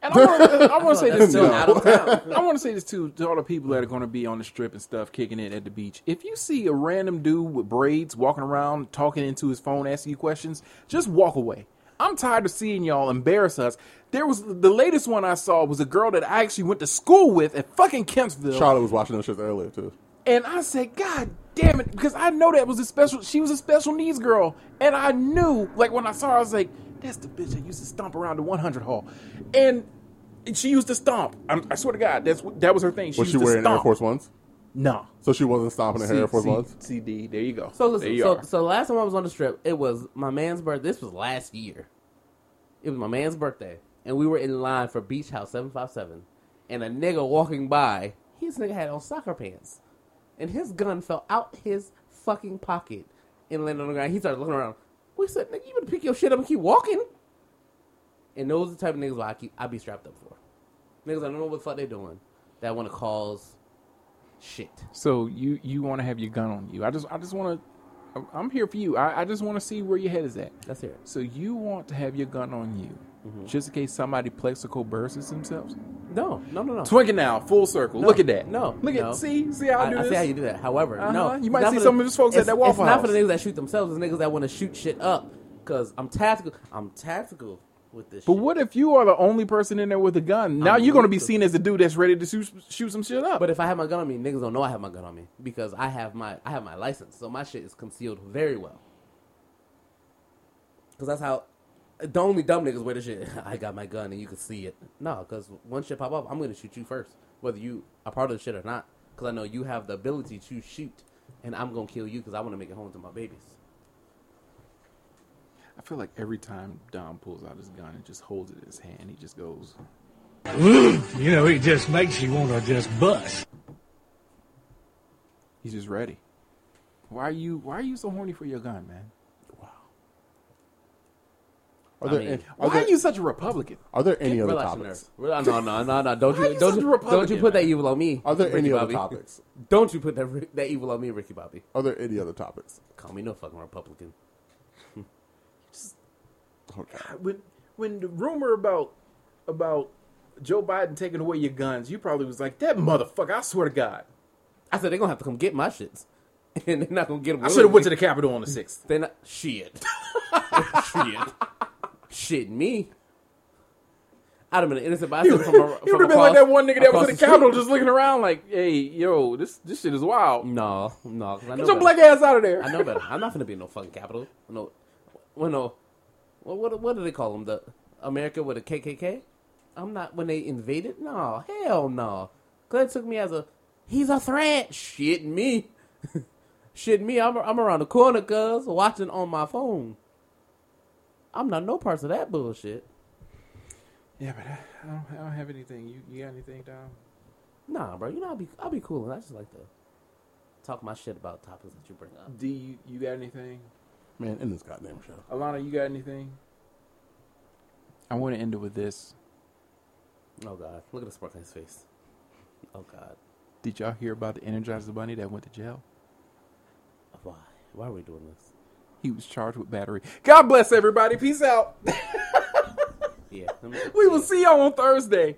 B: And I want to I wanna say
A: That's
B: this
A: still
B: too.
A: out of town.
B: I want to say this too to all the people that are going to be on the strip and stuff, kicking it at the beach. If you see a random dude with braids walking around, talking into his phone, asking you questions, just walk away. I'm tired of seeing y'all embarrass us. There was the latest one I saw was a girl that I actually went to school with at fucking Kempsville.
C: Charlotte was watching those shits earlier too.
B: And I said, God damn it, because I know that was a special. She was a special needs girl, and I knew, like when I saw her, I was like, that's the bitch that used to stomp around the 100 hall, and she used to stomp. I'm, I swear to God, that's what- that was her thing. She
C: was she
B: used to
C: wearing
B: stomp.
C: Air Force Ones?
B: No.
C: So she wasn't stomping her
B: See-
C: Air Force
B: see-
C: Ones.
B: CD, there you go.
A: So
B: there
A: listen,
B: you
A: so,
B: are.
A: so the last time I was on the strip, it was my man's birthday. This was last year. It was my man's birthday, and we were in line for Beach House Seven Five Seven, and a nigga walking by, his nigga had on soccer pants, and his gun fell out his fucking pocket and landed on the ground. He started looking around. We said, "Nigga, you better pick your shit up and keep walking." And those are the type of niggas why I keep I be strapped up for. Niggas, I don't know what the fuck they doing. That want to cause shit.
B: So you you want to have your gun on you? I just I just want to. I'm here for you. I, I just want to see where your head is at.
A: That's it.
B: So you want to have your gun on you, just in case somebody plexico bursts themselves?
A: No, no, no, no.
B: Twinking now, full circle.
A: No,
B: Look at that.
A: No,
B: look
A: no.
B: at see see how I, do
A: I
B: this.
A: see how you do that. However, no,
B: Uh-huh. You might
A: Not
B: see
A: for
B: some of his folks at
A: it's-
B: that Waffle
A: It's not for
B: House.
A: the niggas that shoot themselves. It's niggas that want to shoot shit up. Cause I'm tactical. I'm tactical with this.
B: But
A: shit.
B: what if you are the only person in there with a gun? Now
A: I'm
B: you're gonna be
A: lethal.
B: seen as the dude that's ready to shoot, shoot some shit up.
A: But if I have my gun on me, niggas don't know I have my gun on me because I have my I have my license, so my shit is concealed very well. Cause that's how the only dumb niggas wear the shit. I got my gun and you can see it. No, cause once shit pop up, I'm gonna shoot you first, whether you are part of the shit or not. Cause I know you have the ability to shoot, and I'm gonna kill you because I want to make it home to my babies.
B: I feel like every time Don pulls out his gun and just holds it in his hand, he just goes.
L: you know, it just makes you want to just bust.
B: He's just ready. Why are you Why are you so horny for your gun, man?
C: Are
B: I
C: there
B: mean,
C: any,
B: why are you such a Republican?
C: Are there any other
A: Relax,
C: topics?
A: nerd. Rel- No, no, no, no. Don't
B: Why are
A: you,
B: you
A: don't
B: such a
A: you,
B: Republican,
A: don't you put that evil on me?
C: Are there
A: Ricky
C: any other
A: Bobby.
C: topics?
A: Don't you put that Rick- that evil on me, Ricky Bobby?
C: Are there any other topics?
A: Call me no fucking Republican.
C: Okay.
B: When When the rumor about about Joe Biden taking away your guns, you probably was like, "That motherfucker! I swear to God,
A: I said they're gonna have to come get my shits, and they're not gonna get them.
B: I should have went to the Capitol on the sixth.
A: They're not shit. shit. Shit me. I'd have been an innocent bystander from, a,
B: You
A: from
B: would have been like that
A: across-
B: one nigga that
A: across
B: was in the
A: street.
B: Capitol just looking around like, "Hey, yo, this this shit is wild."
A: No, no. 'cause I know
B: Get your
A: better.
B: black ass out of there.
A: I know better. I'm not gonna be in no fucking capital. No, well, no. What what what do they call them? The America with a KKK? I'm not when they invaded. No, hell no. Glenn took me as a he's a threat. Shit me, shit me. I'm I'm around the corner, cuz watching on my phone. I'm not no parts of that bullshit.
B: Yeah, but I, I, don't, I don't have anything. You you got anything, Dom?
A: Nah, bro. You know I'll be I'll be cool. And I just like to talk my shit about topics that you bring up.
B: D, you, you got anything?
C: Man, in this goddamn show.
B: Alana, you got anything? I want to end it with this.
A: Oh God, look at the spark in his face. Oh God.
B: Did y'all hear about the Energizer Bunny that went to jail?
A: Why? Why are we doing this?
B: He was charged with battery. God bless everybody. Peace out.
A: Yeah. let me-
B: we will see y'all on Thursday.